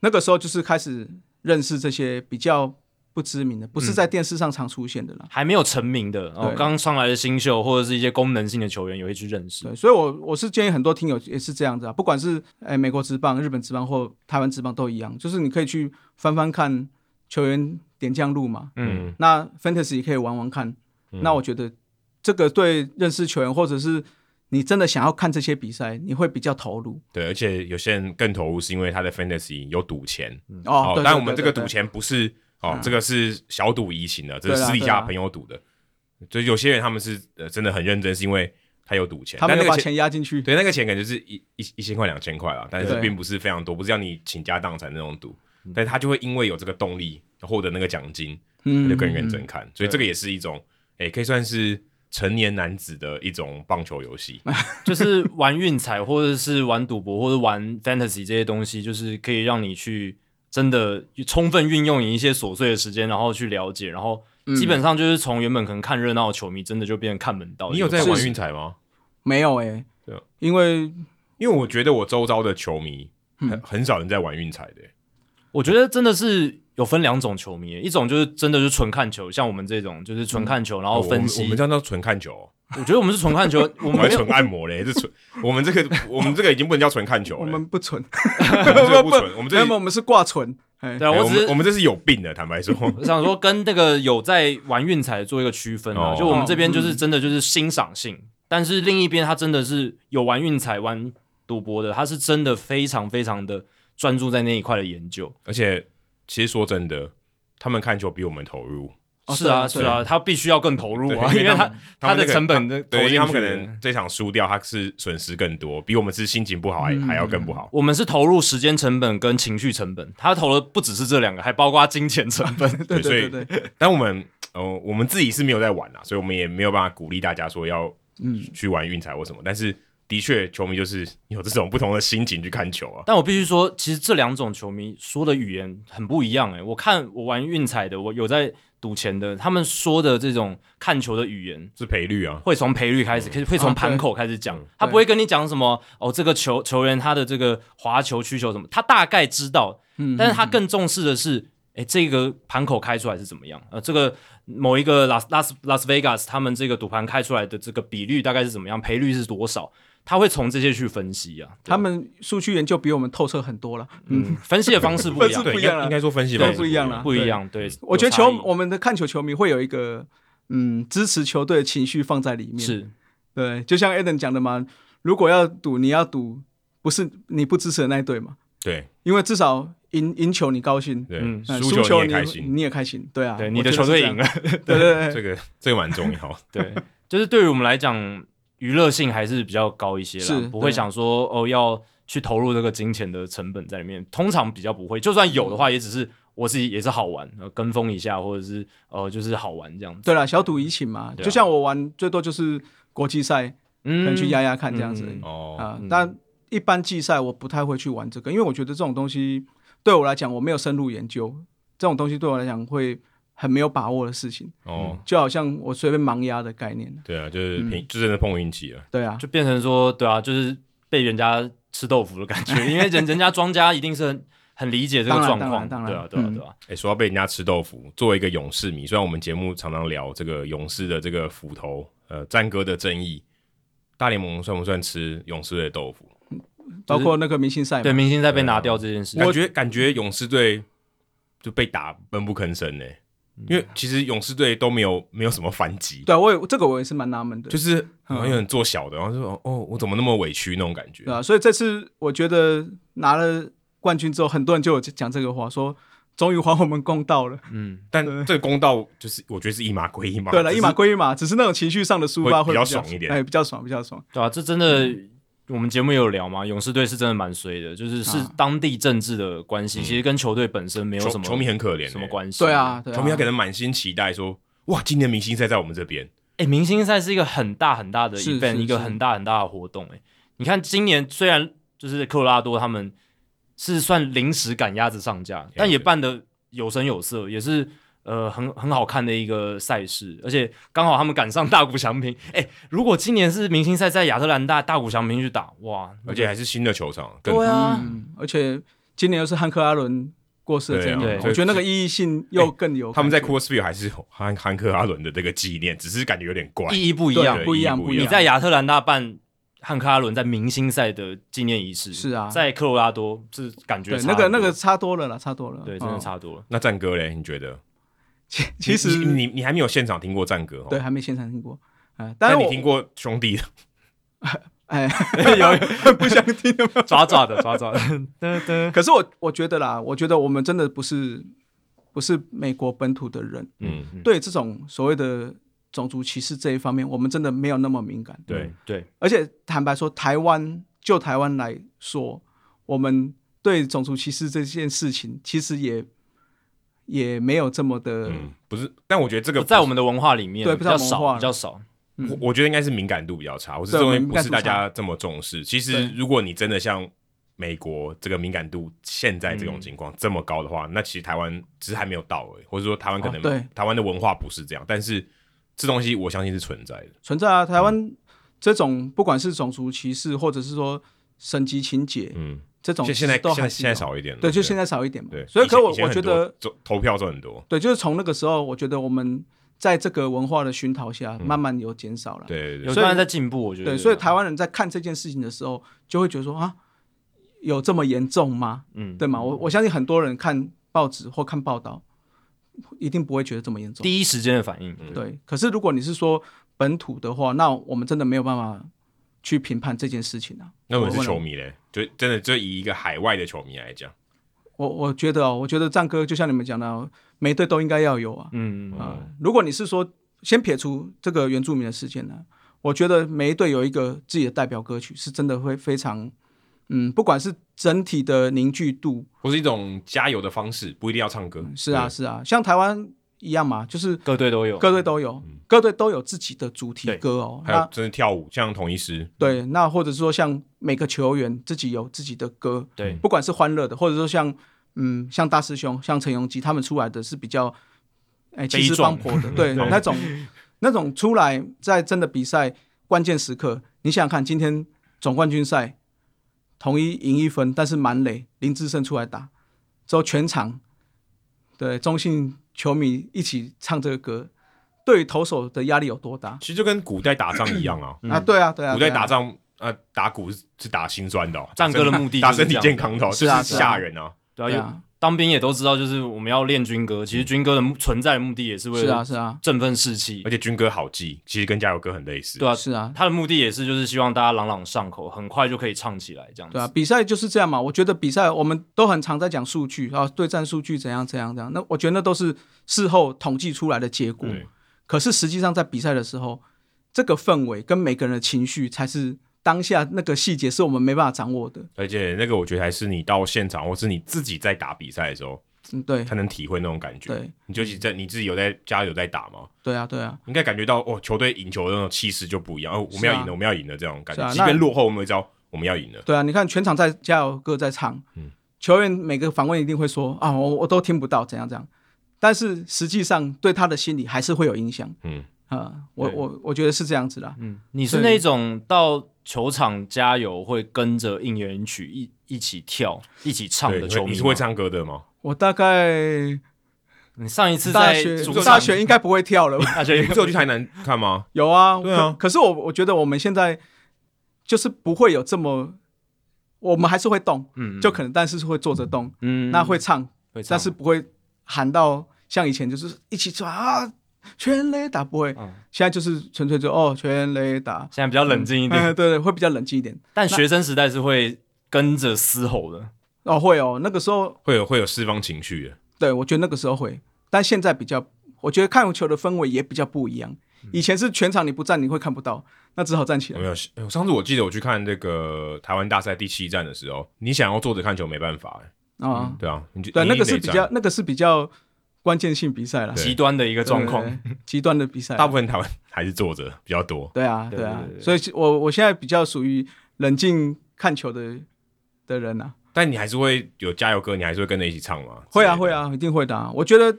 C: 那个时候就是开始认识这些比较不知名的，不
B: 嗯
C: 是在电视上常出现的啦。
B: 还没有成名的，哦，
C: 对
B: 刚上来的新秀或者是一些功能性的球员也会去认识。
C: 对，所以我，我是建议很多听友也是这样子啊，不管是诶美国职棒、日本职棒或台湾职棒都一样，就是你可以去翻翻看球员点将录嘛，
B: 嗯，
A: 嗯，
C: 那 Fantasy 也可以玩玩看。那我觉得这个对认识球员，或者是你真的想要看这些比赛，你会比较投入
A: 对，而且有些人更投入是因为他的 fantasy 有赌钱。
C: 哦。
A: 嗯
C: 对
A: 但我们这个
C: 对
A: 赌
C: 对
A: 钱不是哦
C: 嗯，
A: 这个是小赌怡情的，这是
C: 对啦
A: 私底
C: 对
A: 下
C: 啦
A: 朋友赌的。所以有些人他们是呃真的很认真，是因为他有赌钱，
C: 他
A: 但
C: 们
A: 那
C: 有
A: 个
C: 把
A: 钱
C: 钱压进去。
A: 对那个钱可能就是一一一千块两千块啦，但是
C: 对
A: 并不是非常多，不是让你倾家荡产那种赌。
B: 嗯
A: 但是他就会因为有这个动力获得那个奖金，他
C: 嗯
B: 嗯
A: 就更认真看，所以这个也是一种，诶、可以算是成年男子的一种棒球游戏。
B: 哎就是玩运彩，或者是玩赌博，或者玩 fantasy 这些东西，就是可以让你去真的充分运用你一些琐碎的时间，然后去了解，然后基本上就是从原本可能看热闹的球迷，真的就变成看门道。
A: 你有在玩运彩吗？
C: 没有哎、
A: 对啊
C: 因为
A: 因为我觉得我周遭的球迷很、
B: 嗯
A: 很少人在玩运彩的、
B: 我觉得真的是有分两种球迷，一种就是真的就是纯看球，像我们这种就是纯看球，然
A: 哦
B: 后
A: 我们
B: 哦分析。
A: 我们这样叫纯看球哦、
B: 我觉得我们是纯看球，我
A: 我
B: 们
A: 们
B: 没有
A: 纯按摩嘞，这纯我们这个我们这个已经不能叫纯看球了，
C: 我们不存，
A: 欸我们这个不纯，我们这
C: 那
A: 个
C: 么 我们是挂存，哎、
B: 对啊，
A: 哎
B: 我只
A: 们我
B: 是
A: 们这是有病的，坦白 说，
B: 想说跟那个有在玩运彩做一个区分啊，
A: 哦
B: 就我们这边就是真的就是欣赏性，但是另一边他真的是有玩运彩、玩赌博的，他是真的非常非常的专注在那一块的研究。
A: 而且其实说真的，他们看球比我们投入，
C: 哦
B: 是啊，是
C: 对啊
B: 啊，他必须要更投入啊，
A: 对 因
B: 因
A: 为
B: 为
A: 他
B: 他他
A: 们那
B: 的
A: 个
B: 成本的
A: 对，
B: 投
A: 因为
B: 进
A: 他们
B: 去
A: 可
B: 的
A: 能这场输掉，他是损失更多，比我们是心情不好
B: 嗯
A: 还、还要更不好。
B: 我们是投入时间成本跟情绪成本，他投的不只是这两个，还包括金钱成本。
C: 对
A: 所以
C: 对对对，
B: 嗯
A: 但我们呃，我们自己是没有在玩啊啦，所以我们也没有办法鼓励大家说要
C: 嗯
A: 去玩运彩或什么。但是的确，球迷就是有这种不同的心情去看球啊。
B: 但我必须说，其实这两种球迷说的语言很不一样诶、欸我看我玩运彩的，我有在赌钱的，他们说的这种看球的语言，
A: 是赔率啊，
B: 会从赔率开始，可以会
C: 啊
B: 从
C: 对
B: 盘口开始讲，他不会跟你讲什么哦，这个球球员他的这个滑球、曲球什么，他大概知道，
C: 嗯
B: 但是他更重视的是，诶，这个盘口开出来是怎么样？呃，这个某一个拉拉斯拉斯维加斯他们这个赌盘开出来的这个比率大概是怎么样，赔率是多少？他会从这些去分析啊，
C: 他们数据研究比我们透彻很多了。
B: 嗯，分析的方式不一样
C: 分
A: 对，应
C: 析，不一样
A: 该
C: 啊
A: 应该说分析
C: 对
A: 方式
C: 不一样啦
B: 不一样，对，
C: 我觉得
B: 有差
C: 球
B: 异
C: 我们的看球球迷会有一个嗯支持球队的情绪放在里面，
B: 是
C: 对，就像 Eden 讲的嘛，如果要赌，你要赌不是你不支持的那一队嘛，
A: 对
C: 因为至少赢赢球你高兴，
A: 对
B: 嗯，
C: 呃
A: 输
C: 球
A: 球你也
C: 你
A: 开心，
C: 你也开心，对啊，
B: 对
C: 我
B: 你的
C: 觉得
B: 球
C: 是
B: 队
C: 这样
B: 赢 了，，
C: 对对对，
A: 这个这个蛮重要。
B: 对，就是对于我们来讲，娱乐性还是比较高一些
C: 是
B: 啦，不会
C: 对
B: 想说哦要去投入这个金钱的成本在里面，通常比较不会，就算有的话，也只是我自己也是好玩，呃跟风一下，或者是呃就是好玩这样子，
C: 对了，小赌怡情嘛，
B: 对啊
C: 就像我玩最多就是国际赛，可
B: 嗯
C: 能去压压看这样子而已
B: 嗯
A: 哦，
C: 啊
B: 嗯，
C: 但一般季赛我不太会去玩这个，因为我觉得这种东西对我来讲我没有深入研究，这种东西对我来讲会很没有把握的事情，
A: 哦，
B: 嗯
C: 就好像我随便盲压的概念。
A: 对啊，就是凭就真的碰运气了。
C: 对啊，
B: 就变成说对啊，就是被人家吃豆腐的感觉，因为人 人家庄家一定是很很理解这个
C: 当然
B: 状
C: 当
B: 况，
C: 然
B: 对啊
C: 当然
B: 对啊对啊
C: 嗯
B: 对啊，
A: 哎、说到被人家吃豆腐，作为一个勇士迷，虽然我们节目常常聊这个勇士的这个斧头，呃，战哥的正义，大联盟算不算吃勇士队的豆腐？
C: 包括那个明星赛
B: 对
C: 嘛，
B: 明星在
C: 啊
B: 被拿掉这件事情，
A: 感觉感觉勇士队就被打闷不吭声呢，欸
B: 嗯
A: 因为其实勇士队都没有没有什么反击，
C: 对啊，我也这个我也是蛮纳闷的，
B: 嗯
A: 就是好像有点做小的，然后就说哦，我怎么那么委屈那种感觉
C: 对。啊，所以这次我觉得拿了冠军之后，很多人就有讲这个话，说终于还我们公道了。
B: 嗯，
A: 但这个公道就是我觉得是一码归一码，
C: 对了，
A: 只
C: 一
A: 是
C: 码归一码，只是那种情绪上的抒发
A: 会比较
C: 较
A: 爽一点
C: 哎，比较爽，比较爽。
B: 对啊，这真的，我们节目也有聊嘛，勇士队是真的蛮衰的，就是是
C: 啊
B: 当地政治的关系，其实跟球队本身没有什
A: 球
B: 么
A: 球迷很可怜欸，
B: 什么关系。
C: 对啊，，对啊，
A: 球迷他可能满心期待说，哇，今年明星赛在我们这边，
B: 哎、明星赛是一个很大很大的
C: 是
B: event，
C: 是
B: 一个
C: 是
B: 很大很大的活动、哎，你看今年虽然就是科罗拉多他们是算临时赶鸭子上架，但也办的有声有色，也是。呃，很很好看的一个赛事，而且刚好他们赶上大谷翔平。哎、如果今年是明星赛在亚特兰大，大谷翔平去打，哇，
A: 而且还是新的球场，更
B: 对啊，
C: 嗯，而且今年又是汉克阿伦过世的这
A: 对
C: 一
B: 啊
C: 年，
B: 对
C: 我觉得那个意义性又更有感
A: 哎
C: 觉。
A: 他们在 CrossFit 还是有汉汉克阿伦的这个纪念，只是感觉有点怪。
B: 意义不一
C: 对啊
B: 样，
C: 不一样
A: 对
C: 不一样。
B: 你在亚特兰大办汉克阿伦在明星赛的纪念仪式，
C: 是啊
B: 在科罗拉多是感觉
C: 对
B: 差
C: 那个
B: 很
C: 那
B: 多
C: 个差多了啦，差多了。
B: 对真的
C: 嗯。
B: 差 多了。
A: 那战哥嘞？你觉得？
C: 其其
A: 你你
C: 实
A: 你你还没有现场听过战歌哦，
C: 对，还没现场听过。嗯，
A: 但
C: 但是
A: 你
C: 我
A: 听过兄弟的，
C: 哎， 有不想听有没有？
B: 抓抓的抓抓的， 噔噔
C: 可是我我觉得啦，我觉得我们真的不是不是美国本土的人，
A: 嗯，
C: 对这种所谓的种族歧视这一方面，我们真的没有那么敏感。
A: 对
B: 对，
C: 而且坦白说，台湾就台湾来说，我们对种族歧视这件事情，其实也也没有这么的，
A: 嗯，不是，但我觉得这个
B: 在我们的文化里面
C: 对
B: 比
C: 不
B: 较
C: 在我们文
B: 少，
C: 化
B: 比较少。
A: 我我觉得应该是敏感度比较差，或是这东西不是大家这么重视。其实
C: 对
A: 如果你真的像美国这个敏感度现在这种情况这么高的话，那其实台湾只是还没有到而已，或者说台湾可能、
C: 哦对
A: 台湾的文化不是这样，但是这东西我相信是存在的。
C: 存在
A: 嗯
C: 啊。台湾这种不管是种族歧视，或者是说省级情节，
A: 嗯，
C: 这种
A: 现现在
C: 其实都
A: 现在
C: 还是
A: 现
C: 有
A: 在，少一点了，
C: 对，就现在少一点嘛
A: 对。。
C: 所以，
A: 以
C: 可
A: 前
C: 我
A: 以前
C: 我觉
A: 很多
C: 得，
A: 走投票就很多，
C: 对，就是从那个时候，我觉得我们在这个文化的熏陶下，慢慢有减少了。
A: 嗯对对
B: 有
A: 对，
B: 当然在进步，我觉得。
C: 对，所以台湾人在看这件事情的时候，就会觉得说啊，有这么严重吗？
B: 嗯，
C: 对吗？我我相信很多人看报纸或看报道，一定不会觉得这么严重。
B: 第一时间的反应，
C: 对，可是如果你是说本土的话，那我们真的没有办法去评判这件事情啊。
A: 那我们
C: 我
A: 是球迷嘞，就真的就以一个海外的球迷来讲，
C: 我我觉得哦，我觉得战哥就像你们讲的哦，每队都应该要有啊。
B: 嗯，
C: 啊、如果你是说先撇除这个原住民的事件呢、我觉得每一队有一个自己的代表歌曲，是真的会非常，嗯，不管是整体的凝聚度，
A: 或是一种加油的方式，不一定要唱歌。
C: 是啊
A: 对，
C: 是啊，像台湾一样嘛，就是
B: 各队都有，嗯
C: 各队都有，各队都有自己的主题
B: 对
C: 歌哦。
A: 还有
C: 那
A: 真的跳舞，像同一师，
C: 对，那或者说像每个球员自己有自己的歌，
B: 对
C: 不管是欢乐的，或者说像嗯，像大师兄、像陈永基他们出来的是比较哎气势磅
B: 壮
C: 礴的，对那种那种出来在真的比赛关键时刻，你想想看，今天总冠军赛统一赢一分，但是满垒林志胜出来打之后，全场对中信球迷一起唱这个歌，对于投手的压力有多大？
A: 其实就跟古代打仗一样啊。
C: 啊，对啊，对啊，
A: 古代
C: 对啊
A: 打仗啊，打鼓是是打心酸的哦，
B: 战歌的目的
A: 打
B: 就是
A: 身
B: 这
A: 体
B: 样
A: 健康的哦，
C: 是
A: 就
C: 啊
A: 是
C: 是啊
A: 吓人啊。
B: 对
C: 对
B: 啊，有
C: 啊嗯
B: 当兵也都知道，就是我们要练军歌，其实军歌的目存在的目的也是为
C: 是啊，
B: 了
C: 是啊，
B: 振奋士气
A: 而，且军歌好记，其实跟加油歌很类似。
B: 对啊，
C: 是啊，
B: 他的目的也是就是希望大家朗朗上口，很快就可以唱起来这样子。
C: 对啊，比赛就是这样嘛。我觉得比赛我们都很常在讲数据啊，对战数据怎样怎样怎样。那我觉得那都是事后统计出来的结果。
A: 对
C: 可是实际上在比赛的时候，这个氛围跟每个人的情绪才是当下那个细节，是我们没办法掌握的。
A: 而且那个我觉得还是你到现场，或是你自己在打比赛的时候，
C: 嗯，对
A: 才能体会那种感觉。
C: 对
A: 你就是在你自己有在加油在打嘛，
C: 对啊对啊，
A: 应该感觉到哦，球队赢球的那种气势就不一样。哦，我们
C: 是啊
A: 要赢了，我们要赢了这种感
C: 是
A: 觉。
C: 啊
A: 即
C: 那
A: 便落后，我们也知道我们要赢了。
C: 对啊！你看全场在加油歌在唱，
A: 嗯
C: 球员每个访问一定会说啊，我我都听不到怎样怎样。但是实际上对他的心理还是会有影响
A: 嗯，
C: 啊、我
B: 对
C: 我我觉得是这样子啦。
B: 嗯，你是
C: 对
B: 那种到球场加油会跟着应援曲一一起跳、一起唱
A: 对，
B: 的
A: 你
B: 球
A: 会
B: 迷
A: 你
B: 吗
A: 是会唱歌的吗？
C: 我大概
B: 你上一次
C: 大
B: 在
C: 学
B: 主场
C: 大学应该不会 跳了吧？
B: 大学
A: 你不是有去台南看吗？
C: 有啊，
A: 对啊
C: 可。可是我我觉得我们现在就是不会有这么，我们还是会动，
B: 嗯
C: 就可能但是是会坐着动，
B: 嗯
C: 那会唱，
B: 会唱
C: 但是不会喊到像以前就是一起抓啊，全垒打不会，
B: 嗯
C: 现在就是纯粹就哦全垒打，
B: 现在比较冷静一
C: 哎
B: 点，
C: 对对，会比较冷静一点。
B: 但学生时代是会跟着嘶吼的。
C: 哦，会哦，那个时候
A: 会有会有释放情绪的。
C: 对，我觉得那个时候会，但现在比较，我觉得看球的氛围也比较不一样。
B: 嗯
C: 以前是全场你不站你会看不到，那只好站起
A: 有
C: 来。
A: 没有？哎上次我记得我去看这个台湾大赛第七站的时候，你想要坐着看球没办法、哎
B: 嗯
C: 啊、
A: 对啊，你就
C: 对，
A: 你
C: 那个
A: 得
C: 是比
A: 站
C: 较那个是比较关键性比赛了，
A: 对
B: 极端的一个状况，
C: 对对对极端的 比赛啦，
A: 大部分台湾还是坐着比较多。
C: 对啊
B: 对
C: 对啊
B: 对对，对
C: 所以其我我现在比较属于冷静看球的的人啊，
A: 但你还是会有加油歌，你还是会跟着一起唱吗？
C: 会
A: 之
C: 啊
A: 类
C: 会
A: 的，
C: 啊，一定会的、啊。我觉得，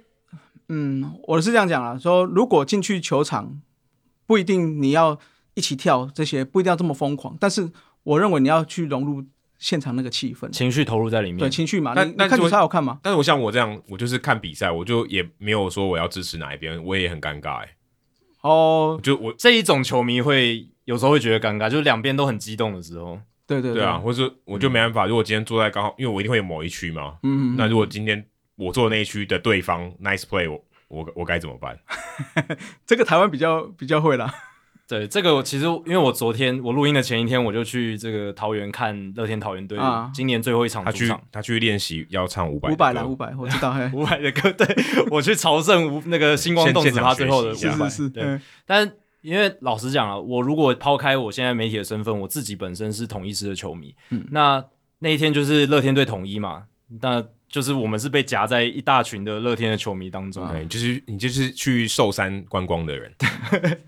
C: 嗯，我是这样讲啊，说如果进去球场，不一定你要一起跳这些，不一定要这么疯狂，但是我认为你要去融入现场那个气氛，
B: 情绪投入在里
C: 对
B: 面。
C: 情绪嘛，
A: 那
C: 你你
A: 那
C: 看
A: 就
C: 球
A: 会
C: 赛好看嘛，
A: 但是我像我这样，我就是看比赛，我就也没有说我要支持哪一边，我也很尴尬、哎，
C: 哦
A: 我，就我
B: 这一种球迷会有时候会觉得尴尬，就是两边都很激动的时候，
C: 对对
A: 对啊，，或者我就没办法。如果今天坐在刚好，因为我一定会有某一区嘛。
C: 嗯，
A: 那如果今天我坐的那一区的对方 nice play，我我我该怎么办？
C: 这个台湾比较比较会啦，
B: 对这个我其实因为我昨天我录音的前一天我就去这个桃园看乐天桃园队、
C: 啊
B: 今年最后一场
A: 他
B: 主
A: 去
B: 场。
A: 他去练习要唱五百
C: 五百啦
A: 了
C: 五百，我知道，嘿，
B: 五百的歌，对我去朝圣五那个星光
A: 现
B: 洞只
A: 现场
B: 趴
A: 学
B: 最后的
A: 习一
B: 五
A: 下
B: 百，
C: 是是是，
B: 对
C: 嗯
B: 但因为老实讲啊，我如果抛开我现在媒体的身份，我
C: 嗯
B: 自己本身是统一师的球迷，那那一天就是乐天队统一嘛，那就是我们是被夹在一大群的乐天的球迷当中，
A: 对，哎就是你就是去寿山观光的 人，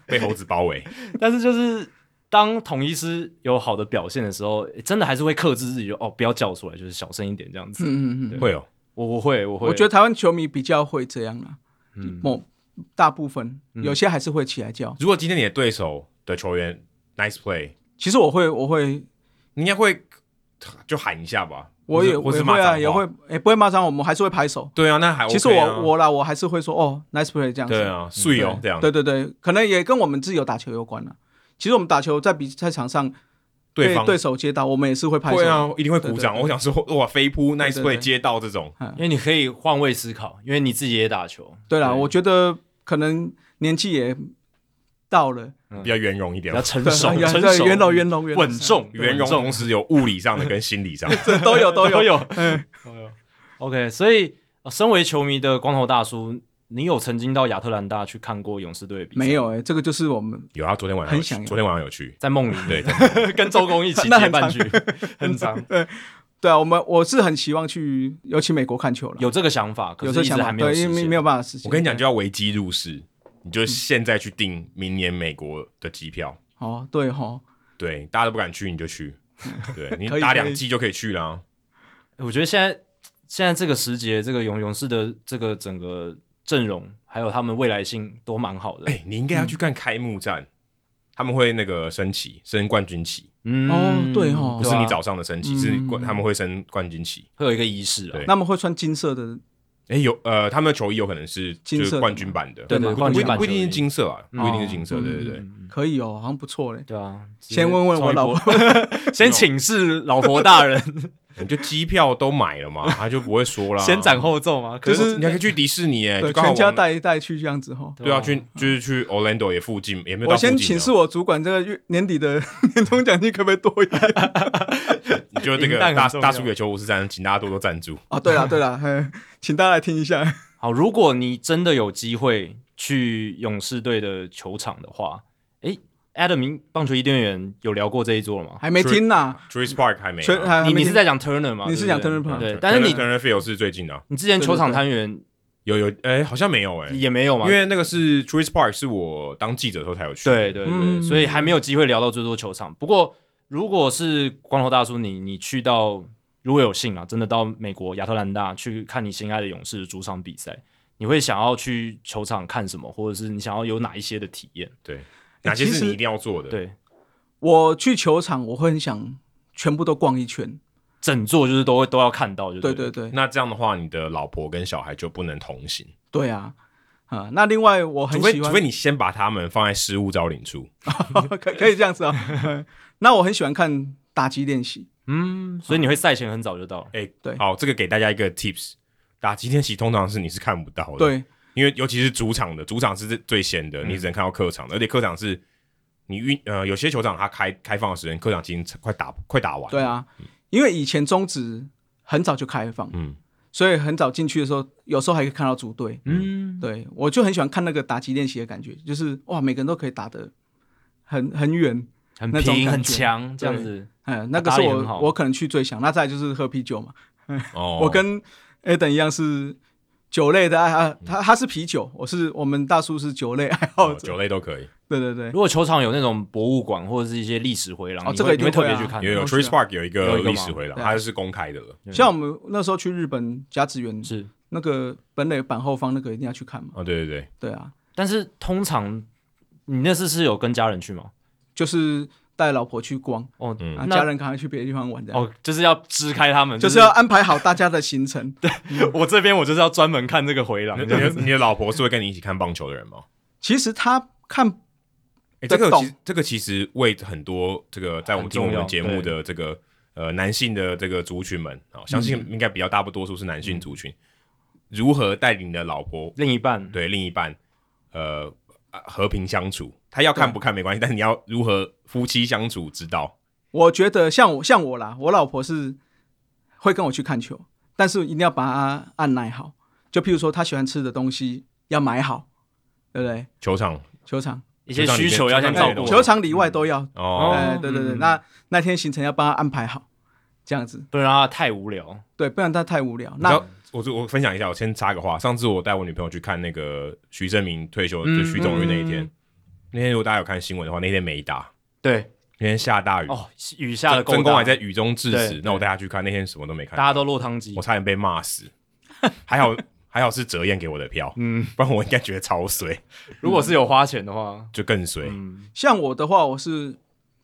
A: 被猴子包围，
B: 但是就是当统一师有好的表现的时候，真的还是会克制自己，就哦不要叫出来，就是小声一点这样子。
C: 嗯嗯嗯，
A: 会有
B: 我我会我会，
C: 我觉得台湾球迷比较会这样啦，某大部分有些还是会起来叫。
A: 如果今天你的对手的球员 nice play，
C: 其实我会，我会，
A: 你应该会就喊一下吧？
C: 我也
A: 或
C: 我
A: 是或是
C: 也
A: 骂
C: 会
A: 脏
C: 啊，
A: 话
C: 也会，也不会骂脏，我们还是会拍手。
A: 对啊，那还 OK 啊、
C: 其实我我啦，我还是会说哦，nice play 这样子。
A: 对啊，碎哦这样，
C: 对对对，可能也跟我们自己有打球有关了。其实我们打球在比赛场上被
A: 方
C: 对手接到，我们也是会拍手。
A: 会啊，一定会鼓掌。
C: 对对对
A: 我想说哇，飞扑 nice
C: 对
A: play
C: 对
A: 接到这种，
B: 因为你可以换位思考，因为你自己也打球，
C: 对啦，
B: 对
C: 我觉得可能年纪也到了，
A: 比较圆融一点
B: 嗯比较。成
C: 对
B: 熟，
C: 对
B: 成
C: 对
B: 熟，
C: 圆融圆融圆融
B: 稳重，
C: 啊
A: 圆融
B: 重
A: 同时有物理上的跟心理上的，
C: 都有嗯都有
B: 都有。OK，所以呃身为球迷的光头大叔，你有曾经到亚特兰大去看过勇士队的比赛？
C: 没，有哎、这个就是我们
A: 有啊，昨天晚上有
C: 很
A: 去
C: 想要
A: 昨天晚上有去，
B: 在梦里面
A: 对，
B: 跟周公一起
C: 那
B: 接
C: 很
B: 半
C: 长
B: 句， 很长。
C: 对啊，我们我是很希望去，尤其美国看球了，
B: 有这个想法，可
C: 有
B: 是
C: 这
B: 一
C: 个想
B: 直
C: 法，
B: 还没有
C: 对，因
B: 实
C: 为
B: 现。
C: 没有办法实现。
A: 我跟你讲，就要危机入市，你就现在去订明年美国的机票，
C: 哦，对哈，
A: 对，大家都不敢去，你就 去，对你
C: 可以
A: 打
C: 可以
A: 两季就可以去啊啦。
B: 我觉得现在现在这个时节，这个勇勇士的这个整个阵容，还有他们未来性都蛮好的。
A: 哎、你应该要去看开幕战，他们会那个升旗，升冠军旗，
B: 嗯
C: 哦对哦
A: 不是你
B: 啊
A: 早上的升旗，是冠他们会升冠军旗。
B: 会有一个仪式啊
A: 对。
C: 那么会穿金色的，
A: 哎、有呃，他们的球衣有可能是
C: 金
A: 就
C: 色
A: 是
C: 的
A: 冠军版的，
B: 对
A: 不
B: 对
A: 不
B: 冠军版
A: 不一定
B: 球
A: 是
B: 衣
A: 金色啊，不一定是
C: 哦
A: 金色，对对对。
C: 可以哦，好像不错嘞。
B: 嗯对啊，直接
C: 先问问我老
B: 冲一波， 先请示老婆 大人，
A: 你就机票都买了嘛，他就不会说啦。
B: 先斩后奏嘛。可
A: 啊就是是你还可以去迪士尼哎、就
C: 对，
A: 刚好
C: 全家
A: 往
C: 带一带去这样子哈。
B: 哦
A: 对啊，去就是去 Orlando 也附近，也没有到
C: 我
A: 附近啊
C: 先请示我主管，这个月年底的 年终奖金可不可以多一点？
A: 你就那
B: 银
A: 个
B: 弹很
A: 大
B: 重
A: 大
B: 要
A: 叔野球五十三，请大家多多赞助。
C: 哦，对了对了， 嘿请大家来听一下。
B: 好，如果你真的有机会去勇士队的球场的话，诶 a d a m 棒球伊甸园有聊过这一桌了吗？
C: 还没听呢，
A: Trees Park 还没啊、
C: 全还还
B: 你
C: 没
B: 你是
C: 听
B: 在讲 Turner 吗？
C: 你是
B: 对不
C: 讲
B: 对
C: Turner Park
B: 对，但是你
A: Turner Field 是最近的啊、
B: 你之前球场
C: 对对对
B: 摊员
A: 有有哎、好像没有哎、
B: 也没有嘛？
A: 因为那个是 Trees Park 是我当记者的时候才有去。
B: 对对对，
C: 嗯
B: 所以还没有机会聊到最多球场。不过，如果是光头大叔你，你去到如果有幸啊，真的到美国亚特兰大去看你心爱的勇士主场比赛，你会想要去球场看什么，或者是你想要有哪一些的体验？
A: 对，哪些
C: 其
A: 是
C: 实
A: 你一定要做的？，
B: 对，
C: 我去球场，我会很想全部都逛一圈。
B: 整座就是都会都要看到，就
C: 对
B: 对
C: 对对
A: 那这样的话，你的老婆跟小孩就不能同行，
C: 对啊，啊，那另外我很
A: 除非
C: 喜
A: 除
C: 欢
A: 非，你先把他们放在失物招领处。
C: 可可以这样子啊。 嗯那我很喜欢看打击练习，
B: 嗯，所以你会赛前很早就到了。
A: 哎、
C: 对
A: 好，这个给大家一个 tips，打击天喜通常是你是看不到的，，
C: 对嗯
A: 因为尤其是主场的，主场是最先的，你只能看到客场的，而且客场是你运呃有些球场它开开放的时间，客场已经快打快打完，
C: 对，啊，因为以前中职很早就开放，
A: 嗯，
C: 所以很早进去的时候，有时候还可以看到组队。
B: 嗯，
C: 对我就很喜欢看那个打击练习的感觉，就是哇，每个人都可以打得很很远，
B: 很
C: 那种
B: 平
C: 感觉
B: 很强，这样子。
C: 嗯，那个
B: 打
C: 是
B: 得也很好
C: 我我可能去最想。那再来就是喝啤酒嘛，
A: 哦，
C: 我跟 a d 一样是酒类的爱
B: 嗯
C: 好，他他是啤酒，我是我们大叔是酒类爱好
A: 哦
C: 者，
A: 酒类都可以，
C: 对对对，
B: 如果球场有那种博物馆或者是一些历史回廊，
C: 哦
B: 你
C: 这个
B: 会
C: 一
B: 你
C: 定
B: 会特
C: 会
B: 别
C: 啊
B: 去看
A: 也
B: 吗。
A: 有
C: 哦
A: Trace
C: 是啊
A: Park 有一
B: 有
A: 个
B: 一个
A: 历
B: 嘛
A: 史回廊，
C: 对啊
A: 它是公开的了。
C: 像我们那时候去日本甲子园，
B: 是，
C: 那个本垒板后方那个一定要去看嘛，
A: 哦，对对对，
C: 对啊，
B: 但是通常你那次是有跟家人去吗？
C: 就是带老婆去逛，
B: 哦，
A: 嗯
C: 啊，
B: 那
C: 家人赶快去别的地方玩的，
B: 哦，就是要支开他们，
C: 就是要安排好大家的 行程，
B: 我这边我就是要专门看这个回廊
A: 你 的你的老婆是会跟你一起看棒球的人吗？
C: 其实他看
A: 哎、这
C: 得
A: 个
C: 懂
A: 其实这个其实为很多这个在我们
B: 很
A: 听
B: 重
A: 我们
B: 要
A: 节目的这个呃男性的这个族群们啊、相
B: 嗯
A: 信应该比较大多数是男性族群，如何带领你的老婆
B: 另一半，
A: 对另一半呃啊和平相处，他要看不看没关系，但你要如何夫妻相处之道，
C: 我觉得像我像我啦，我老婆是会跟我去看球，但是一定要把她按耐好。就譬如说，她喜欢吃的东西要买好，对不对？
A: 球场
C: 球场、哎
B: 一些需求要先照
A: 对
B: 顾。
C: 球场里外都要。
A: 哦
C: 哎、对对对，
B: 嗯
C: 那那天行程要帮她安排好。这样子。
B: 不能让他太无聊。
C: 对，不然他太无聊。
A: 你知
C: 那
A: 道，我就我分享一下，我先插个话。上次我带我女朋友去看那个徐正明退休，就徐总玉那一天，
B: 嗯
A: 那天如果大家有看新闻的话，那天没打，
B: 对，
A: 那天下大雨，
B: 哦，雨下的
A: 真
B: 够
A: 真
B: 大
A: 宫还在，雨中致
B: 对
A: 死。那我带她去看，那天什么都没看
B: 大，家都落汤鸡
A: 我。差点被骂死。 还好还好是哲燕给我的票，
B: 嗯，
A: 不然我应该觉得超水，
B: 如果是有花钱的话，
A: 就更水。
B: 嗯，
C: 像我的话，我是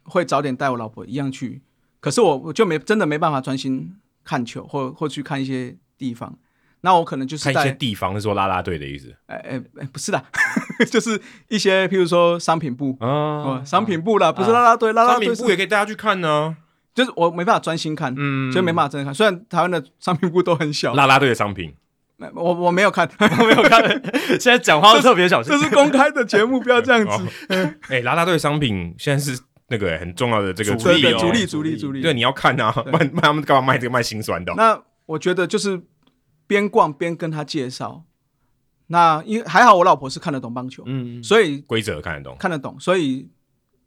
C: 会早点带我老婆一样去，可是我我就没真的没办法专心看球，或或去看一些地方。那我可能就是
A: 看一些
C: 带，
A: 地方是说拉拉队的意思，
C: 哎哎哎，不是啦， 就是一些，譬如说商品部，哦
B: 哦，
C: 商品部啦，不是啦啦队，啦啦
A: 啊哦商
C: 队
A: 品
C: 是
A: 部也可以带她去看呢。
C: 就是我没办法专心看，
B: 嗯
C: 就没办法真的看。虽然台湾的商品部都很小，
A: 拉拉队的商品，
C: 我我没有看，
B: 没有看， 现在讲话都特别小心
C: 这。是公开的节目，不要 这样子。
A: 哦哎，拉拉队的商品现在是那个很重要的这个
B: 主
C: 对
B: 力
C: 对，
A: 哦
C: 主力
B: 主
C: 主
B: 力
C: 力主力。
A: 对，你要看啊，不然不然他们干嘛卖这个卖心酸的哦？
C: 那我觉得就是边逛边跟他介绍。那因为还好我老婆是看得懂棒球，
B: 嗯，
C: 所以
A: 规则看得懂，
C: 看得懂，所以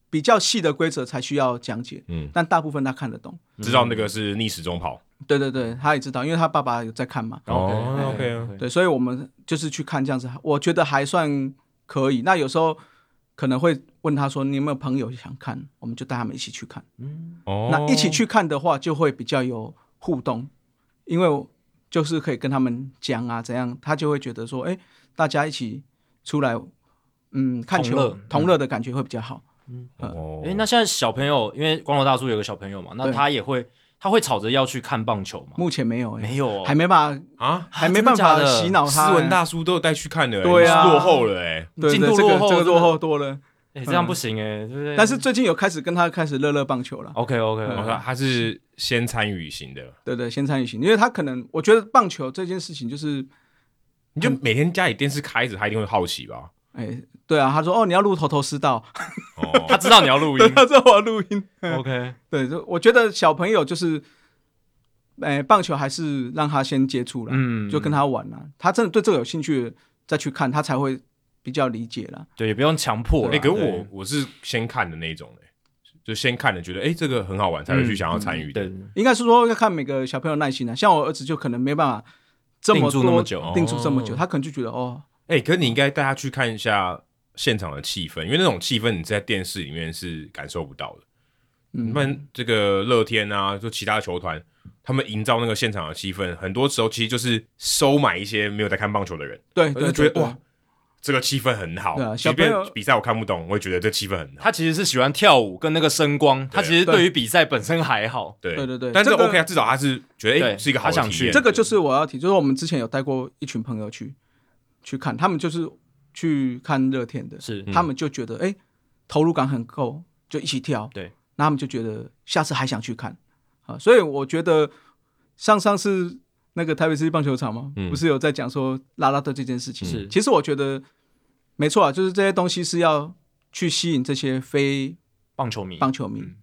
C: 比较细的规则才需要讲解。
A: 嗯，
C: 但大部分他看得懂。
A: 知道那个是逆时钟跑。
C: 对对对，他也知道，因为他爸爸有在看嘛。
A: 哦
B: 嗯对
A: ，OK 啊
B: 对
C: 对，所以我们就是去看这样子，我觉得还算可以。那有时候可能会问他说：“你有没有朋友想看？”我们就带他们一起去看。
A: 哦，
C: 那一起去看的话，就会比较有互动，因为我就是可以跟他们讲啊，怎样，他就会觉得说，哎、大家一起出来，嗯，看
B: 同
C: 球
B: 乐
C: 同乐的感觉会比较好。
A: 哦
B: 哎、，那现在小朋友，因为光头大叔有个小朋友嘛，那
C: 对
B: 他也会，他会吵着要去看棒球嘛？
C: 目前没有、哎，
B: 没有、哦，
C: 还没办法，
A: 啊，
C: 还没办
B: 真
C: 法
B: 的假的
C: 洗脑他、
A: 斯文
C: 哎
A: 大叔都有带去看的，
C: 对啊
A: 你是落后了哎，
C: 对
B: 进
C: 对
B: 度
C: 这
B: 落
C: 个
B: 后
C: 这个
B: 真的
C: 落后多了。
B: 哎、这样不行哎、对不对？
C: 嗯但是最近有开始跟他开始乐乐棒球了。
B: OK OK，
A: 我说他是先参与型的，
C: 对对，先参与型，因为他可能我觉得棒球这件事情就是，
A: 你就每天家里电视开着，他一定会好奇吧？
C: 哎、对啊，他说哦，你要录头头 是道，
B: 他
A: 哦，
B: 知道你要录音
C: 对，他说我要录音，
B: OK，
C: 对，就我觉得小朋友就是，哎、棒球还是让他先接触了，
B: 嗯，
C: 就跟他玩了、他真的对这个有兴趣，再去看他才会比较理解了。
B: 对，也不用强迫啦。
A: 哎，可是
B: 对
A: 我我是先看的那一种哎，就先看了觉得哎这个很好玩，才会去想要参与的。
B: 嗯对，
C: 应该是说要看每个小朋友耐心啊，像我儿子就可能没办法这么
B: 定住那么
C: 多
B: 久哦
C: 定住这么久，他可能就觉得哦，
A: 哎，可是你应该带他去看一下现场的气氛，因为那种气氛你在电视里面是感受不到的。
C: 嗯
A: 不，然这个乐天啊，就其他球团，他们营造那个现场的气氛，很多时候其实就是收买一些没有在看棒球的人，
C: 对
A: 我
C: 对
A: 就觉
C: 对
A: 得哇，，这个气氛很好。
C: 对啊
A: 即
C: 小朋
A: 便
C: 友
A: 比赛我看不懂，我也觉得这气氛很好。
B: 他其实是喜欢跳舞跟那个声光，他
A: 对
B: 其实
C: 对
B: 对于比赛本身还好。
A: 对
C: 对对对
A: 但是
C: 这个
A: OK 啊，至少他是觉得哎
B: 对
A: 是一个好
B: 他想
A: 的体
B: 去
A: 验。
C: 这个就是我要提，就是我们之前有带过一群朋友去去看，他们就是去看乐天的，
B: 是
C: 他们就觉得哎、投入感很够，就一起跳。
B: 对，
C: 那他们就觉得下次还想去看啊，所以我觉得上上次那个台北市立棒球场嘛，
A: 嗯
C: 不是有在讲说啦啦队这件事情？
B: 是
C: 其实我觉得没错啊，就是这些东西是要去吸引这些非
B: 棒球迷，
C: 棒球迷
B: 嗯，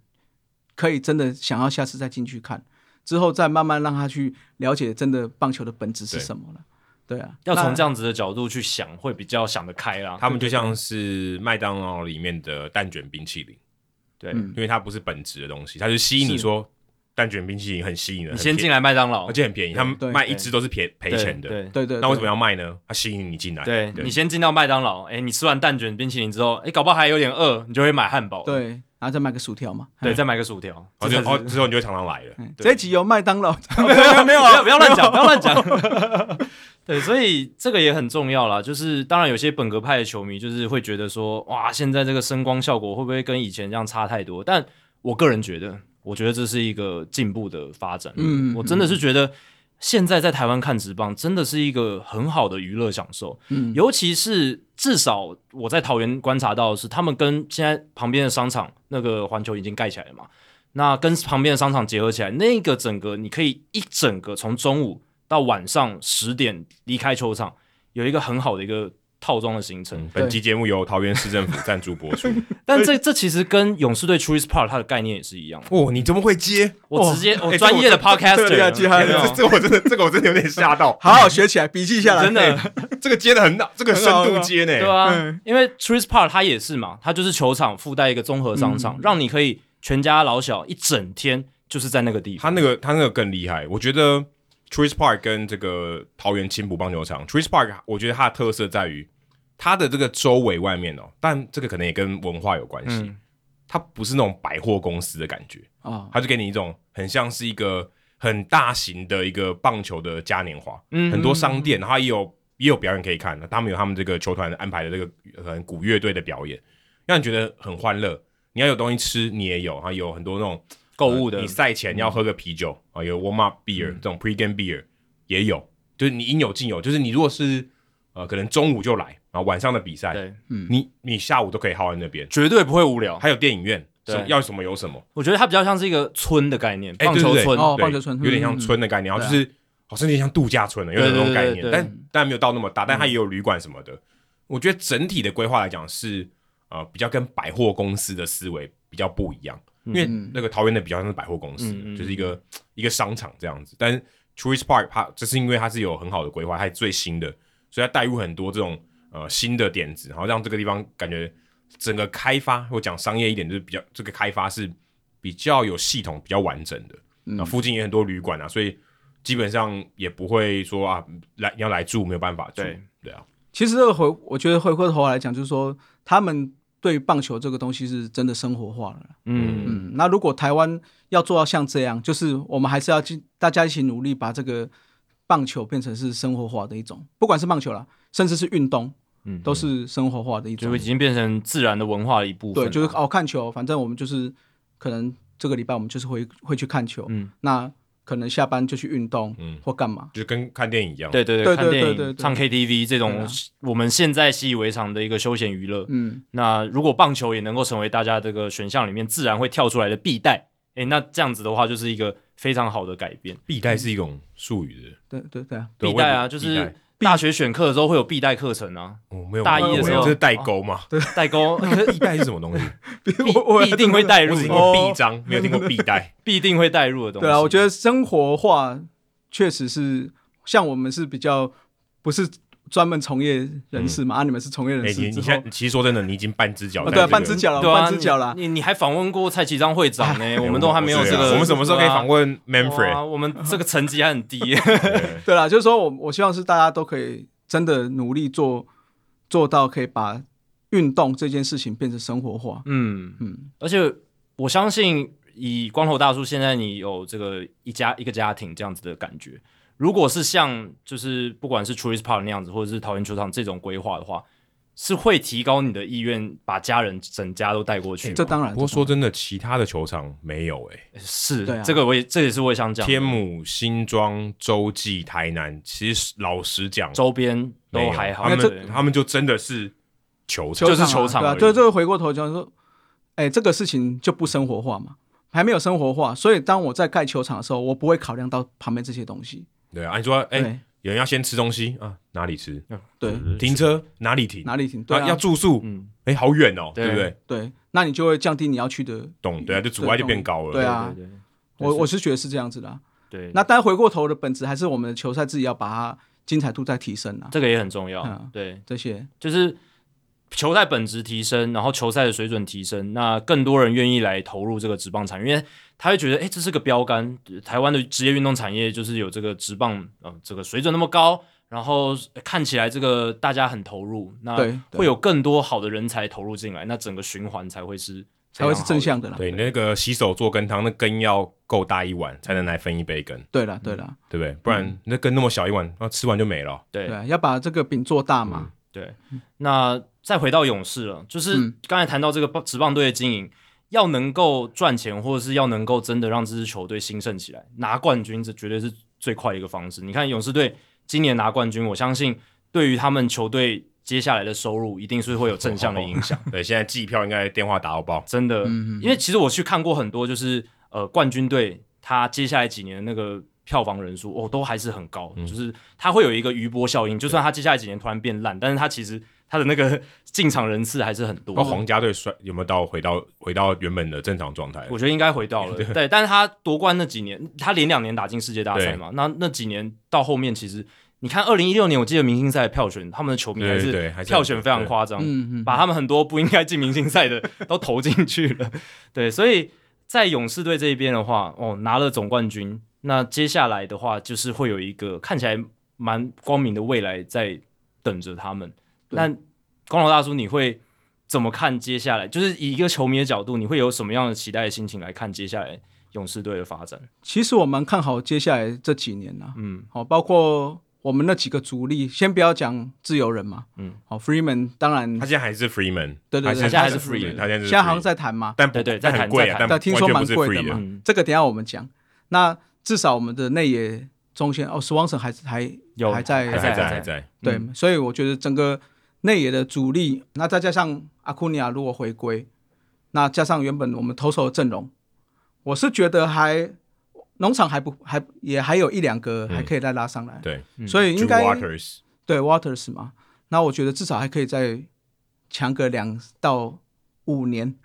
C: 可以真的想要下次再进去看，之后再慢慢让他去了解真的棒球的本质是
A: 对
C: 什么了。对啊，
B: 要从
C: 那
B: 这样子的角度去想，会比较想得开啦。
A: 他们就像是麦当劳里面的蛋卷冰淇淋，
B: 对，
C: 嗯
A: 因为它不是本质的东西，它是吸引你
C: 是
A: 说蛋卷冰淇淋很吸引人，
B: 你
A: 很
B: 先
A: 便
B: 进来麦当
A: 宜
B: 劳
A: 而，且很便宜，他们
C: 对
A: 卖一只都是赔赔
B: 对
A: 钱的。
B: 对
C: 对对，
A: 那为什么
C: 对
A: 要卖呢？它吸引你进来。
B: 对你先进到麦当劳，哎，你吃完蛋卷冰淇淋之后，哎，搞不好还有点饿，你就会买汉堡。
C: 对，嗯然后再买个薯条嘛。
B: 对，再买个薯条。
A: 然后就
B: 这才是
A: 哦，之后你就会常常来了。
C: 嗯这一集由麦当劳 没
B: 没
C: 有
B: 有
C: 没
B: 没
C: 有
B: 有，
C: 啊
B: 不要乱讲，不要乱讲。 对，所以这个也很重要啦。就是当然，有些本格派的球迷就是会觉得说，哇，现在这个声光效果会不会跟以前这样差太多？但我个人觉得，我觉得这是一个进步的发展。
C: 嗯
B: 我真的是觉得现在在台湾看直棒真的是一个很好的娱乐享受。
C: 嗯
B: 尤其是至少我在桃园观察到的是，他们跟现在旁边的商场那个环球已经盖起来了嘛，那跟旁边的商场结合起来，那个整个你可以一整个从中午到晚上十点离开球场，有一个很好的一个套装的行程。
A: 嗯，本期节目由桃园市政府赞助播出。
B: 但这这其实跟勇士队 t r u i s Park 它的概念也是一样的。
A: 哦，你怎么会接？
B: 我直接、
A: 哎
B: 我
A: 这
B: 专业的啊
A: 我这
B: podcaster，
A: 这个厉害这
B: 有没
C: 厉害。
B: 有
A: 啊这这我真的，这个我真的有点吓到
C: 好好学起来，笔记下来。
B: 真的
C: 哎
A: 这个接的很好，这个深度接呢。
B: 对啊
C: 嗯，
B: 因为 Trees Park 它
A: 嗯
B: 也是嘛，它就是球场附带一个综合商场，让你可以全家老小一整天就是在那个地方。
A: 他那个他那个更厉害，我觉得 Trees Park 跟这个桃园青浦棒球场 Trees Park，我觉得它的特色在于它的这个周围外面哦，但这个可能也跟文化有关系，
B: 嗯
A: 它不是那种百货公司的感觉，
C: 啊，
A: 它就给你一种很像是一个很大型的一个棒球的嘉年华，
B: 嗯
A: 很多商店，然后也有也有表演可以看，他们有他们这个球团安排的这个呃可能鼓乐队的表演，让你觉得很欢乐。你要有东西吃，你也有，还有很多那种
B: 购物的
A: 呃你赛前要喝个啤酒啊、有 warm up beer、这种
B: 嗯
A: pre game beer 也有，就是你应有尽有。就是你如果是呃可能中午就来，然后晚上的比赛，
B: 对，
A: 你你下午都可以耗在那边。
B: 绝对不会无聊。
A: 还有电影院，
B: 对
A: 什要什么有什么。
B: 我觉得它比较像是一个村的概念，
A: 哎
B: 棒球
A: 对对
B: 村。
C: 哦
A: 对
C: 棒球村
A: 有点
C: 嗯
A: 像
C: 嗯
A: 村的概念，然后就
C: 对
A: 是好像有点像度假村了，有点那种概
B: 对
A: 念，
B: 对对对
A: 但
C: 嗯
A: 但没有到那么大，但它也有旅馆什么的。我觉得整体的规划来讲是呃比较跟百货公司的思维比较不一样，因为那个桃园的比较像是百货公司
B: 嗯嗯嗯，
A: 就是一个一个商场这样子。但是 Tourist Park 它这是因为它是有很好的规划，它是最新的，所以它带入很多这种呃新的点子，然后让这个地方感觉整个开发，我讲商业一点，就是比较这个开发是比较有系统、比较完整的。那、附近也很多旅馆啊，所以基本上也不会说啊来要来住没有办法住。
B: 对
A: 对啊，
C: 其实这个回，我觉得回过头来讲，就是说他们对棒球这个东西是真的生活化了。
B: 嗯，
C: 嗯，那如果台湾要做到像这样，就是我们还是要进，大家一起努力，把这个棒球变成是生活化的一种，不管是棒球啦，甚至是运动，
B: 嗯
C: 都是生活化的一
B: 就
C: 种。
B: 会已经变成自然的文化的一部分
C: 对，
B: 了。
C: 就是哦，看球，反正我们就是可能这个礼拜我们就是会会去看球，
B: 嗯，
C: 那可能下班就去运动，嗯，或干嘛，
A: 就跟看电影一样。
B: 对对
C: 对对
B: 看电
C: 对对
B: 影、
C: 对
B: 唱 KTV 这
C: 对啊
B: 种我们现在习以为常的一个休闲娱乐。
C: 嗯，
B: 那如果棒球也能够成为大家这个选项里面自然会跳出来的必带，诶，那这样子的话就是一个非常好的改变。
A: 必带是一种术语的，
C: 对对对啊，
A: 对
B: 必带
A: 我也
B: 啊，
A: 不
B: 就是
A: 必
B: 大学选课的时候会有必带课程 啊，
A: 带哦我没有
B: 大一
C: 的时候
A: 我没有这是代沟 嘛？
B: 代沟 可
A: 必带是什么东西？
B: 必必定会带
A: 我
B: 入
A: 只听
B: 的，
A: 过臂章， 没有听过必带。
B: 必定会带入的东西。
C: 对啊，我觉得生活化确实是像我们是比较不是专门从业人士嘛，啊，你们是从业
A: 哎
C: 人，
A: 你
C: 士之
A: 你
C: 后，
A: 现在其实说真的，你已经半只脚
C: 啊
A: 在
C: 对
A: 这
C: 啊，
A: 个
C: 半只脚了，
B: 对啊，
C: 半只脚啦，
B: 你你还访问过蔡其章会长 呢、
A: 哎
B: 我们都还没有这
A: 对啊
B: 个。
A: 我们什么时候可以访问
B: 对啊
A: Manfred？
B: 我们这个层级还很低、
A: 对
C: 对啦，就是说我我希望是大家都可以真的努力做做到，可以把运动这件事情变成生活化。
B: 嗯
C: 嗯，
B: 而且我相信，以光头大叔现在你有这个一家一个家庭这样子的感觉，如果是像就是不管是 Choice Park 那样子，或者是桃园球场这种规划的话，是会提高你的意愿，把家人整家都哎带过去吗。
C: 这当然
A: 不过说真的，其他的球场没有哎。
B: 是、
C: 对啊
B: 这个我也这也是我也想讲的
A: 天母、新庄、洲际、台南，其实老实讲，
B: 周边
A: 没
B: 都
A: 有
B: 还好，
A: 他
C: 那这
B: 对
A: 们他们就真的是球场，
B: 就是
C: 啊
B: 球场
C: 对啊，
B: 而已
C: 对这个回过头讲说，哎，这个事情就不生活化嘛，还没有生活化，所以当我在盖球场的时候，我不会考量到旁边这些东西。
A: 对啊，你说，哎、
C: 对
A: 有人要先吃东西啊，哪里吃？
C: 对，
A: 停车哪里停？
C: 哪里停？对
A: 啊
C: 啊，
A: 要住宿，
B: 嗯，
A: 哎、好远哦，
B: 对
A: 对不对？
C: 对，那你就会降低你要去的。
A: 懂，对啊，就阻碍就变高了。
C: 嗯对啊
B: 对对
C: 我我是觉得是这样子的啊。
B: 对对，
C: 那当然回过头的本质还是我们的球赛自己要把它精彩度再提升啊，
B: 这个也很重要，
C: 嗯
B: 对。
C: 这些。
B: 就是球赛本质提升，然后球赛的水准提升，那更多人愿意来投入这个职棒产业，因为他会觉得，哎、这是个标杆，呃台湾的职业运动产业就是有这个职棒，呃，这个水准那么高，然后呃看起来这个大家很投入，那
C: 对对
B: 啊会有更多好的人才投入进来，那整个循环才会是
C: 才会是
B: 非
C: 正
B: 常好
C: 向的啦。
A: 对，你那个洗手做羹汤，那羹要够大一碗才能来分一杯羹，
C: 对
B: 嗯
C: 了，对了，
A: 对不对？不
C: 嗯
A: 然那羹那么小一碗，那、啊吃完就没了。
B: 的。对
C: 对啊，要把这个饼做大嘛。
B: 对，那再回到勇士了，就是
C: 嗯
B: 刚才谈到这个棒职棒队的经营，要能够赚钱，或者是要能够真的让这支球队兴盛起来，拿冠军这绝对是最快的一个方式。你看勇士队今年拿冠军，我相信对于他们球队接下来的收入一定是会有正向的影响。
A: 对，现在计票应该电话打到爆。
C: 嗯
B: 真的，
A: 嗯
B: 因为其实我去看过很多，就是呃冠军队他接下来几年的那个票房人数哦，都还是很高，
A: 嗯
B: 就是他会有一个余波效应，就算他接下来几年突然变烂，但是他其实他的那个进场人次还是很多
A: 那。皇家队摔有没有到回到回到原本的正常状态？
C: 嗯
B: 我觉得应该回到了，对，但是他夺冠那几年，他连两年打进世界大赛嘛，那那几年到后面，其实你看，二零一六年我记得明星赛的票选，他们的球迷还
A: 对对对还
B: 是
A: 是
B: 票选非常
A: 对
B: 夸张，
C: 嗯嗯，
B: 把他们很多不应该进明星赛的 都投进去了。对，所以在勇士队这一边的话，哦，拿了总冠军，那接下来的话就是会有一个看起来蛮光明的未来在等着他们。
C: 对
B: 那光头大叔，你会怎么看接下来？就是以一个球迷的角度，你会有什么样的期待的心情来看接下来勇士队的发展？
C: 其实我蛮看好接下来这几年呐、啊
B: 嗯
C: 好、包括我们那几个主力，先不要讲自由人嘛，
B: 嗯，
C: 好、f r e e m a n 当然
A: 他现在还是 Freeman，
C: 对对对
A: 他
B: 他现在还是
A: Freeman，
B: Freeman，
A: 他现在
C: 现
A: 是
C: 在好像
A: Freeman
C: 在谈嘛，
A: 但不
B: 对对
A: 但
B: 在
A: 很
B: 谈
A: 贵
B: 在
A: 啊，
B: 谈
A: 但
C: 但听说
A: 完
C: 蛮
A: 全不是
C: 贵
A: free
C: 的嘛，
A: 啊
B: 嗯
C: 这个等一下我们讲。那至少我们的内野中线哦，Swanson 还是还
B: 有
C: 还在
A: 还在
B: 还在
A: 还在，
C: 对，
B: 嗯
C: 所以我觉得整个内野的主力，那再加上阿库尼亚如果回归，那加上原本我们投手的阵容，我是觉得还农场还不还也还有一两个还可以再拉上来，
A: 嗯对
B: 嗯
C: 所以
A: j
C: 应
A: e
C: 该
A: Waters
C: 对 Waters 嘛，那我觉得至少还可以再强个两到五年，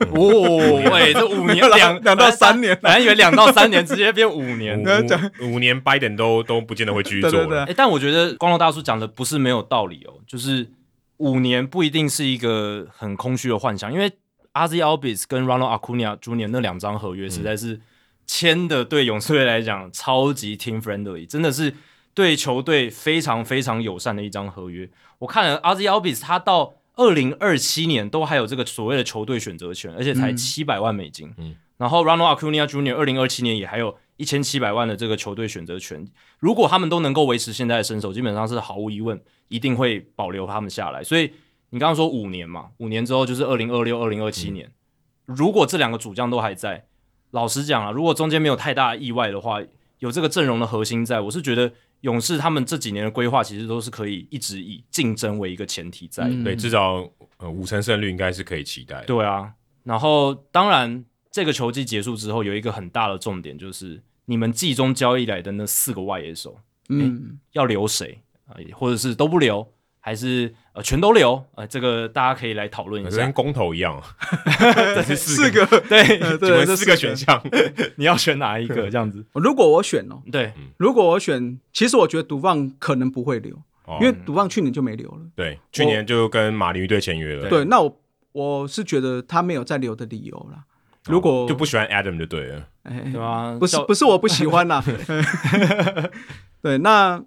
B: 哦，哎，这五年
C: 两
B: 两
C: 两到三年
B: 本来以为两到三年，直接变五年。
A: 五五五年 Biden 都都不见得会继续
C: 嗯
A: 做
C: 对对
A: 了
C: 对，啊
B: 哎，但我觉得光头大叔讲的不是没有道理哦，就是五年不一定是一个很空虚的幻想，因为 RZ Albis 跟 Ronald Acuna Jr. 那两张合约
C: 嗯
B: 实在是签的，对勇士队来讲超级 team friendly，真的是对球队非常非常友善的一张合约。我看了 RZ Albis，他到二零二七年都还有这个所谓的球队选择权，而且才
C: 嗯
B: 七百万美金。
A: 嗯
B: 然后 Ronald Acuna Jr. 二零二七年也还有一千七百万的这个球队选择权，如果他们都能够维持现在的身手，基本上是毫无疑问一定会保留他们下来。所以你刚刚说五年嘛，五年之后就是二零二六、二零二七年。如果这两个主将都还在，老实讲啊，如果中间没有太大的意外的话，有这个阵容的核心在，我是觉得勇士他们这几年的规划其实都是可以一直以竞争为一个前提在的。
C: 嗯
A: 对，至少呃五成胜率应该是可以期待的。
B: 对啊，然后当然这个球季结束之后，有一个很大的重点就是你们季中交易来的那四个外野手，
C: 嗯，
B: 要留谁啊、呃或者是都不留，还是呃全都留？呃，这个大家可以来讨论一
A: 可是
B: 下
A: 跟。公投一 样，是
C: 四个，
B: 对，
C: 呃
A: 请
C: 对，
A: 问
C: 这
A: 四个选项，
B: 你要选哪一个？这样子，
C: 如果我选哦，
B: 对，
C: 如果我选，其实我觉得独棒可能不会留，
A: 哦
C: 因为独棒去年就没留了。
A: 对，去年就跟马林鱼队签约了，哦
C: 对，那我我是觉得他没有再留的理由啦。
A: 哦
C: 如果
A: 就不喜欢 Adam 就对了，
C: 哎
B: 对吧？
C: 不是
B: 叫
C: 不是我不喜欢啦，对，那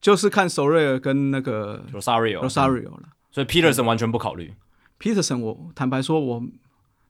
C: 就是看索瑞尔跟那个
B: Rosario，
C: Rosario 了。
B: 所以 Peterson 完全不考虑。
C: Peterson，我坦白说，我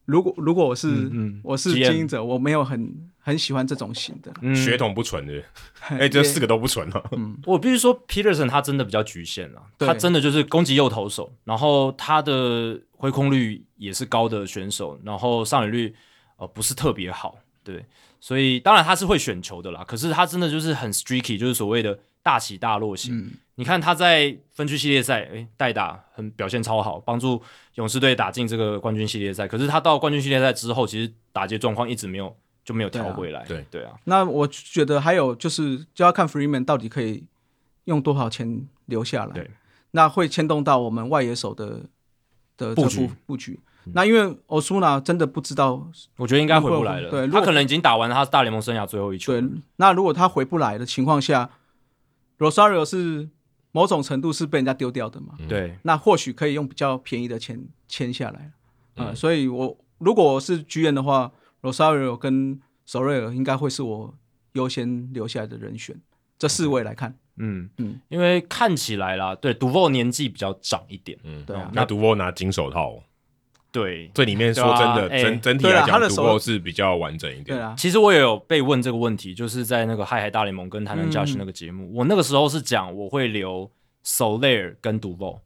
C: 如果如果我是、
B: 嗯嗯
C: 我是
B: GM
C: 经营者，我没有很很喜欢这种型的啦。
B: 嗯，
A: 血统不纯 的，哎，这四个都不纯了。
C: 嗯
B: 我必须说，Peterson 他真的比较局限了，
C: 对
B: 他真的就是攻击右投手，然后他的挥空率也是高的选手，然后上垒率呃不是特别好，对，所以当然他是会选球的啦，可是他真的就是很 streaky，就是所谓的大起大落型。
C: 嗯
B: 你看他在分区系列赛，诶、代打很表现超好，帮助勇士队打进这个冠军系列赛。可是他到冠军系列赛之后，其实打击状况一直没有就没有调
C: 对啊
B: 回来。
A: 对
B: 对啊，
C: 那我觉得还有就是，就要看 Freeman 到底可以用多少钱留下来。
B: 对，
C: 那会牵动到我们外野手的的
B: 布
C: 这
B: 局嗯
C: 部布局。那因为 Osuna 真的不知道，
B: 我觉得应该回不来
C: 对
B: 了。
C: 如
B: 他
C: 果
B: 可能已经打完他大联盟生涯最后一球了。
C: 对，那如果他回不来的情况下，Rosario 是某种程度是被人家丢掉的嘛？
B: 对，
C: 那或许可以用比较便宜的钱签下来。嗯，所以我如果我是剧院的话，Rosario 跟索瑞尔应该会是我优先留下来的人选。这四位来看，
B: 嗯嗯
C: 嗯，
B: 因为看起来啦，对 d u v o 年纪比较长一点，
A: 嗯，
C: 对啊
A: 那独波拿金手套，
B: 对。
A: 这里面说真的，
B: 对啊哎
A: 整整体
C: 对
A: 来
C: 啊他
A: 讲，
C: 的
A: 独
C: 手
A: 波是比较完整一点。
C: 对啊，
B: 其实我也有被问这个问题，就是在那个《嗨嗨大联盟》跟《台南
C: 嗯
B: Josh》那个节目，我那个时候是讲我会留 Solaire 跟 d u v o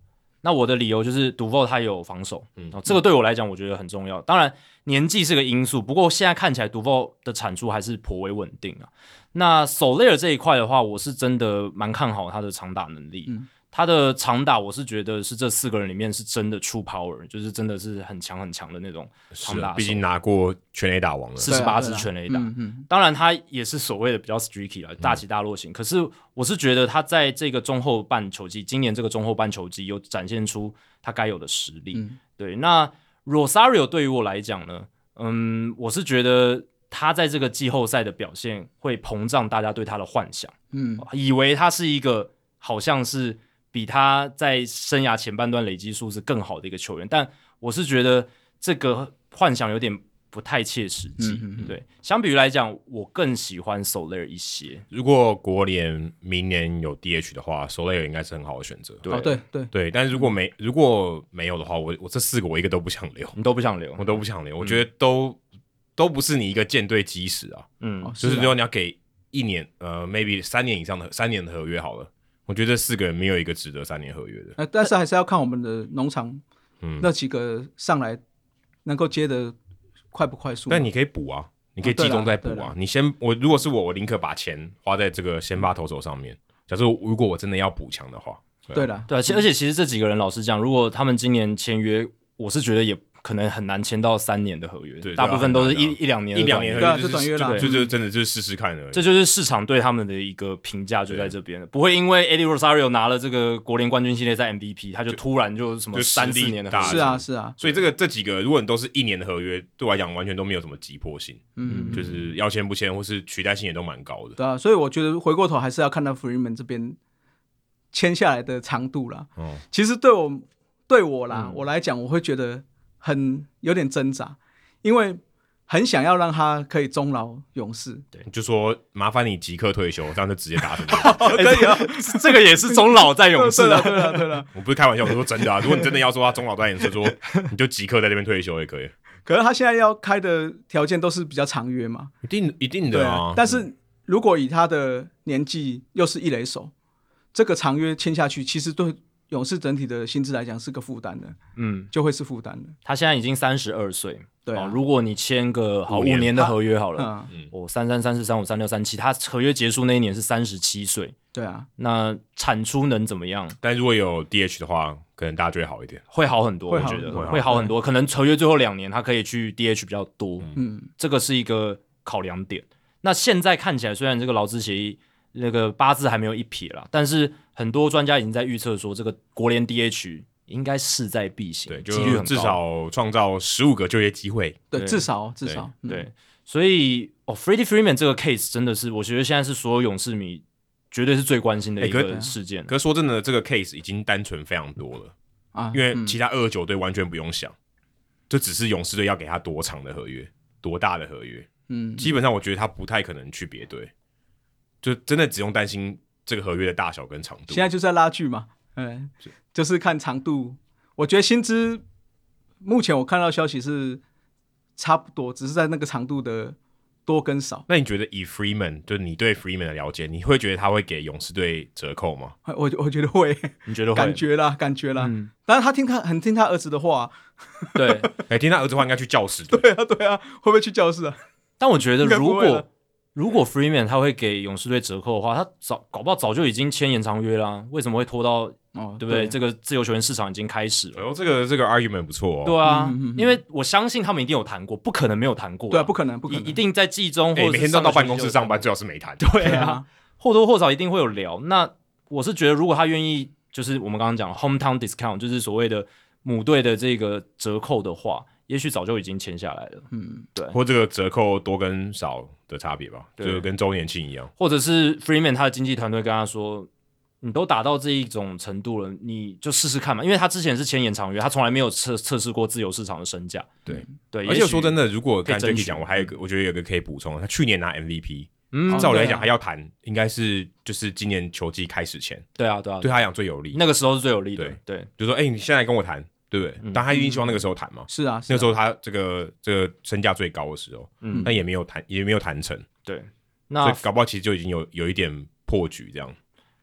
B: 那我的理由就是 d u v o 他有防守，嗯，这个对我来讲我觉得很重要。当然年纪是个因素，不过现在看起来 d u v o 的产出还是颇为稳定啊。那 Solaire 这一块的话，我是真的蛮看好他的长打能力。
C: 嗯
B: 他的长打，我是觉得是这四个人里面是真的出 power，就是真的是很强很强的那种
A: 是
B: 长
A: 啊，
B: 打手。
A: 毕竟拿过全垒打王了。
B: 是
C: 对啊
B: 48支全垒打
C: 对啊嗯嗯，
B: 当然他也是所谓的比较 streaky 了，大起大落型。可是我是觉得他在这个中后半球季，今年这个中后半球季有展现出他该有的实力。
C: 嗯
B: 对，那 Rosario 对于我来讲呢，嗯，我是觉得他在这个季后赛的表现会膨胀大家对他的幻想。
C: 嗯，
B: 以为他是一个好像是比他在生涯前半段累积数是更好的一个球员，但我是觉得这个幻想有点不太切实际。
C: 嗯嗯
B: 对，相比于来讲，我更喜欢 Solar 一些。
A: 如果国联明年有 DH 的话，Soler 应该是很好的选择。
B: 对
C: 哦，对对，
A: 对，但是如果没如果没有的话，我我这四个我一个都不想留，
B: 你都不想留
A: 我，都不想留，
C: 嗯
A: 我觉得都、都不是你一个舰队基石啊。
B: 嗯
C: 哦，
A: 就是
C: 啊
A: 如果你要给一年，呃，maybe 三年以上的三年的合约好了，我觉得这四个人没有一个值得三年合约的。
C: 呃，但是还是要看我们的农场
A: 嗯
C: 那几个上来能够接的快不快速嘛。
A: 但你可以补啊，你可以
C: 哦对
A: 集
C: 啦
A: 中再补
C: 对
A: 啊
C: 啦。
A: 你先，我如果是我，我宁可把钱花在这个先发投手上面。假设如果我真的要补强的话，
C: 对了，
B: 对啊，其而且其实这几个人，老实讲，如果他们今年签约，我是觉得也可能很难签到三年的合约，
A: 对
B: 大部分都是
A: 对啊
B: 一一两年的
A: 一两年
B: 合
A: 合
B: 约
C: 对啊
A: 约
C: 就短约啦
A: 就就就真的就是试试看而已。
B: 这就是市场对他们的一个评价就在这边了，不会因为 Eddie Rosario 拿了这个国联冠军系列赛 MVP，他就突然就什么
A: 就实
B: 三
A: 力
B: 四年的合
A: 大了
B: 约
C: 是啊是啊，
A: 所以这个这几个，如果你都是一年的合约，对我来讲完全都没有什么急迫性，
C: 嗯，
A: 就是要签不签，或是取代性也都蛮高的。
C: 对啊，所以我觉得回过头还是要看到 Freeman 这边签下来的长度啦。
A: 哦，
C: 其实对我对我啦，我来讲，我会觉得很有点挣扎，因为很想要让他可以终老勇士，
A: 就说麻烦你即刻退休，这样就直接打成这样。
B: 可以啊，这个也是中老在勇士
C: 对
B: 啊
C: 了，对了，对了。
A: 我不是开玩笑，我是说真的啊。如果你真的要说他中老代言，是说你就即刻在这边退休也可以，
C: 可是他现在要开的条件都是比较长约嘛，
A: 一定一定
C: 对
A: 的啊。
C: 但是如果以他的年纪又是一垒手，这个长约签下去，其实对勇士整体的薪资来讲是个负担的，
B: 嗯，
C: 就会是负担的。
B: 他现在已经三十二岁，
C: 对啊
B: 哦如果你签个好
A: 五
B: 五
A: 年
B: 年的合约好了，
C: 嗯，
B: 哦，三三三四三五三六三七，他合约结束那一年是三十七岁，
C: 对啊，
B: 那产出能怎么样？
A: 但如果有 DH 的话，可能大家就会好一点。
B: 会好很多，我
C: 会好
B: 觉
C: 很
B: 得
C: 多
B: 会好很多。可能合约最后两年，他可以去 DH 比较多，
C: 嗯，
B: 这个是一个考量点。那现在看起来，虽然这个劳资协议那个八字还没有一撇啦，但是很多专家已经在预测说，这个国联 DH 应该势在必行，
A: 对，
B: 几率
A: 就
B: 很
A: 至
B: 高。
A: 少创造十五个就业机会。
C: 对，
B: 对
C: 至少至少，嗯
B: 对，所以哦，Freddie Freeman 这个 case 真的是，我觉得现在是所有勇士迷绝对是最关心的
A: 哎
B: 一
A: 可
B: 个事件。
A: 可是说真的，这个 case 已经单纯非常多了，
C: 啊，
A: 因为
C: 嗯
A: 其他二九队完全不用想，就只是勇士队要给他多长的合约，多大的合约。
C: 嗯，
A: 基本上我觉得他不太可能去别队，就真的只用担心这个合约的大小跟长度。
C: 现在就是在拉锯嘛，嗯，就是看长度。我觉得薪资目前我看到消息是差不多，只是在那个长度的多跟少。
A: 那你觉得以 Freeman，就是你对 Freeman 的了解，你会觉得他会给勇士队折扣吗？
C: 我我觉得会，
B: 你觉得会
C: 感？觉啦，感觉啦。
B: 嗯
C: 但是他听他很听他儿子的话，
B: 对，
A: 哎、听他儿子话应该去教室队，
C: 对啊对啊，会不会去教室啊？
B: 但我觉得
C: 应该
B: 如
C: 不会
B: 果
C: 了
B: 如果 Freeman 他会给勇士队折扣的话，他早搞不好早就已经签延长约啦、为什么会拖到
C: 哦，
B: 对不对？这个自由球员市场已经开始
A: 哎
B: 了。
A: 呦，这个这个 argument 不错哦。
B: 对啊，
C: 嗯嗯嗯嗯
B: 因为我相信他们一定有谈过，不可能没有谈过啊。
C: 对啊，不可能，不可
B: 一
C: 能，
B: 一定在季中或
A: 哎、
B: 者
A: 每
B: 是
A: 天
B: 上
A: 都
B: 个
A: 到办
B: 星
A: 公
B: 期
A: 室
B: 就
A: 上班，最好是没谈。
B: 对
C: 对
B: 啊
C: 啊，，
B: 或多或少一定会有聊。那我是觉得，如果他愿意，就是我们刚刚讲 hometown discount，就是所谓的母队的这个折扣的话，也许早就已经签下来了，
C: 嗯，
A: 或这个折扣多跟少的差别吧，
B: 对
A: 就是跟周年庆一样。
B: 或者是 Freeman 他的经纪团队跟他说。你都打到这一种程度了，你就试试看嘛。因为他之前是签延长约，他从来没有测测试过自由市场的身价。
A: 对
B: 对，
A: 而且说真
B: 的，
A: 的，如果
B: 可以
A: 刚才
B: 争
A: Jacky
B: 取
A: 讲，我还有一个，我觉得有一个可以补充的，他去年拿 MVP，、
B: 嗯，
A: 照理来
C: 对
A: 讲
C: 啊
A: 还要谈，应该是就是今年球季开始前，
B: 对啊，对啊，
A: 对他来讲最有利。
B: 那个时候是最有利的。
A: 对
B: 对，
A: 就说，哎、你现在跟我谈，对不对？
B: 嗯
A: 但他一定希望那个时候谈嘛。
C: 是啊，是
A: 那
C: 啊
A: 时候他这个这个身价最高的时候，
B: 嗯
A: 但也没有谈，也没有谈成，
B: 对，
A: 所
B: 那
A: 以搞不好其实就已经有有一点破局这样。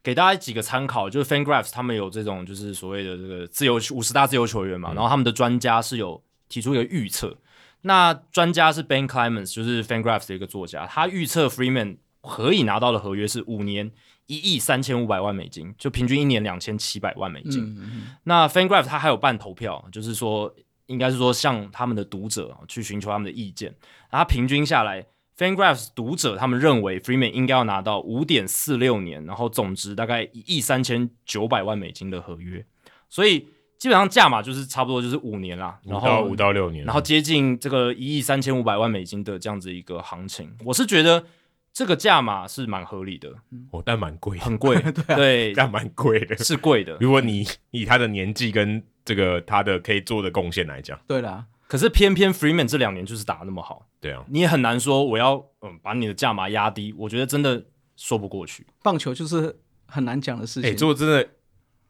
B: 给大家几个参考，就是 FanGraphs 他们有这种就是所谓的这个自由五十大自由球员
A: 嗯
B: 嘛，然后他们的专家是有提出一个预测，那专家是 Ben Clemens，就是 FanGraphs 的一个作家，他预测 Freeman 可以拿到的合约是五年一亿三千五百万美金，就平均一年两千七百万美金。
C: 嗯嗯嗯
B: 那 FanGraph 它还有办投票，就是说，应该是说向他们的读者哦去寻求他们的意见。然后它平均下来，FanGraph 读者他们认为 Freeman 应该要拿到五点四六年，然后总值大概一亿三千九百万美金的合约，所以基本上价码就是差不多就是五年啦，然
A: 五到
B: 后
A: 五到六年，
B: 然后接近这个一亿三千五百万美金的这样子一个行情，我是觉得这个价码是蛮合理的，
A: 哦，但蛮贵的，
B: 很贵，对，
A: 但蛮贵的。
B: 是贵的，
A: 如果你以他的年纪跟这个他的可以做的贡献来讲，
C: 对啦，
B: 可是偏偏 Freeman 这两年就是打得那么好，
A: 对啊，
B: 你也很难说我要嗯把你的价码压低，我觉得真的说不过去。
C: 棒球就是很难讲的事
A: 哎、
C: 情。
A: 如果真的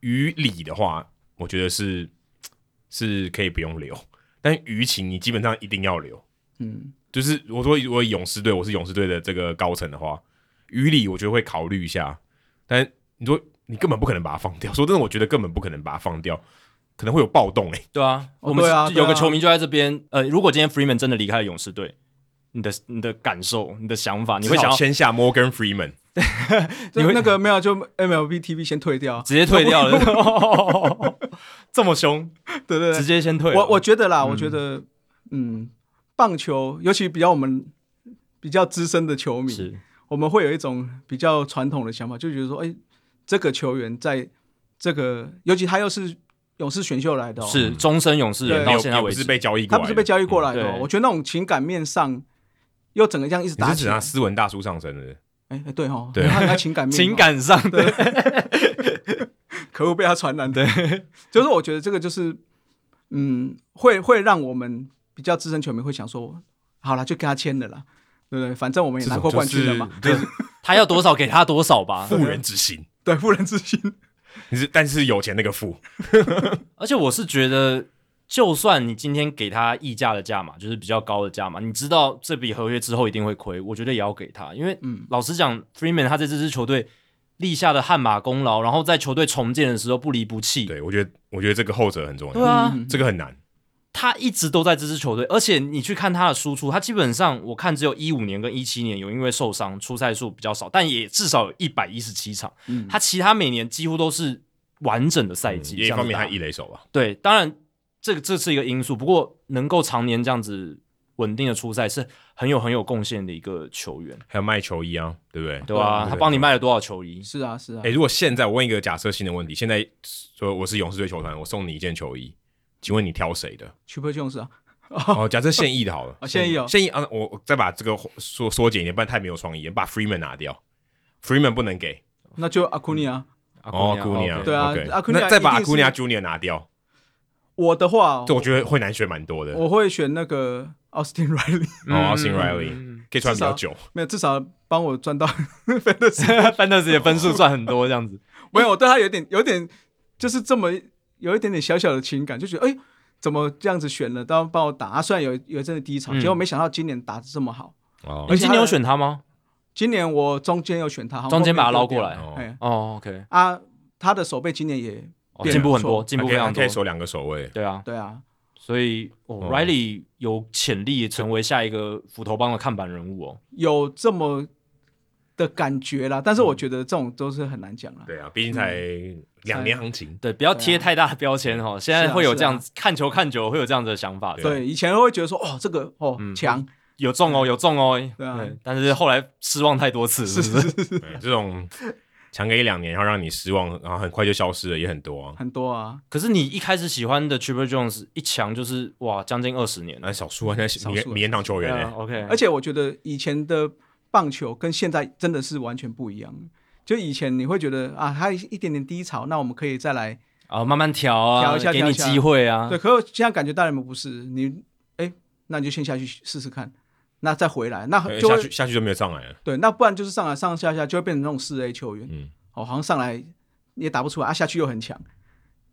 A: 于理的话，我觉得是是可以不用留，但于情你基本上一定要留。
C: 嗯，
A: 就是我说我勇士队，我是勇士队的这个高层的话，于理我觉得会考虑一下，但你说你根本不可能把它放掉，说真的，我觉得根本不可能把它放掉，可能会有暴动哎、
B: 对啊，
C: 哦
B: 我们
C: 对啊
B: 是有
C: 对
B: 个
C: 啊
B: 球迷就在这边，呃，如果今天 Freeman 真的离开了勇士队，你的你的感受、你的想法，你会
A: 至
B: 想
A: 少
B: 要
A: 签下 Morgan Freeman，
B: 你
C: 就
B: 会
C: 那个没有就 MLB TV 先退掉，
B: 直接退掉了， 这么凶，
C: 对对
B: 直
C: 对，
B: 接先退了。
C: 我我觉得啦，我觉得嗯，棒球尤其比较我们比较资深的球迷，
B: 是
C: 我们会有一种比较传统的想法，就觉得说，哎、这个球员在这个，尤其他又是勇士选秀来的、哦，
B: 是终身勇士人
C: 对
B: 到
A: 有
B: 现在
A: 也不
B: 为
A: 是
B: 止，
A: 被交易过
C: 他
A: 来的，
C: 不是被交易过来的、哦
B: 嗯对
C: 我觉得那种情感面上，又整个这样一直
A: 你
C: 打
A: 是
C: 起
A: 指
C: 来
A: 他，斯文大叔上身的，
C: 哎、哎对哦，
A: 对
C: 他他情感面 哦，
B: 情感上的
C: 可恶被他传染的， 就是我觉得这个就是，嗯，会会让我们比较资深球迷会想说，好了，就跟他签了啦，对不对？反正我们也拿过冠军了嘛，
A: 这种
B: 他要多少给他多少吧
A: 就是，富人之心，
C: 对，妇人 之心，
A: 你是但是有钱那个富，
B: 而且我是觉得，就算你今天给他溢价的价嘛，就是比较高的价嘛，你知道这笔合约之后一定会亏，我觉得也要给他，因为
C: 嗯
B: 老实讲，Freeman 他在这支球队立下的汗马功劳，然后在球队重建的时候不离不弃，
A: 对我觉得我觉得这个后者很重
B: 对
A: 要，
B: 啊，
C: 嗯
A: 这个很难，
B: 他一直都在这支球队，而且你去看他的输出，他基本上我看只有一五年跟一七年有因为受伤出赛数比较少，但也至少有一百一十七场，
C: 嗯
B: 他其他每年几乎都是完整的赛
A: 嗯
B: 季，
A: 也一
B: 这样
A: 方面
B: 打
A: 他一垒手吧，
B: 对，当然这个这是一个因素，不过能够常年这样子稳定的出赛是很有很有贡献的一个球员，
A: 还有卖球衣啊，对不对？
B: 对吧、他帮你卖了多少球衣？
C: 是啊是啊
A: 哎、，如果现在我问一个假设性的问题，现在说我是勇士队球团，我送你一件球衣，请问你挑谁 的？
C: 曲波琼斯啊，
A: 哦，假设现役的好了，
C: 啊现役哦
A: 现役啊，我我再把这个缩缩减一点，不然太没有创意了，把 Freeman 拿掉，Freeman 不能给
C: 那就阿库尼啊。
B: 阿
A: 哦，
B: 古
A: 姑
B: 尼亚
A: 娘，
B: ，OK
C: 对啊
A: OK
C: 阿库尼亚
A: 那再把阿
C: 一定
A: 姑
C: 是
A: 娘 Junior 拿掉，
C: 我的话，
A: 这我觉得会难选蛮多的，
C: 我会选那个 Austin Riley，
A: 哦，Austin Riley
B: 嗯
A: 可以穿比较久，
C: 没有，至少帮我赚到 fantasy。
B: 范特斯的分数算很多这样子，
C: 没有，我对他有点有点就是这么有一点点小小的情感，就觉得哎、怎么这样子选了，然后帮我打。啊、虽然有有一阵的低潮，
B: 嗯
C: 结果没想到今年打的这么好。
A: 哦
B: 你
C: 而且
B: 今
C: 他
B: 年有
C: 的
B: 选他吗？
C: 今年我中间有选他，
B: 中间把他捞
C: 后面
B: 过来
C: 丢掉
A: 哦
C: 哎
B: 哦，OK，
C: 啊，他的手背今年也
B: 哦
C: 变
B: 进步
C: 得
B: 很
C: 不
B: 多，
C: 错
B: 进步
A: 可
B: 非
A: 以
B: 常
A: 可
B: 多
A: 以，守两个守卫，
B: 对啊，
C: 对啊，
B: 所以哦
A: 哦
B: Riley 有潜力成为下一个斧头帮的看板人物哦。
C: 有这么的感觉啦。但是我觉得这种都是很难讲啦。
A: 对啊，毕竟才两年行 情，
B: 对，不要
C: 对啊
B: 贴太大的标签哈、哦，现在
C: 是啊
B: 会有
C: 是
B: 这样
C: 啊
B: 子、看球看久会有这样子的想法，
C: 对，以前会觉得说哦，这个哦
B: 嗯
C: 强，
B: 有中哦，有中哦，
C: 对啊
B: 但是后来失望太多次，是不是？
A: 对这种强给一两年，然后让你失望，然后很快就消失了，也很多啊，
C: 很多啊。
B: 可是你一开始喜欢的 Triple Jones 一强就是哇，将近二十年了，
A: 那少数啊，那是
C: 少
A: 名
C: 数啊
A: 名人堂球员
B: 对
A: 哎
B: 啊。，OK，
C: 哎而且我觉得以前的棒球跟现在真的是完全不一样。就以前你会觉得啊，他一点点低潮，那我们可以再来。
B: 啊，慢慢调啊，
C: 调一下
B: 给你
C: 调一下
B: 机会啊
C: 对，，可是现在感觉大人们不是你，哎，那你就先下去试试看，那再回来，那
A: 哎
C: 就
A: 下
C: 会
A: 去下去就没有上来了，
C: 对，那不然就是上来上下下就会变成那种四 A 球员，
A: 嗯，
C: 哦，好像上来也打不出来，啊，下去又很强，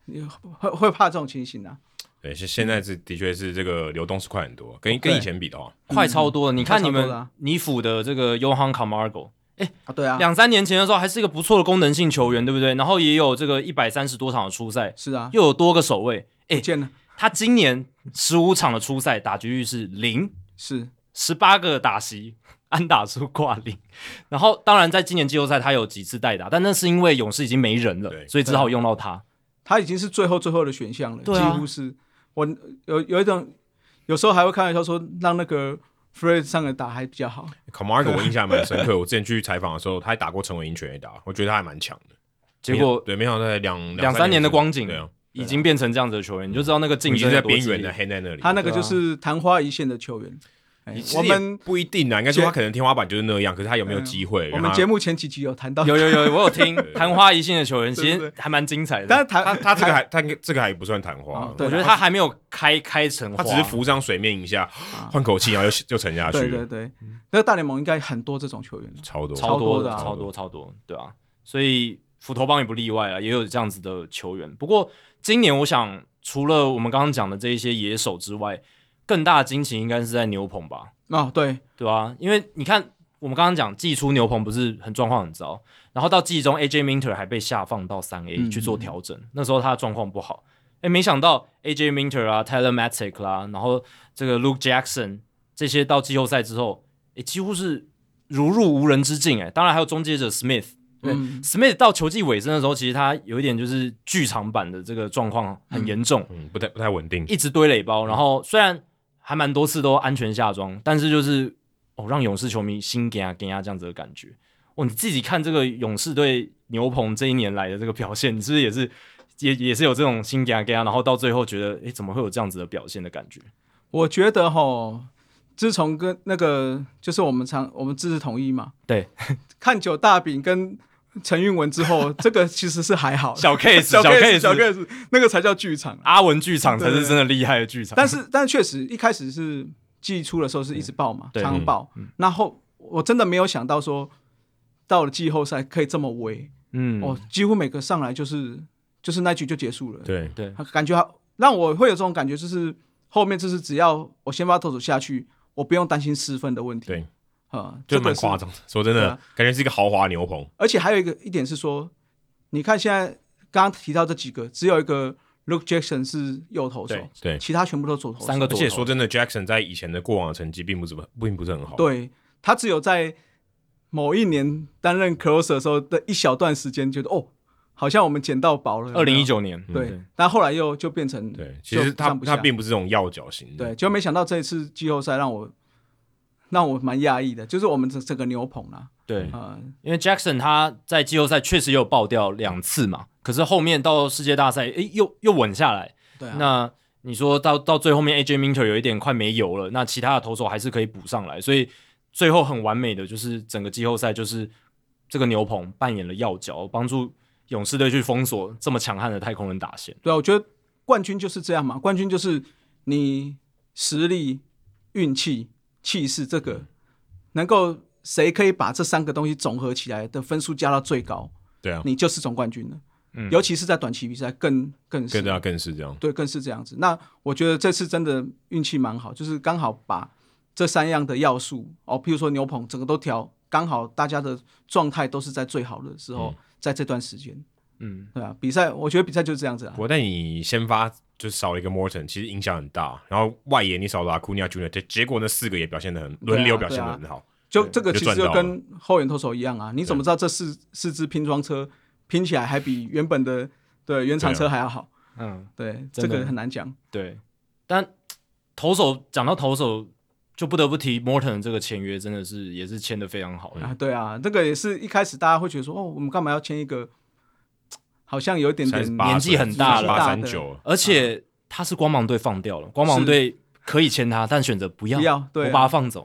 C: 你会会怕这种情形啊？
A: 对，现现在
B: 嗯
A: 是的确是这个流动是快很多，
B: 哦
A: 跟跟
C: 对
A: 以前比的话，
B: 快超多了。你看你
C: 快超多了
B: 们
C: 啊
B: 尼府的这个 Johan Camargo，
C: 啊，对啊，
B: 两三年前的时候还是一个不错的功能性球员，对不对？然后也有这个一百三十多场的初赛，
C: 是啊，
B: 又有多个守卫。哎
C: 不见了，
B: 他今年十五场的初赛打局率是零，
C: 是
B: 十八个打席， 安打数挂零。然后当然在今年季后赛他有几次代打，但那是因为勇士已经没人了，
A: 对
B: 所以只好用到他。
C: 他已经是最后最后的选项了，
B: 对啊
C: 几乎是我有有一种有时候还会开玩笑说让那个 Fred 上来打还比较好，
A: Camargo
B: 啊
A: 我印象还蛮深 刻，我之前去采访的时候，他还打过陈伟英全垒打，我觉得他还蛮强的。
B: 结果
A: 对，没啊想到在两
B: 两三年的光景
A: 对啊，
B: 已经变成这样子的球员，你就知道那个竞
A: 啊已经
B: 争
A: 在
B: 有多
A: 边
B: 激
A: 缘
B: 烈
A: 的。黑在那里。
C: 他那个
B: 对啊
C: 就是昙花一现的球员，哎
A: 其实
C: 我
A: 也
C: 们
A: 不一定啊，应该说
C: 节
A: 他可能天花板就是那样，可是他有没
B: 啊
A: 有机会？
C: 我
A: 让
C: 们
A: 他
C: 节目前几集有谈到，
B: 有有有，我 有听昙花一现的球员，其
C: 对
B: 实还蛮精彩的。
C: 但是谈
A: 他他 这个还他这个还不算昙花
C: 哦，对
B: 我觉得他还没有开开成花，
A: 他只是浮上水面一下，
B: 啊
A: 换口气，然后又又沉下去
C: 对对
A: 了，嗯
C: 对，那大联盟应该很多这种球员，
A: 超多。
B: 超
C: 多
B: 多
C: 的啊
B: 超多超多，对啊，所以斧头帮也不例外啊，也有这样子的球员。不过今年我想，除了我们刚刚讲的这一些野手之外，更大的惊奇应该是在牛棚吧，
C: 哦，对，
B: 对啊，因为你看我们刚刚讲季初牛棚不是很状况很糟，然后到季中 AJ Minter 还被下放到三 A
C: 嗯
B: 去做调整，那时候他的状况不好，哎，没想到 AJ Minter 啊、Tyler Matic 啦、然后这个 Luke Jackson 这些到季后赛之后，哎，几乎是如入无人之境哎，当然还有终结者 Smith。对
C: 嗯
B: ，Smith 到球季尾声的时候，其实他有一点就是剧场版的这个状况很严重，
A: 嗯，不太不太稳定。
B: 一直堆垒包，然后虽然还蛮多次都安全下庄，但是就是哦，让勇士球迷心给啊给啊这样子的感觉。哦，你自己看这个勇士对牛棚这一年来的这个表现，你是不是也是也也是有这种心给啊给啊，然后到最后觉得诶怎么会有这样子的表现的感觉？
C: 我觉得哈，自从跟那个就是我们常我们支持统一嘛，
B: 对，
C: 看九大饼跟陈韵文之 后，这个其实是还好的，
B: 小 case
C: 小
B: 小
C: case
B: case
C: 小 case，那个才叫剧场。
B: 阿文剧场才
C: 对
B: 是
C: 对
B: 真的厉害的剧场，
C: 但是但确实一开始是季初的时候是一直爆嘛，
B: 对嗯
C: 常爆。然后我真的没有想到说到了季后赛可以这么围，
B: 嗯，
C: 哦，几乎每个上来就是就是那局就结束了，
A: 对，
B: 对，
C: 感觉好让我会有这种感觉，就是后面就是只要我先发投手下去，我不用担心失分的问题。
A: 对，
C: 啊，
A: 就
C: 这
A: 蛮
C: 个是
A: 夸张的。说真
C: 对
A: 的
C: 啊，
A: 感觉是一个豪华牛棚。
C: 而且还有一个一点是说，你看现在刚刚提到这几个，只有一个 Luke Jackson 是右投手
B: 对，
A: 对
C: 其他全部都左投手。
B: 三个
A: 而
B: 左
A: 且
B: 投
A: 说真的，Jackson 在以前的过往的成绩并不怎么，并不是很好。
C: 对他只有在某一年担任 closer 的时候的一小段时间，觉得哦，好像我们捡到宝了。
B: 二零一九年，嗯
C: 对，但后来又就变成
A: 嗯对，其实他
C: 就上不下
A: 他并不是这种要角型的。
C: 对，就没想到这一次季后赛让我让我蛮讶异的，就是我们这整个牛棚啦，
B: 对，
C: 呃，
B: 因为 Jackson 他在季后赛确实也有爆掉两次嘛，可是后面到世界大赛，诶，又又稳下来。
C: 对啊，
B: 那你说到到最后面，AJ Minter 有一点快没油了，那其他的投手还是可以补上来，所以最后很完美的就是整个季后赛就是这个牛棚扮演了要角，帮助勇士队去封锁这么强悍的太空人打线。
C: 对啊，我觉得冠军就是这样嘛，冠军就是你实力、运气、气势这个能够谁可以把这三个东西总合起来的分数加到最高，
A: 对啊，
C: 你就是总冠军了。
B: 嗯
C: 尤其是在短期比赛更更是
A: 更加更是这样。
C: 对，更是这样子。那我觉得这次真的运气蛮好，就是刚好把这三样的要素哦，譬如说牛棚整个都调，刚好大家的状态都是在最好的时候，
A: 嗯
C: 在这段时间，
B: 嗯，
C: 对啊，比赛我觉得比赛就是这样子啊
A: 不，过但你先发就少了一个 Morton，其实影响很大。然后外野你少了 Acuna Junior，结结果那四个也表现的
C: 啊
A: 很轮流表现的很好。
C: 就这个
A: 就
C: 其实
A: 赚
C: 就
A: 到
C: 跟后援投手一样啊，你怎么知道这四四支拼装车拼起来还比原本的对原
A: 啊
C: 厂车还要好？
B: 嗯，
C: 对，这
B: 真的
C: 个很难讲。
B: 对。但投手讲到投手，就不得不提 Morton 这个签约真的是也是签的非常好。
C: 啊，对啊，这个也是一开始大家会觉得说，哦，我们干嘛要签一个好像有一点点
A: 38
B: 年纪很大了
A: 八三九，
B: 而且他是光芒队放掉了，光芒队可以签他，但选择不要，
C: 不要对啊
B: 我把他放走。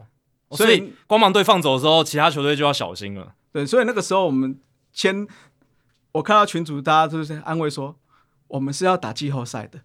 B: 哦
C: 所
B: 所
C: 以
B: 以光芒队放走的时候，其他球队就要小心了。
C: 对，所以那个时候我们签，我看到群主大家都是安慰说，我们是要打季后赛的，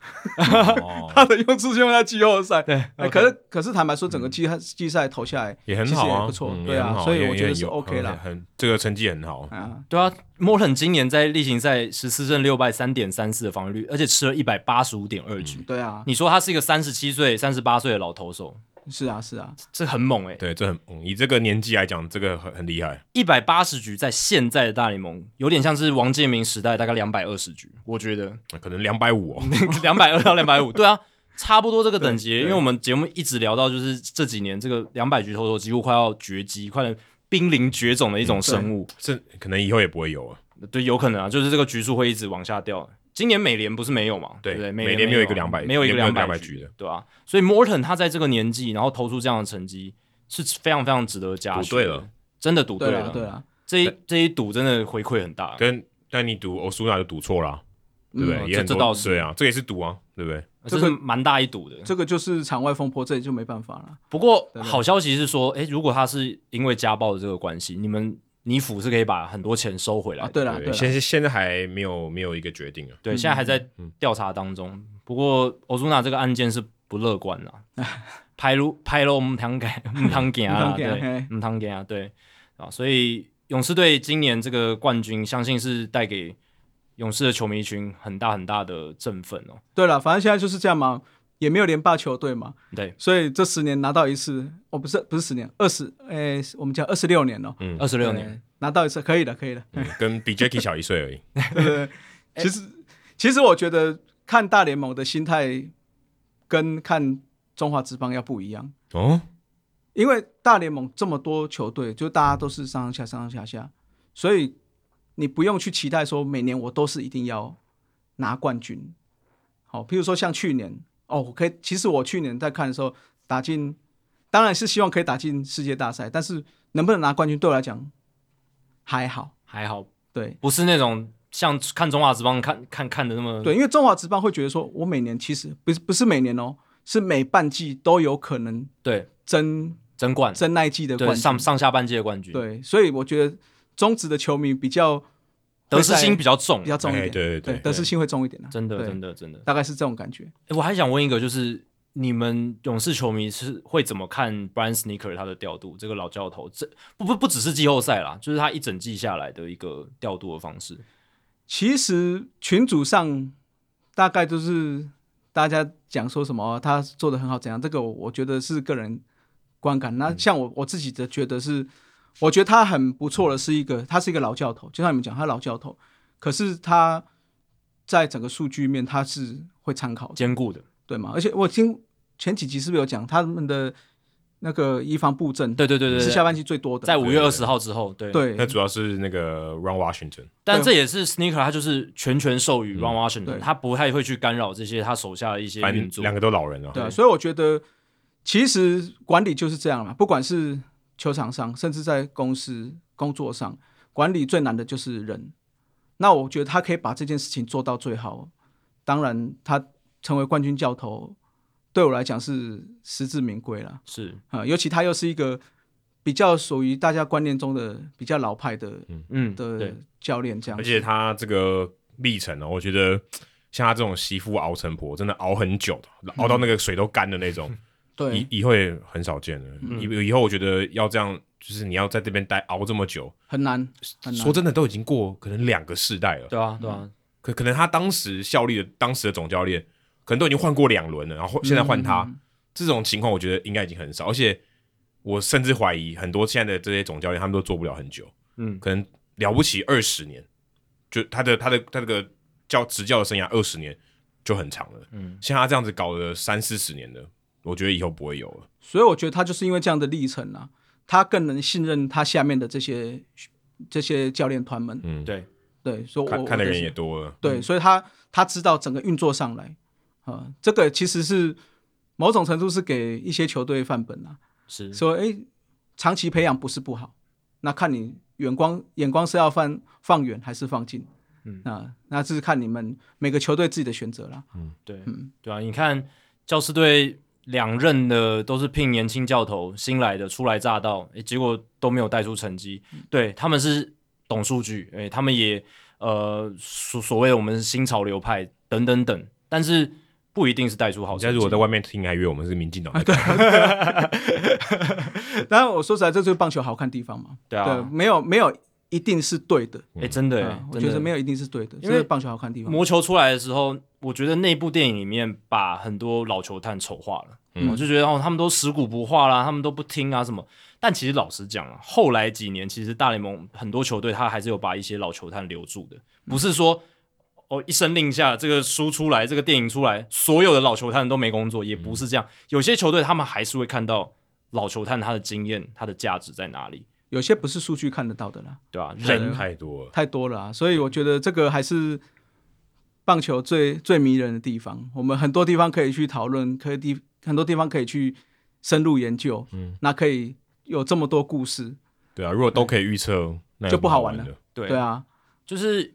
A: 哦
C: 他的用字就用在季后赛。
B: 对
C: 哎，可是可是坦白说，整个季季赛投下来
A: 嗯也很好
C: 其实
A: 啊，
C: 也不错
A: 嗯
C: 对
A: 也
C: 啊
A: 很好
C: 所以
A: 也
C: 我觉得
A: 也
C: 是
A: 有
C: OK 啦
A: 很很这个成绩很好。
C: 啊，
B: 对啊，Morton 今年在例行赛十四胜六败，三点三四的防御率，而且吃了一百八十五点二局。
C: 对啊，
B: 你说他是一个三十七岁、三十八岁的老投手，
C: 是啊是啊，
B: 这很猛诶、
A: 对，这很嗯以这个年纪来讲，这个很很厉害。
B: 一百八十局在现在的大联盟，有点像是王建民时代大概两百二十局，我觉得。
A: 可能两百 五，
B: 两百二到两百五，对啊，差不多这个等级。
C: 对
B: 因为我们节目一直聊到，就是这几年这个两百局投手几乎快要绝迹，快点濒临绝种的一种生物。
A: 这可能以后也不会有了。
B: 对，有可能啊，就是这个局数会一直往下掉。今年美联不是没有嘛？
A: 对
B: 对不对，
A: 美
B: 联
A: 联没有
B: 有
A: 一个200
B: 没有一个
A: 没有
B: 两
A: 200
B: 局
A: 局的，
B: 对啊。所以 Morton 他在这个年纪，然后投出这样的成绩，是非常非常值得嘉许。
A: 赌对了，
B: 真的赌
C: 对
B: 了
C: 啊。对啊，
B: 这一这一赌真的回馈很大。
A: 哦跟但你赌欧苏纳就赌错了啊，对不对？
B: 嗯
A: 也很多
B: 这这倒是
A: 对啊，这也是赌啊，对不对？
B: 这是蛮大一赌的。
C: 这个就是场外风波，这也就没办法了。
B: 不过
C: 对对
B: 好消息是说，诶，如果他是因为家暴的这个关系，你们尼府是可以把很多钱收回来
C: 啊，
B: 的。
C: 对了，对
A: 对，
C: 啦
A: 现现在还没有没有一个决 定啊。
B: 对，现在还在
C: 嗯
B: 调查当中。不过欧朱娜这个案件是不乐观 啦，拍路拍路唔汤改唔汤改啊，
C: 唔通走
B: 对
C: 嘿，
B: 唔汤改啊，对啊，所以勇士队今年这个冠军，相信是带给勇士的球迷群很大很大的振奋哦。
C: 对了，反正现在就是这样嘛，也没有连霸球队嘛，
B: 对，
C: 所以这十年拿到一次，哦，不是不是十年，二十，哎，我们讲二十六年哦，
B: 二十六年，
C: 对拿到一次，可以的，可以 的。
A: 嗯跟比 Jacky 小一岁而已。
C: 对对
B: 哎
C: 对，其实其实我觉得看大联盟的心态跟看中华职棒要不一样，
A: 哦，
C: 因为大联盟这么多球队，就大家都是上上下上上下下，所以你不用去期待说每年我都是一定要拿冠军。好，譬如说像去年哦，我可以，其实我去年在看的时候打进，当然是希望可以打进世界大赛，但是能不能拿冠军对我来讲还好，
B: 还好
C: 对。
B: 不是那种像看中华职棒看看看的那么
C: 对，因为中华职棒会觉得说，我每年其实不是不是每年哦，是每半季都有可能
B: 对
C: 争
B: 争冠，
C: 争那一季的
B: 对
C: 冠军。
B: 上上下半季的冠军，
C: 对，所以我觉得中职的球迷比较
B: 得失心比
C: 比
B: 较重啊
C: 比，较重一
A: 哎
C: 点，
A: 对对对
C: 得失心会重一点啊，
B: 真的
C: 对
B: 真的真的。
C: 大概是这种感觉。
B: 诶我还想问一个，就是你们勇士球迷是会怎么看 Brian Sneaker 他的调度？这个老教头，这不不不只是季后赛啦，就是他一整季下来的一个调度的方式。
C: 其实群组上大概就是大家讲说什么、哦他做的很好怎样，这个我我觉得是个人观感。那
B: 嗯
C: 像我我自己的觉得是，我觉得他很不错的是一个，他是一个老教头，就像你们讲，他老教头，可是他在整个数据面他是会参考的，
B: 坚固的，
C: 对吗？而且我听前几集是不是有讲他们的那个移防布阵
B: 对对对对
C: 是
B: 对，
C: 下半期最多的，
B: 在五月
A: 对对
B: 二十号之后，对，
C: 对
A: 那主要是那个 Run Washington，
B: 但
C: 对
B: 这也是 Sneaker 他就是全权授予 Ron Washington，、
C: 对
B: 他不太会去干扰这些他手下的一些
A: 嗯反
B: 运
A: 正
B: 作。
A: 两个都老人了。
C: 对啊，所以我觉得其实管理就是这样嘛，不管是球场上，甚至在公司工作上，管理最难的就是人。那我觉得他可以把这件事情做到最好。当然，他成为冠军教头，对我来讲是实至名归了
B: 是，
C: 啊、尤其他又是一个比较属于大家观念中的比较老派的
B: 嗯，
C: 的
B: 对，
C: 教练这样
A: 而
C: 子。
A: 且他这个历程呢、我觉得像他这种媳妇熬成婆，真的熬很久的，熬到那个水都干的那种，
C: 嗯 对嗯
A: 以以后也很少见了。以、以后我觉得要这样，就是你要在这边待熬这么久，
C: 很难很难
A: 说真的都已经过可能两个世代了。
B: 对啊，对啊，
A: 可可能他当时效力的当时的总教练，可能都已经换过两轮了，然后换现在换他、这种情况，我觉得应该已经很少。而且我甚至怀疑很多现在的这些总教练，他们都做不了很久。
B: 嗯
A: 可能了不起二十年，就他的他的他这个教执教的生涯二十年就很长了。嗯，像他这样子搞了三四十年的，我觉得以后不会有了。
C: 所以我觉得他就是因为这样的历程啊，他更能信任他下面的这些这些教练团们。
A: 嗯，
B: 对，
C: 对，所以我
A: 看看的人也
C: 我
A: 多嗯了。
C: 对，所以他他知道整个运作上来啊、这个其实是某种程度是给一些球队范本啊，
A: 嗯
B: 是，
C: 说哎，诶长期培养不是不好，那看你远光眼光是要放放远还是放近。嗯啊，那这是看你们每个球队自己的选择啦。
B: 对，
C: 嗯
B: 对啊，你看教师队两任的都是聘年轻教头，新来的初来乍到，诶结果都没有带出成绩。
C: 嗯
B: 对，他们是懂数据，诶，他们也呃所所谓的我们新潮流派等等等，但是不一定是带出好
A: 好
B: 成
A: 像
B: 绩。
A: 如果在外面听，还以为我们是民进
C: 啊
A: 党的。
C: 当然，我说实在，这就是棒球好看地方嘛。
B: 对啊
C: 对，没有没有一定是对的，
B: 诶，真的、诶
C: 啊我
B: 真
C: 觉
B: 的
C: 得没有一定是对的，
B: 因
C: 因
B: 为
C: 为棒球好看的地方。
B: 魔球出来的时候，我觉得那部电影里面把很多老球探丑化了，
A: 嗯
B: 我就觉得哦，他们都食古不化啦，他们都不听啊什么。但其实老实讲啊，后来几年其实大联盟很多球队他还是有把一些老球探留住的，
A: 嗯
B: 不是说哦一声令下，这个书出来，这个电影出来，所有的老球探都没工作，也
A: 嗯
B: 不是这样。有些球队他们还是会看到老球探他的经验，他的价值在哪里，
C: 有些不是数据看得到的啦，
B: 对吧、人
A: 人太多了，
C: 太多了啊，所以我觉得这个还是棒球最最迷人的地方。我们很多地方可以去讨论，可以地很多地方可以去深入研究，嗯，那可以有这么多故事，
A: 对啊，如果都可以预测，那有
C: 就不好
A: 玩
C: 玩
A: 的。
B: 对
C: 对啊，
B: 就是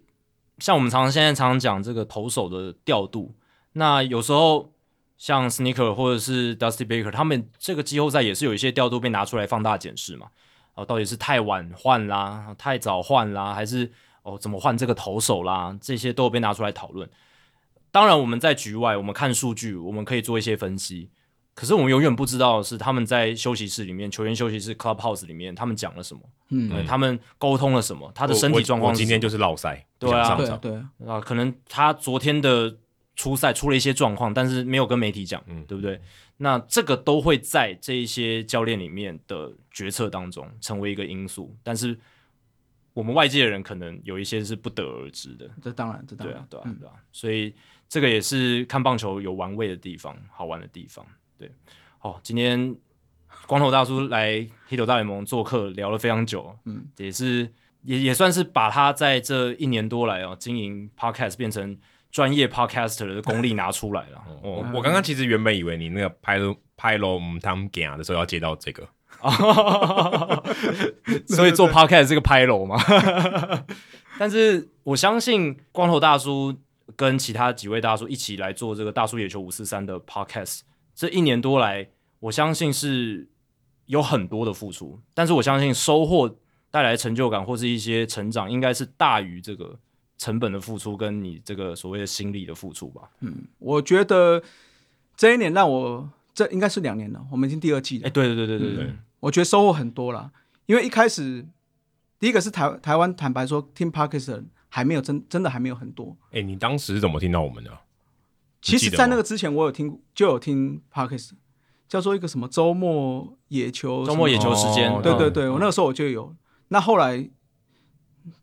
B: 像我们常常现在常常讲这个投手的调度，那有时候像 Sneaker 或者是 Dusty Baker，他们这个季后赛也是有一些调度被拿出来放大检视嘛。哦，到底是太晚换啦，太早换啦，还是哦怎么换这个投手啦？这些都有被拿出来讨论。当然，我们在局外，我们看数据，我们可以做一些分析。可是我们永远不知道的是他们在休息室里面，球员休息室 clubhouse 里面，他们讲了什么，
C: 嗯，
B: 对他们沟通了什么，他的身体状
A: 我我
B: 况
A: 我
B: 是什
A: 今
B: 么。
A: 天就是落塞，
B: 对啊
A: 不想
C: 对
A: 上场，
C: 对，
B: 啊，可能他昨天的初赛出了一些状况，但是没有跟媒体讲，
A: 嗯
B: 对不对？那这个都会在这一些教练里面的决策当中成为一个因素，但是我们外界的人可能有一些是不得而知的，
C: 这当然，这当
B: 对
C: 然
B: 啊，，对啊，
C: 嗯
B: 对啊，所以这个也是看棒球有玩味的地方，好玩的地方，对。哦，今天光头大叔来黑头大联盟做客，聊了非常久，
C: 嗯，
B: 也是也也算是把他在这一年多来哦经营 podcast 变成专业 podcaster 的功力拿出来了。
A: 我
B: 哦，
A: 我刚刚其实原本以为你那个拍了拍了嗯他们讲的时候要接到这个，
B: 所以做 podcast 是个拍楼嘛。 但是我相信光头大叔跟其他几位大叔一起来做这个大叔野球五四三的 podcast，这一年多来，我相信是有很多的付出，但是我相信收获带来的成就感或是一些成长，应该是大于这个成本的付出跟你这个所谓的心力的付出吧。
C: 我觉得这一年让我这应该是两年了，我们已经第二季
B: 哎、
C: 了，
B: 对对对对对对，
A: 嗯
C: 我觉得收获很多啦。因为一开始，第一个是台台湾，坦白说，Team Parkes 的人还没有真真的还没有很多。
A: 哎、你当时是怎么听到我们的？啊
C: 其
A: 记
C: 实，
A: 得
C: 在
A: 吗
C: 那个之前，我有听就有听 Parkes，叫做一个什么周末野球，
B: 周末野球时间，
A: 哦
C: 对
B: 嗯
C: 对对，我那个时候我就有。那后来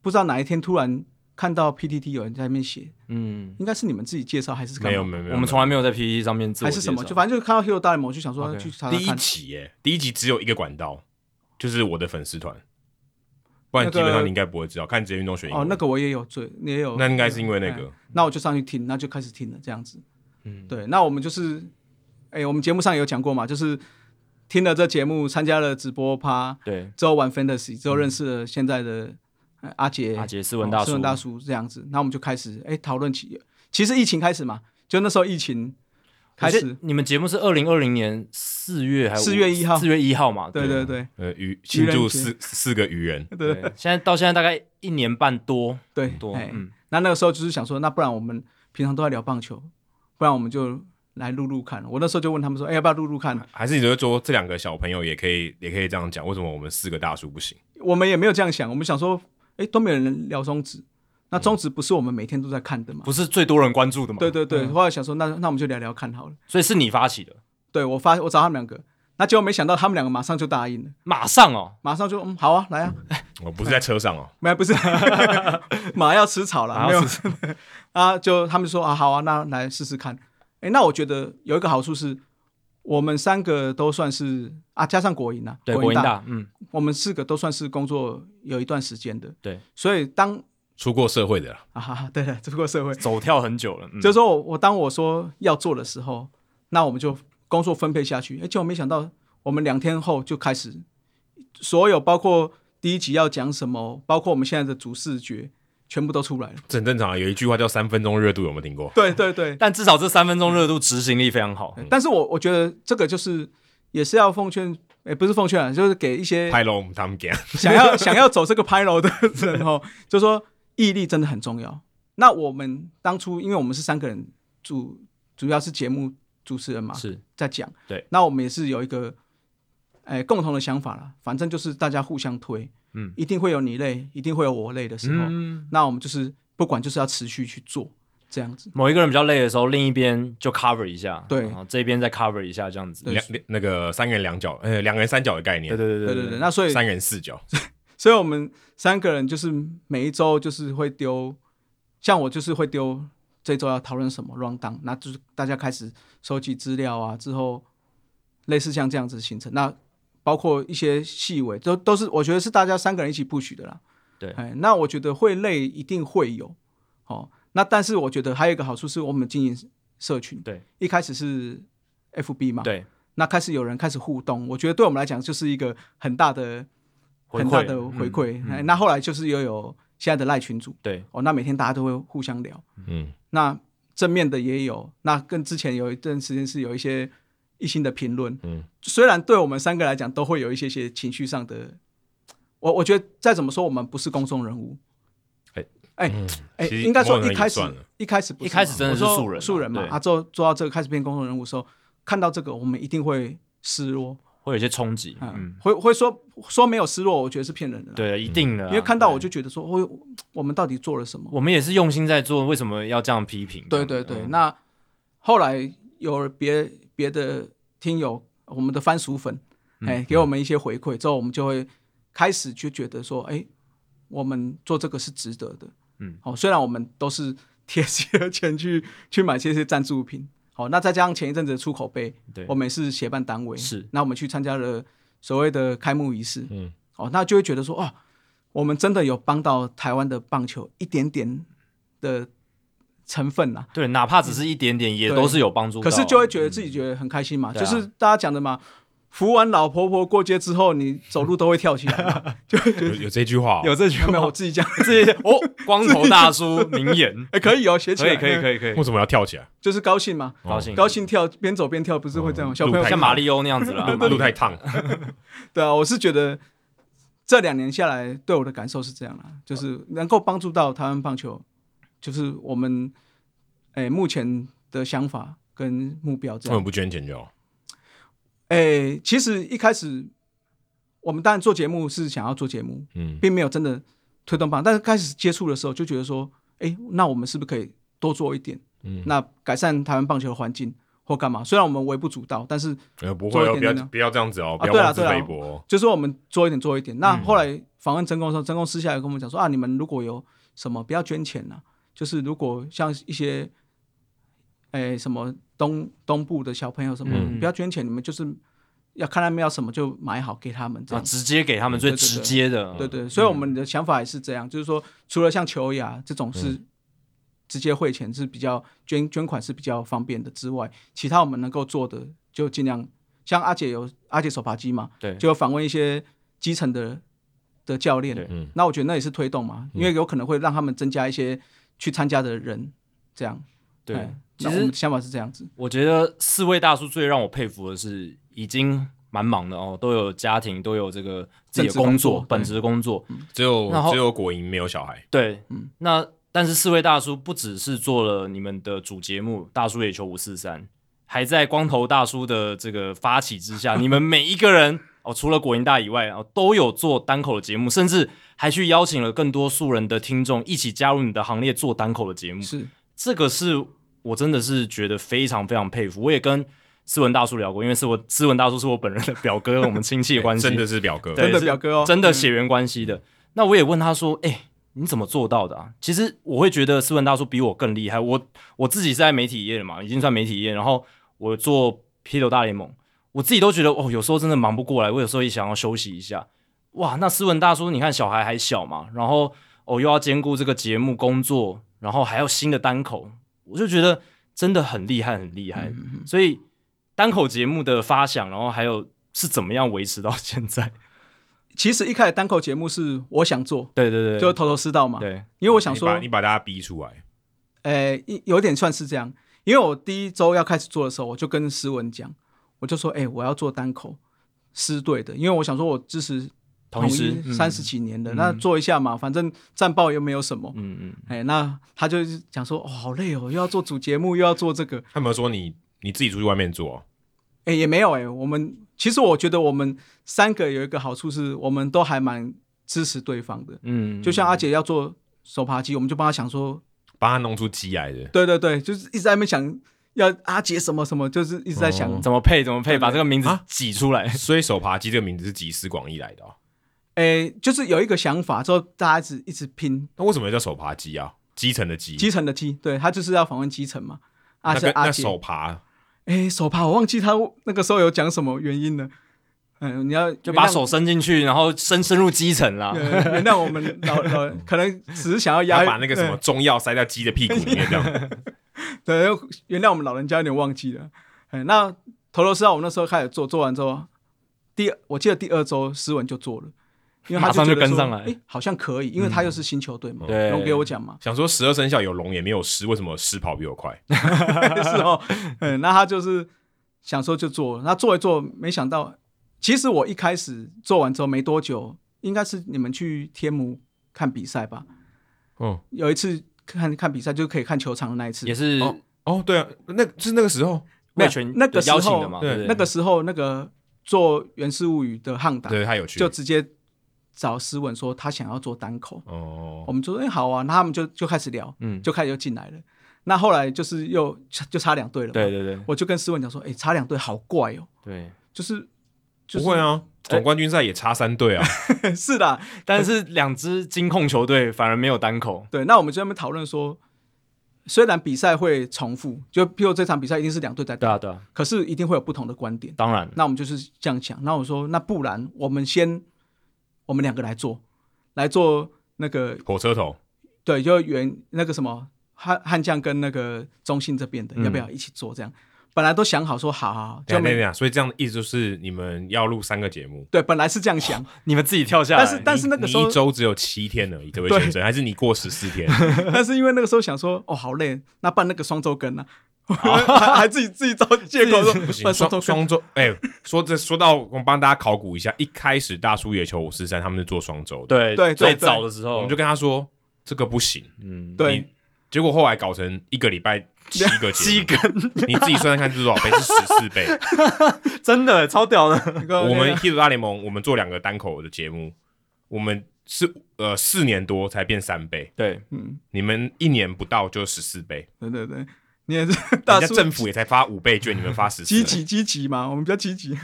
C: 不知道哪一天突然看到 PTT 有人在那边写，
B: 嗯，
C: 应该是你们自己介绍还是干嘛
A: 没有没有没有，
B: 我们从来没有在 PPT 上面自我
C: 还是什么，
B: 介绍
C: 就反正就看到 Hero 大联盟，我就想说
B: OK
C: 去查查
A: 第一
C: 看。
A: 集耶、第一集只有一个管道，就是我的粉丝团，不然
C: 那
A: 基
C: 个
A: 本上你应该不会知道。看职业运动学英文
C: 哦，那个我也有追，也有。
A: 那应该是因为那
C: 哎
A: 个，
C: 那我就上去听，那就开始听了这样子。嗯，对，那我们就是，哎、我们节目上有讲过嘛，就是听了这节目，参加了直播趴，
B: 对
C: 之后玩 Fantasy，之后认识了现在的、呃阿杰、
B: 阿杰斯文大叔
C: 哦斯文大叔这样子，那我们就开始哎讨论起，其实疫情开始嘛，就那时候疫情开
B: 我记
C: 始
B: 得，你们节目是二零二零年四月还是
C: 4月1号
B: 四月一号嘛？
C: 对对对
A: 呃，愚庆
C: 哎愚人
A: 祝
C: 节
A: 四四个愚人，
C: 对
B: 对
C: 对
B: 现在到现在大概一年半多
C: 对，
B: 多，
C: 哎
B: 嗯，
C: 那那个时候就是想说，那不然我们平常都在聊棒球，不然我们就来录录看。我那时候就问他们说，哎、要不要录录看？
A: 还是你就会说这两个小朋友也可以，也可以这样讲？为什么我们四个大叔不行？
C: 我们也没有这样想，我们想说，哎、都没有人聊中职，那中职不是我们每天都在看的嘛？
B: 嗯不是嗯最多人关注的嘛？
C: 对对对，后来想说，那那我们就聊聊看好了。
B: 所以是你发起的，
C: 对我发我找他们两个，那结果没想到他们两个马上就答应了，
B: 马上哦，
C: 马上就嗯好啊，来啊，
A: 我不是在车上哦，
C: 没不是马要吃草了，
B: 马
C: 没
B: 要
C: 有 啊，就他们说啊好啊，那来试试看。哎、那我觉得有一个好处是，我们三个都算是啊，加上国营啊，
B: 对，国
C: 国
B: 营
C: 营，
B: 大，嗯，
C: 我们四个都算是工作有一段时间的，
B: 对，
C: 所以当
A: 出过社会的啦，
C: 啊哈哈，对了，出过社会，
B: 走跳很久了，嗯，
C: 就是说我我当我说要做的时候，那我们就工作分配下去。而且我没想到，我们两天后就开始，所有包括第一集要讲什么，包括我们现在的主视觉，全部都出来了。
A: 这很正常啊。有一句话叫“三分钟热度”，有没有听过？
C: 对对对，
B: 但至少这三分钟热度执行力非常好，嗯
C: 但是我我觉得这个就是也是要奉劝，也不是奉劝啊，就是给一些
A: 拍龙他们讲，
C: 想要想要走这个拍楼的人哦，就说毅力真的很重要。那我们当初因为我们是三个人主，主要是节目主持人嘛，
B: 是
C: 在讲。
B: 对，
C: 那我们也是有一个，哎、共同的想法啦。反正就是大家互相推，
B: 嗯，
C: 一定会有你累，一定会有我累的时候。
B: 嗯，
C: 那我们就是不管，就是要持续去做这样子。
B: 某一个人比较累的时候，另一边就 cover 一下，
C: 对
B: 然后这边再 cover 一下，这样子，
C: 对
A: 两两那个三人两脚，呃，两人三脚的概念
B: 对，对
C: 对
B: 对
C: 对对，
B: 对，
C: 那所以
A: 三人四 脚，
C: 所以我们三个人就是每一周就是会丢，像我就是会丢这周要讨论什么 round down，那就是大家开始收集资料啊，之后类似像这样子形成，那包括一些细微都都是我觉得是大家三个人一起布局的啦。
B: 对
C: 哎，那我觉得会累一定会有，哦，那但是我觉得还有一个好处是我们经营社群，
B: 对，
C: 一开始是 FB 嘛，，
B: 对
C: 那开始有人开始互动，我觉得对我们来讲就是一个很大的
B: 回
C: 很大
B: 馈
C: 的回
B: 嗯
C: 馈。哎那后来就是又有现在的赖群组
B: 对，
C: 哦，那每天大家都会互相聊，
A: 嗯，
C: 那正面的也有，那跟之前有一段时间是有一些一心的评论，
A: 嗯，
C: 虽然对我们三个来讲都会有一些些情绪上的，我我觉得再怎么说我们不是公众人物，
A: 哎
C: 哎哎，
A: 其实
C: 应该说
A: 某种
C: 一
A: 人
C: 开
A: 也
C: 始
A: 算了
C: 一开始不是
B: 一开始
C: 嘛
B: 真的
C: 我
B: 是
C: 说
B: 素人嘛
C: 素人嘛，
B: 对
C: 啊，做做到这个开始变公众人物的时候，看到这个我们一定会失落，
B: 会有一些冲击，
C: 嗯
B: 嗯，，
C: 会会说说没有失落，我觉得是骗人的啦，
B: 对，一定的啊，
C: 因为看到我
B: 对
C: 就觉得说，我我们到底做了什么？
B: 我们也是用心在做，为什么要这样批评？
C: 对对对，
B: 嗯
C: 那后来有别别的听友，我们的番薯粉，哎、给我们一些回馈之后，我们就会开始就觉得说，哎、我们做这个是值得的。
B: 嗯，
C: 好、虽然我们都是 贴些钱去去买这些赞助品，好、那再加上前一阵子的出口杯，
B: 对
C: 我们也是协办单位，
B: 是，
C: 那我们去参加了所谓的开幕仪式，
A: 嗯，
C: 哦，那就会觉得说，哦，我们真的有帮到台湾的棒球一点点的成分呐、
B: 对，哪怕只是一点点，也
C: 对
B: 都是有帮助到
C: 可
B: 啊。
C: 是就会觉得自己觉得很开心嘛，
B: 对
C: 就
B: 啊
C: 是大家讲的嘛，扶完老婆婆过街之后，你走路都会跳起来 嘛，就会觉
A: 有
C: 得
A: 有这句话哦，
B: 有这句
C: 没有
B: 话
C: 我，自 己讲，
B: 这些哦，光头大叔名言，
C: 哎、可以哦，学起
B: 可
C: 来，
B: 以可以可嗯以可以
A: 为，什么要跳起来？
C: 就是高兴嘛，
B: 高兴
C: 高，兴跳，边走边跳，不是会这样吗？
A: 哦
C: 小朋友
A: 路太
B: 像
C: 干
B: 马
C: 嘛？
B: 里欧那样子了，
A: 路太 烫，
C: 对啊，我是觉得这两年下来对我的感受是这样啦，就是能够帮助到台湾棒球，就是我们哎、目前的想法跟目标这
A: 为什
C: 样
A: 么。不捐钱就好？
C: 诶、其实一开始我们当然做节目是想要做节目，
A: 嗯
C: 并没有真的推动棒，但是开始接触的时候就觉得说，诶，那我们是不是可以多做一点？
A: 嗯，
C: 那改善台湾棒球的环境或干嘛？虽然我们微不足道，但是
A: 呃，不
C: 做
A: 会
C: 一
A: 哦，
C: 点
A: 不要
C: 点呢
A: 不要这样子哦，
C: 啊
A: 不要
C: 对啊
A: 妄自
C: 对啊
A: 菲薄哦。
C: 就说我们做一点做一点。
B: 嗯
C: 那后来访问真公的时候，真公私下有跟我们讲说啊，你们如果有什么不要捐钱呐、就是如果像一些，诶、什么东东部的小朋友什么，
B: 嗯
C: 不要捐钱，你们就是要看他们要什么就买好给他们这
B: 啊，嗯
C: 样。
B: 直接给他们最
C: 对对对
B: 直接的，
C: 对对，所以我们的想法也是这样，就是说，除了像球牙这种
B: 嗯
C: 是直接汇钱是比较捐捐款是比较方便的之外，其他我们能够做的就尽量，像阿姐有阿姐手扒鸡嘛，
B: 对
C: 就有访问一些基层的的教练
B: 对，嗯
A: 嗯
C: 那我觉得那也是推动嘛，因为有可能会让他们增加一些去参加的人，这样。
B: 对
C: 哎，
B: 其
C: 那我
B: 实
C: 们的想法是这样子，
B: 我觉得四位大叔最让我佩服的是，已经蛮忙的哦，都有家庭，都有这个自己的
C: 正职工
B: 工
C: 作
B: 作，本职工作，
A: 只有
B: 然后
A: 只有果蝇没有小孩，
B: 对，那但是四位大叔不只是做了你们的主节目《大叔野球五四三》，还在光头大叔的这个发起之下，你们每一个人哦，除了国营大以外，哦，都有做单口的节目，甚至还去邀请了更多素人的听众一起加入你的行列做单口的节目。
C: 是
B: 这个是我真的是觉得非常非常佩服。我也跟斯文大叔聊过，因为是我斯文大叔是我本人的表哥，我们亲戚的关系，
A: 真的是表哥，
B: 对
C: 真的
B: 是
C: 表哥哦，
B: 真的血缘关系的。那我也问他说：“哎、你怎么做到的啊？”其实我会觉得斯文大叔比我更厉害。我我自己是在媒体业的嘛，已经算媒体业，然后我做批斗大联盟，我自己都觉得哦，有时候真的忙不过来，我有时候也想要休息一下。哇，那斯文大叔，你看小孩还小嘛，然后哦又要兼顾这个节目工作，然后还有新的单口，我就觉得真的很厉害，很厉
C: 嗯
B: 害。所以单口节目的发想，然后还有是怎么样维持到现在？
C: 其实一开始单口节目是我想做，
B: 对对对，
C: 就啊头头是道嘛，
B: 对，
C: 因为我想
A: 你
C: 说
A: 把，你把大家逼出来，
C: 呃，一有点算是这样，因为我第一周要开始做的时候，我就跟诗文讲，我就说，哎、我要做单口师队的，因为我想说我支持
B: 同
C: 统
B: 一师嗯
C: 一三十几年了，那做一下嘛，反正战报又没有什么，
B: 嗯嗯，
C: 哎、那他就是讲说，哦，好累哦，又要做主节目，又要做这个，
A: 他们说你你自己出去外面做哦，
C: 哎、也没有哎、我们其实我觉得我们三个有一个好处是，我们都还蛮支持对方的，
B: 嗯，
C: 就像阿姐要做手扒鸡，我们就帮她想说
A: 帮他弄出鸡来 的，
C: 对对对，就是一直在那边想要阿杰什么什么，就是一直在想，
B: 怎么配怎么
C: 对
B: 配，
C: 对
B: 把这个名字
A: 啊
B: 挤出来。
A: 所以手扒鸡这个名字是集思广益来的哦。
C: 诶、哎就是有一个想法之后，大家一直一直拼
A: 那为什么要叫手扒鸡啊？基层的鸡，
C: 基层的基，对他就是要访问基层嘛。啊
A: 那
C: 是
A: 跟
C: 阿
A: 那
C: 杰，
A: 手扒
C: 诶、手帕，我忘记他那个时候有讲什么原因了。嗯，你要
B: 就把
C: 原谅
B: 手伸进去，然后深深入基层啦。
C: 对原谅我们老老， 可能只是想要
A: 要
C: 压
A: 把那个什么中药塞到鸡的屁股里面，这样
C: 对，原谅我们老人家有点忘记了。哎，那头头是道，我们那时候开始做，做完之后，第我记得第二周诗文就做了。因为他
B: 马上
C: 觉
B: 就
C: 得
B: 跟
C: 说
B: 上来
C: 诶嗯好像可以，因为他又是新球队嘛，
B: 对
C: 龙给我讲嘛，
A: 想说十二生肖有龙也没有狮，为什么狮跑比我 快？
C: 是哦，嗯，那他就是想说就做，那做一做，没想到，其实我一开始做完之后没多久，应该是你们去天母看比赛吧，
A: 嗯，
C: 有一次看看比赛就可以看球场的那一次
B: 也，是
A: 哦哦，对啊，那是那个时候，
C: 没
B: 魏
C: 有
B: 权
C: 那个时
B: 邀
C: 候
B: 请的嘛，
A: 对
B: 对不对
C: 那个时候那个做《源氏物语》的汉达
A: 对，太有趣
C: 就
A: 了。
C: 直接找思文说他想要做单口，
A: 哦
C: 我，们就说哎、好啊，那他们就就开始聊，
B: 嗯，
C: 就开始又进来了，那后来就是又就差两队了，
B: 对，对对
C: 我就跟思文讲说，哎、差两队好怪哦，
B: 对，
C: 就是。就
A: 不
C: 是哎
A: 会啊，总冠军赛也差三队啊。
C: 是的，
B: 但是两支金控球队反而没有单口，
C: 对。那我们就在那边讨论说，虽然比赛会重复，就譬如这场比赛一定是两队在
B: 对
C: 打，
B: 啊对啊，
C: 可是一定会有不同的观点。
B: 当然
C: 那我们就是这样想。那我说，那不然我们先，我们两个来做，来做那个
A: 火车头，
C: 对，就原那个什么汉汉将跟那个中信这边的，要不要一起做？这样本来都想好说，好好好，
A: 对嗯
C: 就
A: 哎对
C: 没
A: 对，所以这样的意思就是你们要录三个节目，
C: 对，本来是这样想，
B: 你们自己跳下来，
C: 但是但是那个
A: 你
C: 时候
A: 一周只有七天而已，这位
C: 对
A: 先生，还是你过十四 天？
C: 但是因为那个时候想说，哦，好累，那办那个双周更啊， 还还自己自己找借口说
A: 不行，
C: 办
A: 双
C: 双周更。
A: 双周，哎、说这说到，我帮大家考古一下，一开始大叔野球五四三他们是做双周的，
B: 对
C: 对对
B: 最
C: 对
B: 早的时候
A: 我们就跟他说这个不行，
B: 嗯
C: 对
A: 你，结果后来搞成一个礼拜七个节
B: 七
A: 目，
B: 根，
A: 你自己算算看是多少倍，是十四倍。
B: 真的超屌的，
C: 那个
A: 我
C: 那
A: 们
C: 个
A: h i t 大联盟，我们做两个单口的节目，我们是呃四年多才变三倍，
B: 对
C: 嗯，
A: 你们一年不到就十四倍，
C: 对对对，你也是大
A: 人家
C: 叔
A: 政府也才发五倍券，你们发 十
C: 积
A: 四。
C: 极积极嘛，我们比较积极。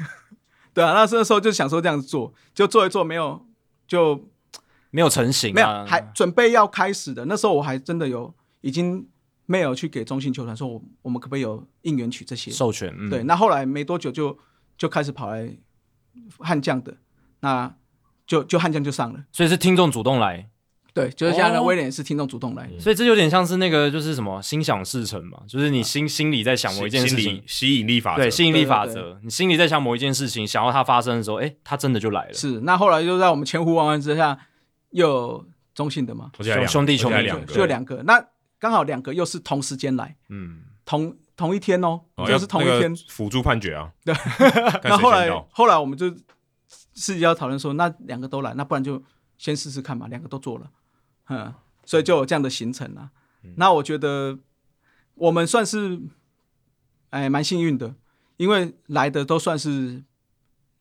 C: 对啊，那那时候就想说这样子做，就做一做，没有就
B: 没有成型啊，
C: 没有，还准备要开始的。那时候我还真的有已经没有去给中信球团说，我我们可不可以有应援曲这些？
B: 授权，嗯
C: 对，那后来没多久就就开始跑来悍将的，那就就悍将就上了。
B: 所以是听众主动来，
C: 对，就是现在的
B: 哦
C: 威廉是听众主动来的，
A: 嗯
B: 所以这有点像是那个就是什么心想事成嘛，就是你心心里在想某一件事
A: 嗯心理
B: 情，
A: 吸引力法则，
B: 对吸引力
C: 对对
B: 法
C: 对
B: 则，你心里在想某一件事情，想要它发生的时候，哎，它真的就来了，
C: 是。那后来就在我们千呼万唤之下，又有中信的嘛，
A: 我记得两个
B: 兄弟兄弟
A: 我记得两个，
C: 就有两个。那刚好两个又是同时间来，
B: 嗯，
C: 同同一天哦，
A: 哦
C: 就是同一
A: 要那
C: 天
A: 个。辅助判决 啊。
C: 对
A: 看谁
C: 那后
A: 先
C: 来
A: 到
C: 后来我们就私底下讨论说，那两个都来，那不然就先试试看嘛，两个都做了，嗯，所以就有这样的行程啊。
A: 嗯
C: 那我觉得我们算是哎蛮幸运的，因为来的都算是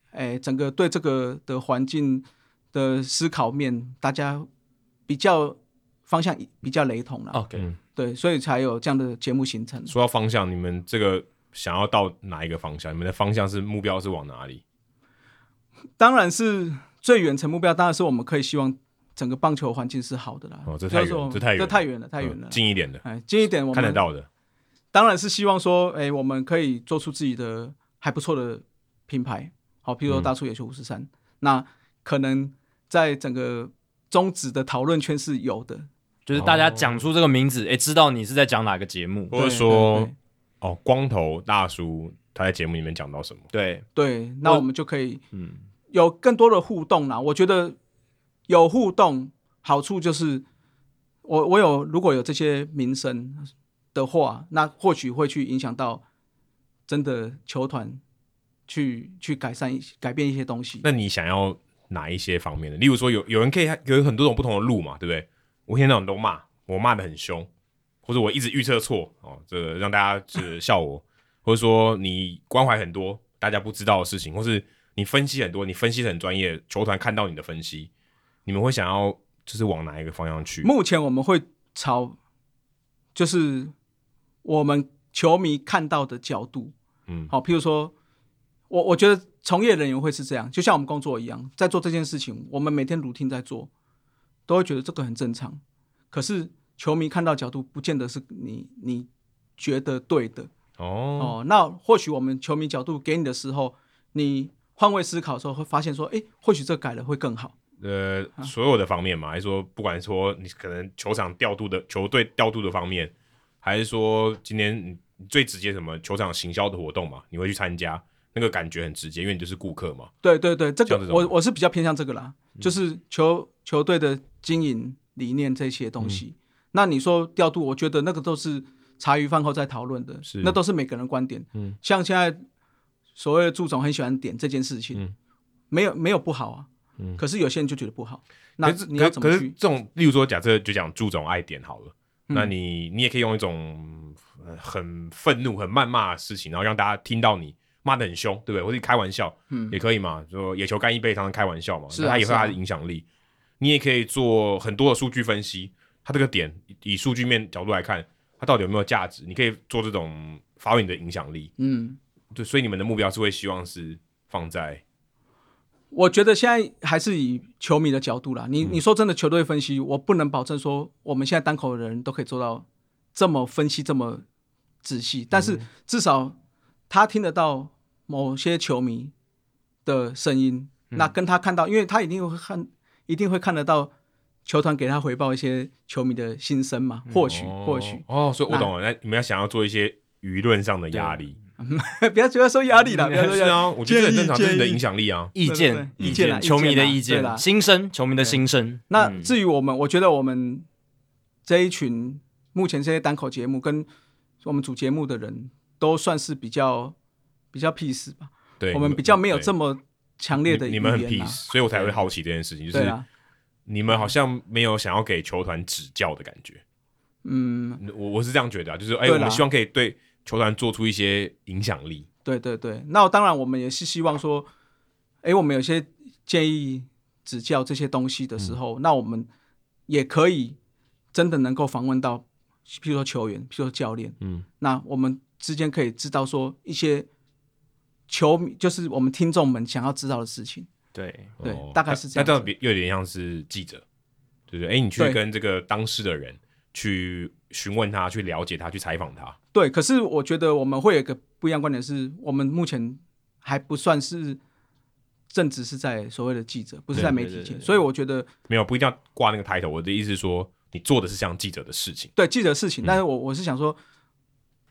C: 哎整个对这个的环境的思考面，大家比较方向比较雷同了，
B: ，OK，
A: 嗯
C: 对，所以才有这样的节目行程。
A: 说到方向，你们这个想要到哪一个方向？你们的方向是目标是往哪里？
C: 当然是最远程目标，当然是我们可以希望整个棒球环境是好的啦。
A: 哦这太远
C: 就是说
A: 这太远
C: 这太远了，太远
A: 嗯
C: 了啦。
A: 近一点的，
C: 哎，近一点，我们
A: 看得。到的。
C: 当然是希望说，哎，我们可以做出自己的还不错的品牌，好，譬
A: 嗯
C: 如说大叔野球五十三，那可能在整个中职的讨论圈是有的。
B: 就是大家
A: 哦
B: 讲出这个名字，哎，知道你是在讲哪个节目，
A: 或者
C: 对
A: 说，哦，光头大叔他在节目里面讲到什么？
B: 对，
C: 对，对那
B: 我
C: 我们就可以
B: 嗯，
C: 有更多的互动啦。我觉得有互动好处就是，我我有如果有这些名声的话，那或许会去影响到真的球团去去改善一些改变一些东西。
A: 那你想要哪一些方面的？例如说有，有人可以有很多种不同的路嘛，对不对？我一天到晚都骂，我骂的很凶，或者我一直预测错哦，这个让大家是笑我， 或者说你关怀很多大家不知道的事情，或是你分析很多，你分析的很专业，球团看到你的分析，你们会想要就是往哪一个方向去？
C: 目前我们会朝就是我们球迷看到的角度，
A: 嗯，
C: 好，譬如说，我我觉得从业人员会是这样，就像我们工作一样，在做这件事情，我们每天 routine 在做，都会觉得这个很正常。可是球迷看到角度，不见得是你你觉得对的
A: 哦，
C: 哦。那或许我们球迷角度给你的时候，你换位思考的时候，会发现说，诶，或许这改了会更好。
A: 呃，所有的方面嘛，还是说不管说你可能球场调度的球队调度的方面，还是说今天你你最直接什么球场行销的活动嘛，你会去参加，那个感觉很直接，因为你就是顾客嘛。
C: 对对对，这
A: 像这
C: 个
A: 种嗯
C: 我我是比较偏向这个啦，就是球球队的经营理念这些东西。
A: 嗯
C: 那你说调度，我觉得那个都是茶余饭后在讨论的，
A: 是
C: 那都是每个人的观点。
A: 嗯，
C: 像现在所谓的祝总很喜欢点这件事情，
A: 嗯
C: 没有没有不好啊，
A: 嗯
C: 可是有些人就觉得不好，那
A: 可是
C: 你要
A: 可
C: 怎
A: 可
C: 么
A: 是
C: 去？
A: 这种，例如说，假设就讲祝总爱点好了，
C: 嗯
A: 那你你也可以用一种呃很愤怒、很谩骂的事情，然后让大家听到你骂的很凶，对不对？或者开玩笑，
C: 嗯
A: 也可以嘛。说野球干一杯，常常开玩笑嘛，
C: 是啊
A: 那他也会
C: 是啊
A: 他的影响力。你也可以做很多的数据分析，他这个点以数据面角度来看，它到底有没有价值？你可以做这种发挥你的影响力。
C: 嗯，
A: 对，所以你们的目标是会希望是放在
C: 我觉得现在还是以球迷的角度啦，你你说真的，球队分析，我不能保证说我们现在单口的人都可以做到这么分析这么仔细，但是至少他听得到某些球迷的声音，那跟他看到，因为他一定会看，一定会看得到球团给他回报一些球迷的心声嘛，或许、
A: 哦
C: 或许，
A: 哦，所以我懂了。那你们要想要做一些舆论上的压力，
C: 不要觉得说压力啦，不要说
A: 是
C: 压力，
A: 啊，我觉得这很正常，这
C: 建
A: 是
C: 议
A: 你的影响力啊。
B: 意
C: 对对
B: 见、
C: 对意见啦
B: 球迷的
C: 意
B: 意
C: 见啦对啦
B: 见、心声、球迷的心声。
C: 那
B: 嗯
C: 至于我们，我觉得我们这一群目前这些单口节目跟我们主节目的人都算是比较比较 peace 吧，
A: 对，
C: 我们比较没有
A: 对
C: 这么强烈的
A: 你你们很
C: 语言啊
A: peace，所以我才会好奇这件事情，就
C: 对
A: 是
C: 啊，
A: 你们好像没有想要给球团指教的感觉。
C: 嗯，
A: 我我是这样觉得啊，就是哎，
C: 对啦
A: 我们希望可以对球团做出一些影响力。
C: 对对对。那当然，我们也是希望说，诶，我们有些建议指教这些东西的
B: 嗯
C: 时候，那我们也可以真的能够访问到，譬如说球员，譬如说教练，
A: 嗯，
C: 那我们之间可以知道说一些球迷，就是我们听众们想要知道的事情。
B: 对，
C: 对
A: 哦
C: 大概是这
A: 那
C: 样
A: 那这样比又有点像是记者，对不对？哎，你去
C: 对
A: 跟这个当事的人去询问他，去了解他，去采访他。
C: 对，可是我觉得我们会有一个不一样观点是，我们目前还不算是正职，是在所谓的记者，不是在媒体界，
B: 对对对对
C: 所以我觉得
A: 没有，不一定要挂那个 title。我的意思是说，你做的是像记者的事情。
C: 对记者的事情，但是我我是想说，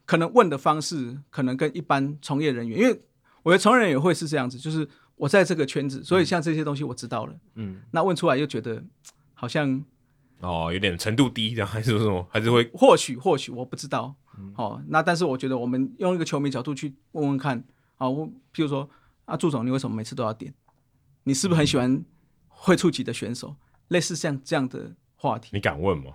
C: 可能问的方式可能跟一般从业人员，因为我觉得从业人员也会是这样子，就是我在这个圈子，所以像这些东西我知道了，
B: 嗯，
C: 那问出来又觉得嘖好像
A: 哦，有点程度低，然后还是什么，还是会
C: 或许或许我不知道，哦，那但是我觉得我们用一个球迷角度去问问看，啊、我譬如说啊，祝总你为什么每次都要点？你是不是很喜欢会触及的选手？类似像这样的话题，
A: 你敢问 吗？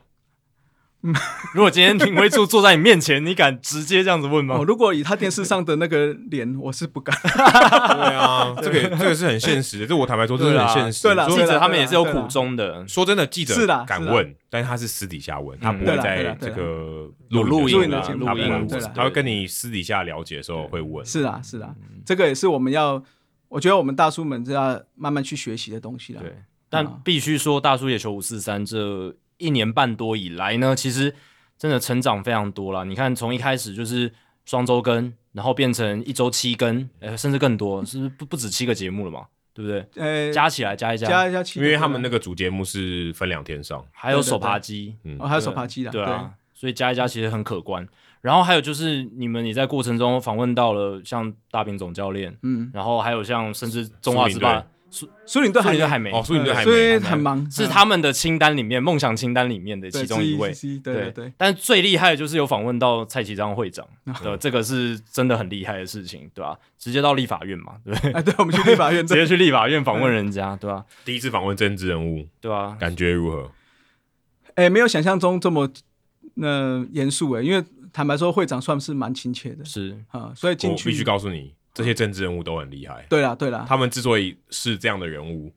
B: 如果今天林威柱坐在你面前，你敢直接这样子问吗
C: 哦，？如果以他电视上的那个脸，我是不敢。
A: 对啊，这个这个是很现实的，这我坦白说，这
B: 对
A: 是
B: 啦
A: 很现实。
C: 对啦
A: 说
B: 记
C: 对
B: 者
C: 啦
B: 他们也是有
C: 对啦
B: 苦衷的，
A: 说真的，记者
C: 是啦
A: 敢
C: 是啦
A: 问，但是他是私底下问，他不
C: 对
A: 会
C: 啦对
A: 在
C: 啦
A: 这个
B: 有录
A: 音
C: 音
A: 的
C: 的
A: 节
C: 节
A: 目
C: 目
A: 他不会
C: 对啦
A: 问
C: 对啦，
A: 他会跟你私底下了解的时候会问。
C: 是啦，是
B: 嗯
C: 啦，这个也是我们要，我觉得我们大叔们是要慢慢去学习的东西啦。
B: 对，但必须说，大叔野球五四三这一年半多以来呢，其实真的成长非常多了。你看，从一开始就是双周更，然后变成一周七更，呃，甚至更多，是不是不不止七个节目了嘛？对不对？
C: 呃，
B: 加起来加一加，
C: 加一下气氛
A: 因
C: 啊，
A: 为他们那个主节目是分两天上，
B: 还有
C: 对对
B: 手扒
C: 对
B: 鸡，
C: 哦还有手扒鸡啦，
B: 对啊，所以加一加其实很可观。然后还有就是你们也在过程中访问到了像大饼总教练，
C: 嗯，
B: 然后还有像甚至中华
A: 苏
B: 职
A: 宁队
B: 棒
C: 苏林队
B: 苏宁队
C: 没
B: 还没，
A: 哦，所以你对还
C: 所
A: 没
C: 以很忙，
B: 是
C: 嗯
B: 他们的清单里面梦想清单里面的
C: 对
B: 其中一位
C: 之。之一对对对，
B: 但最厉害的就是有访问到蔡其章会长，对，这个是真的很厉害的事情，对吧、直接到立法院嘛，对不 对？
C: 哎，对， 我们去立法 院，
B: 直
C: 对
B: 接去立法院访问人家，对吧、
A: 第一次访问政治人物，
B: 对啊吧、
A: 感觉如何？
C: 哎、没有想象中这么呃严肃哎，因为坦白说，会长算是蛮亲切的
B: 是，
C: 啊、所以进
A: 我
C: 去
A: 必须告诉你，这些政治人物都很厉害。
C: 对啦对啦，
A: 他们之所以是这样的人物，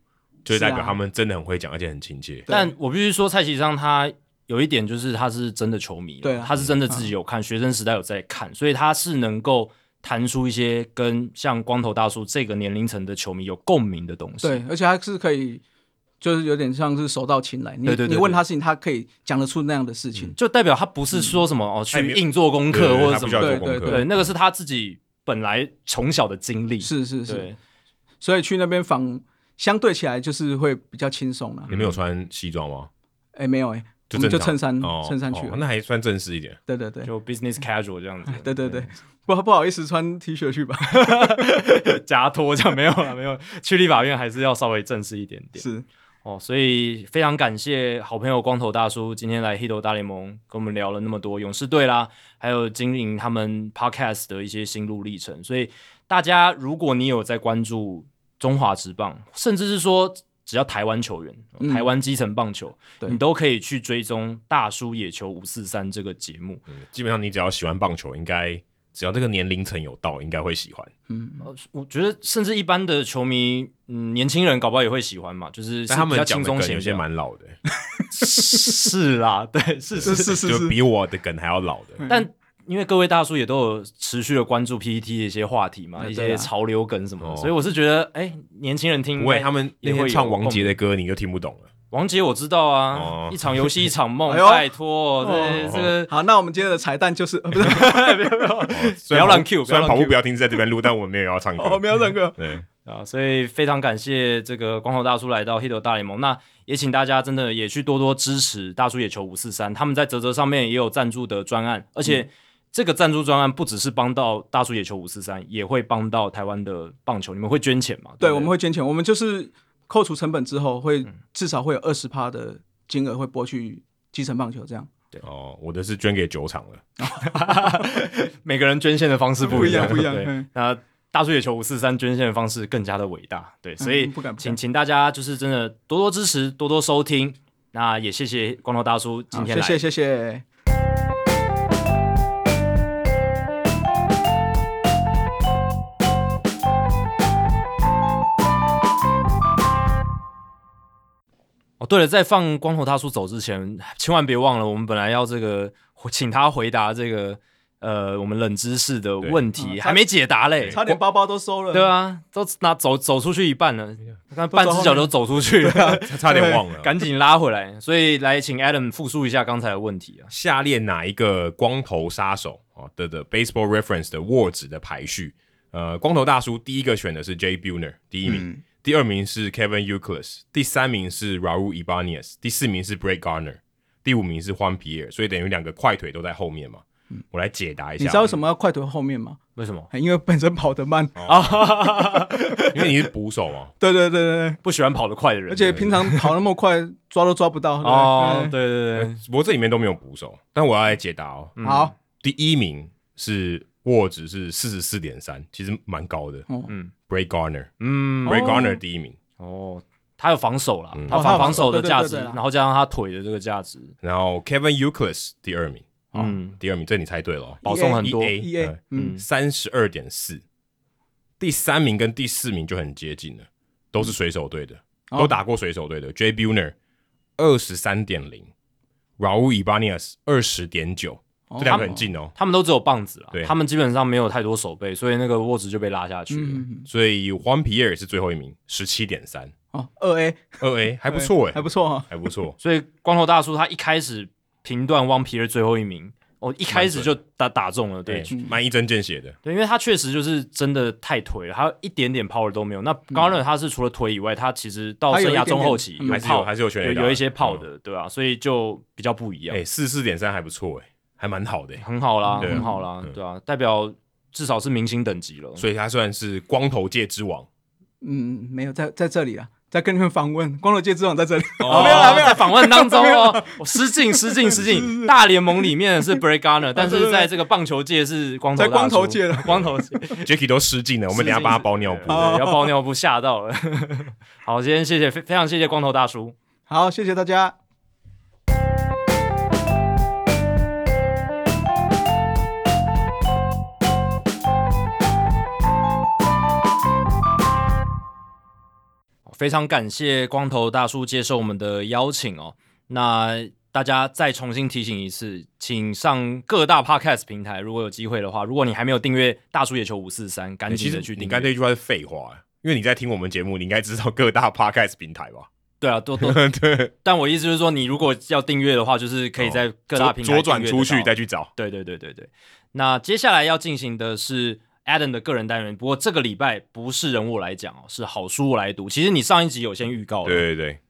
A: 就是代表
C: 啊是啊
A: 他们真的很会讲，而且很亲切。
C: 对
B: 但我必须说，蔡其章他有一点就是他是真的球迷，
C: 对啊
B: 他是真的自己有看，学生时代有在看，所以他是能够谈出一些跟像光头大叔这个年龄层的球迷有共鸣的东西。
C: 对，而且他是可以，就是有点像是手到擒来，你
B: 对对对嗯
C: 你问他事情，他可以讲得出那样的事情。
B: 就代表他不是说什么、哦
A: 哎没
B: 去
A: 有
B: 硬做功
A: 对
B: 课或
A: 他
B: 者
A: 不
B: 什
A: 需要
B: 么，
A: 做
C: 对
A: 功
C: 对
A: 课
B: 对，那个是他自己本来从小的经历，
C: 是是是，
B: 对，
C: 所以去那边访，相对起来就是会比较轻松啦。
A: 你们有穿西装吗？
C: 哎、没有哎、我
A: 正
C: 们就
A: 常
C: 衬衫、
A: 哦
C: 衬衫去
A: 哦
C: 了，
A: 那还算正式一点。
C: 对对对。
B: 就 business casual 这样子，
C: 对对
A: 嗯
C: 对，不不好意思穿 T 恤去吧，
B: 对，夹拖这样没有了，没有，去立法院还是要稍微正式一点点。
C: 是
B: 哦，所以非常感谢好朋友光头大叔今天来 Hito 大联盟跟我们聊了那么多勇士队啦，还有经营他们 Podcast 的一些心路历程。所以大家，如果你有在关注中华职棒，甚至是说只要台湾球员、
C: 嗯
B: 台湾基层棒球，
C: 对
B: 你都可以去追踪大叔野球五四三这个节目。
A: 基本上你只要喜欢棒球，应该只要这个年龄层有到，应该会喜欢。
C: 嗯，
B: 呃我觉得甚至一般的球迷，嗯，年轻人搞不好也会喜欢嘛，就是
A: 但他
B: 比
A: 们
B: 较
A: 讲
B: 轻
A: 的
B: 松
A: 梗
B: 闲
A: 有些
B: 聊
A: 蛮老的，
B: 是啦，对，是
C: 是是是，
A: 就是比我的梗还要老的。
B: 但因为各位大叔也都有持续的关注 PPT 的一些话题嘛，
C: 嗯
B: 一
C: 对
B: 些
C: 啊
B: 潮流梗什么的，
A: 哎哦
B: 所以我是觉得，哎、年轻人听
A: 不会，哦
B: 哎
A: 他们那
B: 也会
A: 天
B: 有
A: 唱 王
B: 共
A: 杰的歌，你就听不懂了。
B: 王杰我知道啊，
A: 哦
B: 一场游戏一 场梦，
C: 哎呦
B: 拜托，
C: 哦
B: 这这个
C: 好，那我们今天的彩 蛋就是，呃不是，
A: 虽然
B: 不要乱哦
A: 跑
B: cue，
A: 虽然
B: 不要乱
A: 跑步
B: cue
A: 不要停是在这边录，但我没有要唱
C: 我
A: 歌。
C: 没有那个，
A: 对，
B: 啊，所以非常感谢这个光头大叔来到 Hit 大联盟。那也请大家真的也去多多支持大叔野球五四三，他们在泽泽上面也有赞助的专案，而
C: 嗯
B: 且这个赞助专案不只是帮到大叔野球五四三，也会帮到台湾的棒球。你们会捐钱吗？
C: 对，
B: 不
C: 我们会捐钱，我们就是扣除成本之后，会
A: 嗯
C: 至少会有二十趴的金额会拨去基层棒球这样。
A: 哦，我的是捐给酒厂了。
B: 每个人捐献的方式不样，
C: 不一样不一样
B: 对
C: 嗯，
B: 那大叔野球五四三捐献的方式更加的伟大，对，所以
C: 嗯不敢不敢
B: 请请大家就是真的多多支持，多多收听。那也谢谢光头大叔今
C: 好，
B: 天
C: 谢
B: 来，
C: 谢谢谢。
B: 哦，对了，在放光头大叔走之前，千万别忘了，我们本来要这个请他回答这个呃我们冷知识的问题，
C: 嗯
B: 还没解答嘞，
C: 差点包包都收了，
B: 对啊，都拿走走出去一半了，看半只脚都走出去
C: 啊
B: 了，
A: 差差点忘了。
B: 赶紧拉回来。所以来请 Adam 复述一下刚才的问题啊。
A: 下列哪一个光头杀手哦的的 Baseball Reference 的 w o r d 的排序？呃，光头大叔第一个选的是 Jay Buhner，第一名；
C: 嗯
A: 第二名是 Kevin Euclid，第三名是 Raul Ibanez，第四名是 Brett Garner，第五名是 Juan Pierre，所以等于两个快腿都在后面嘛。我来解答一下，
C: 嗯你知道为什？么要快腿后面吗？
B: 为什么
C: 因为本身跑得慢。
A: 哦
B: 啊？
A: 因为你是捕手啊嘛，
C: 对对对对对，
B: 不喜欢跑得快的人，
C: 而且平常跑那么快，抓都抓 不到。
B: 哦，
C: 对
B: 对对对，
A: 不过这里面都没有捕手，但我要来解答哦。
C: 对，哎好，
A: 第一名是 w o r d 是四十四点三，其实蛮高的。
C: 哦
B: 嗯
A: Brett Garner，Brett
B: 嗯，
C: 哦
A: Garner 第一名。
B: 哦，他有防守啦，
A: 嗯
B: 他
C: 哦他
B: 防防
C: 有防
B: 守
C: 守
B: 的
C: 对对
B: 价
C: 对
B: 值，
C: 对啦
B: 然后加上他腿的这个价值，
A: 然后 Kevin Euclid 第二名，
C: 哦
B: 嗯，
A: 第二名，这你猜对了哦，
B: 保送很多
A: EA
C: E A，嗯，
A: 三十二点四，第三名跟第四名就很接近了，都是水手队的，
C: 哦
A: 都打过水手队的。J. Buhner 二十三点零，Raul Ibanez 二十点九，
C: 哦
A: 这两个很。近哦。
B: 他们都只有棒子啦
A: 对，
B: 他们基本上没有太多手背，所以那个握值就被拉下去了。。
C: 嗯，
A: 所以黄皮耶尔是最后一名，十七点三，
C: 哦，二 A
A: 二 A 还不错哎，
C: 还不错哦哈。
A: 还不错
B: 所以光头大叔他一开始评断汪皮尔最后一名，哦，一开始就打打中了， 对
A: 对，蛮一针见血的，
B: 对，因为他确实就是真的太腿了，他一点点 power 都没有。那 Garner 他是除了腿以外，他其实到
C: 嗯他有
B: 生
C: 一
B: 涯
C: 点点
B: 中后期
C: 嗯
A: 还是有
B: 炮，
A: 还是有全
B: 有
A: 垒打嗯
B: 有一些炮，的，对吧、啊所以就比较不一样。
A: 哎，四四点三还不错哎，还蛮好的哎。
B: 很好啦，
A: 对啊
B: 很好啦，
A: 嗯
B: 对啊，代表至少是明星等级了。
A: 所以他算是光头界之王，
C: 嗯，没有在在这里啊，在跟你们访问，光头界之王在这里。
B: 哦，没有啦，在访问当中哦，我失敬失敬失敬。大联盟里面是 Brett Garner，但是在这个棒球界是光头大叔，
C: 在光头界了
B: 光头界，
A: Jacky 都失禁了，我们等一下帮他包尿
B: 对
A: 布。哦
B: 对要包尿布吓到了。 好，今天谢谢，非非常谢谢光头大叔。
C: 好，谢谢大家。
B: 非常感谢光头大叔接受我们的邀请哦。那大家再重新提醒一次，请上各大 podcast 平台，如果有机会的话，如果你还没有订阅“大叔野球五四三”，赶
A: 欸其
B: 紧
A: 实
B: 的去
A: 你
B: 订
A: 刚才
B: 阅。
A: 那句话是废话，因为你在听我们节目，你应该知道各大 podcast 平台吧？
B: 对啊，都都
A: 对，
B: 但我意思就是说，你如果要订阅的话，就是可以在各大
A: 哦左
B: 平台
A: 左转
B: 订
A: 出
B: 阅得
A: 去
B: 到
A: 再去找。
B: 对对对对对。那接下来要进行的是 Adam 的个人单元，不过这个礼拜不是人物来讲哦，是好书我来读。其实你上一集有先预告了，
A: 对对对，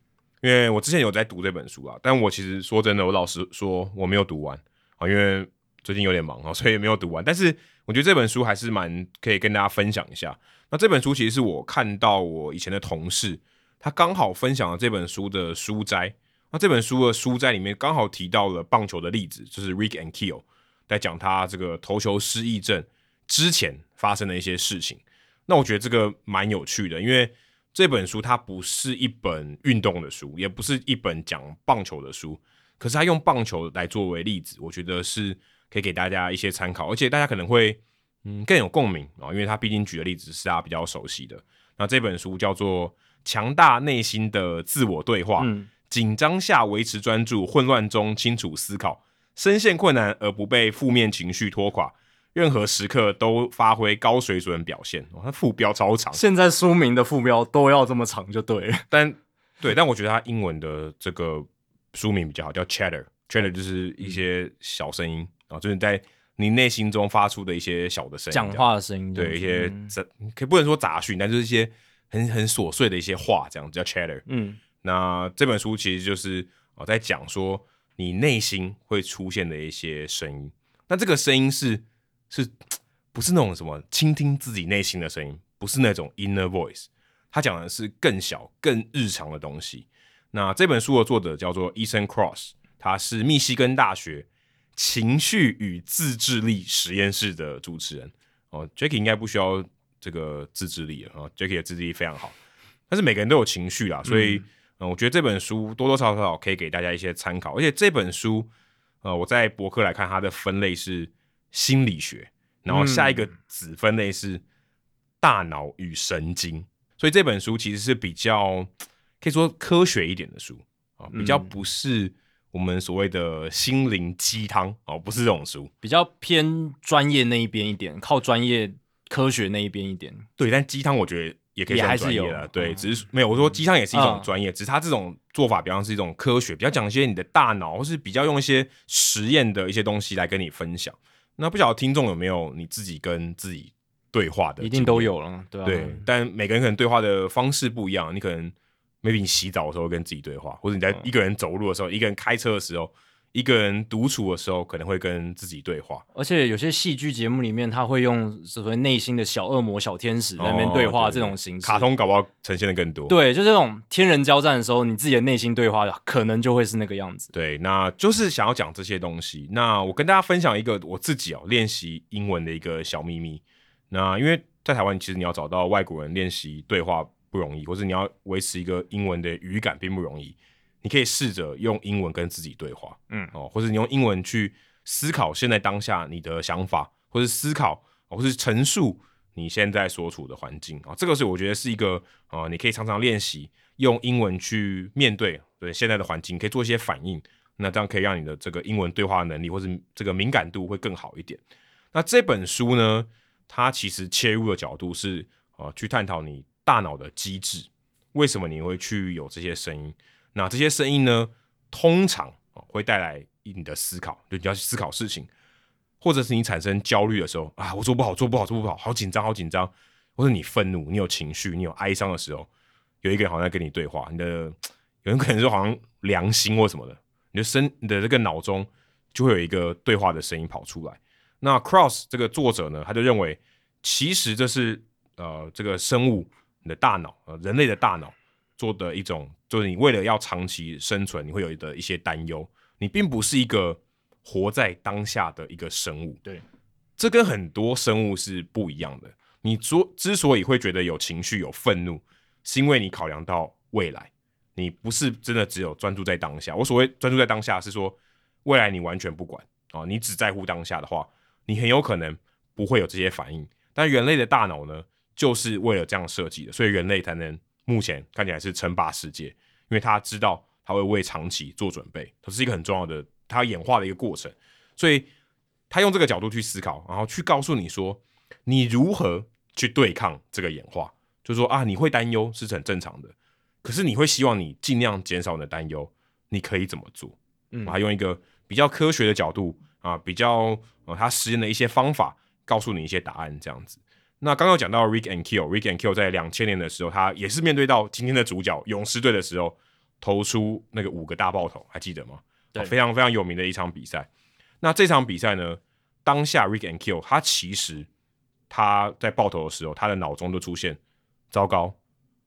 A: 因为我之前有在读这本书啊，但我其实说真的，我老实说我没有读完啊，因为最近有点忙啊，所以没有读完。但是我觉得这本书还是蛮可以跟大家分享一下。那这本书其实是我看到我以前的同事，他刚好分享了这本书的书摘。那这本书的书摘里面刚好提到了棒球的例子，就是 Rick and Kiel 在讲他这个投球失忆症之前发生的一些事情。那我觉得这个蛮有趣的，因为这本书它不是一本运动的书，也不是一本讲棒球的书，可是它用棒球来作为例子，我觉得是可以给大家一些参考，而且大家可能会嗯更有共鸣啊、哦，因为他毕竟举的例子是大家比较熟悉的。那这本书叫做《强大内心的自我对话》，
B: 嗯
A: 紧张下维持专注，混乱中清楚思考，深陷困难而不被负面情绪拖垮，任何时刻都发挥高水准表现。哦、它副标超 长，
B: 现在书名的副标都要这么长就对了。
A: 但对，但我觉得它英文的这个书名比较好，叫 Chatter。Chatter 就是一些小声音啊、哦就是在你内心中发出的一些小的声音，
B: 讲
A: 这样
B: 话的声音，
A: 对一些
B: 嗯
A: 杂，可以不能说杂讯，但就是一些很很琐碎的一些话，这样叫 chatter。
B: 嗯，
A: 那这本书其实就是哦，在讲说你内心会出现的一些声音。那这个声音是是不是那种什么倾听自己内心的声音？不是那种 inner voice。他讲的是更小、更日常的东西。那这本书的作者叫做 Ethan Cross，他是密西根大学情绪与自制力实验室的主持人。哦，Jacky 应该不需要这个自制力了啊、哦、，Jacky 的自制力非常好。但是每个人都有情绪啦，所以、呃我觉得这本书多多少少可以给大家一些参考。而且这本书，呃，我在博客来看它的分类是心理学，然后下一个子分类是大脑与神经，所以这本书其实是比较可以说科学一点的书啊，比较不是我们所谓的心灵鸡汤哦，不是这种书。
B: 比较偏专业那一边一点，靠专业科学那一边一点。
A: 对，但鸡汤我觉得也可以
B: 也
A: 算
B: 还是
A: 专业
B: 有
A: 了。对，
B: 嗯
A: 只是没有我说鸡汤也是一种
B: 嗯
A: 专业，只是它这种做法比较像是一种科学，比较讲一些你的大脑，或是比较用一些实验的一些东西来跟你分享。那不晓得听众有没有你自己跟自己对话的，
B: 一定都。有了，对啊，
A: 对，但每个人可能对话的方式不一样，你可能 maybe 你洗澡的时候跟自己对话，或者你
B: 嗯
A: 在一个人走路的时候，一个人开车的时候，一个人独处的时候，可能会跟自己对话。
B: 而且有些戏剧节目里面，他会用所谓内心的小恶魔、小天使在那边对
A: 哦
B: 话这种形式。
A: 卡通搞不好呈现的更多。
B: 对，就这种天人交战的时候，你自己的内心对话可能就会是那个样子。
A: 对，那就是想要讲这些东西。那我跟大家分享一个我自己哦练习英文的一个小秘密。那因为在台湾，其实你要找到外国人练习对话不容易，或者你要维持一个英文的语感并不容易。你可以试着用英文跟自己对话，
B: 嗯
A: 哦，或者你用英文去思考现在当下你的想法，或是思考，哦或是陈述你现在所处的环境啊、哦这个是我觉得是一个呃，你可以常常练习用英文去面对对现在的环境，可以做一些反应，那这样可以让你的这个英文对话能力或是这个敏感度会更好一点。那这本书呢，它其实切入的角度是呃，去探讨你大脑的机制，为什么你会去有这些声音？那这些声音呢，通常哦会带来你的思考，就你要去思考事情，或者是你产生焦虑的时候啊，我做不好，做不好，做不好，好紧张，好紧张，或者你愤怒，你有情绪，你有哀伤的时候，有一个人好像在跟你对话，你的有人可能说好像良心或什么的，你的身你的这个脑中就会有一个对话的声音跑出来。那 Cross 这个作者呢，他就认为，其实这是呃这个生物你的大脑，呃人类的大脑做的一种，就是你为了要长期生存，你会有的一些担忧。你并不是一个活在当下的一个生物，
B: 对，
A: 这跟很多生物是不一样的。你所之所以会觉得有情绪、有愤怒，是因为你考量到未来，你不是真的只有专注在当下。我所谓专注在当下，是说未来你完全不管哦，你只在乎当下的话，你很有可能不会有这些反应。但人类的大脑呢，就是为了这样设计的，所以人类才能目前看起来是称霸世界，因为他知道他会为长期做准备，这是一个很重要的他演化的一个过程。所以他用这个角度去思考，然后去告诉你说，你如何去对抗这个演化，就说啊，你会担忧是很正常的，可是你会希望你尽量减少你的担忧，你可以怎么做？
B: 嗯
A: 他用一个比较科学的角度啊，比较呃，他实验的一些方法，告诉你一些答案这样子。那刚刚有讲到 Rick and Kill，Rick and Kill 在两千年的时候，他也是面对到今天的主角勇士队的时候，投出那个五个大爆头，还记得吗？
B: 对
A: 啊非常非常有名的一场比赛。那这场比赛呢，当下 Rick and Kill 他其实他在爆头的时候，他的脑中就出现糟糕，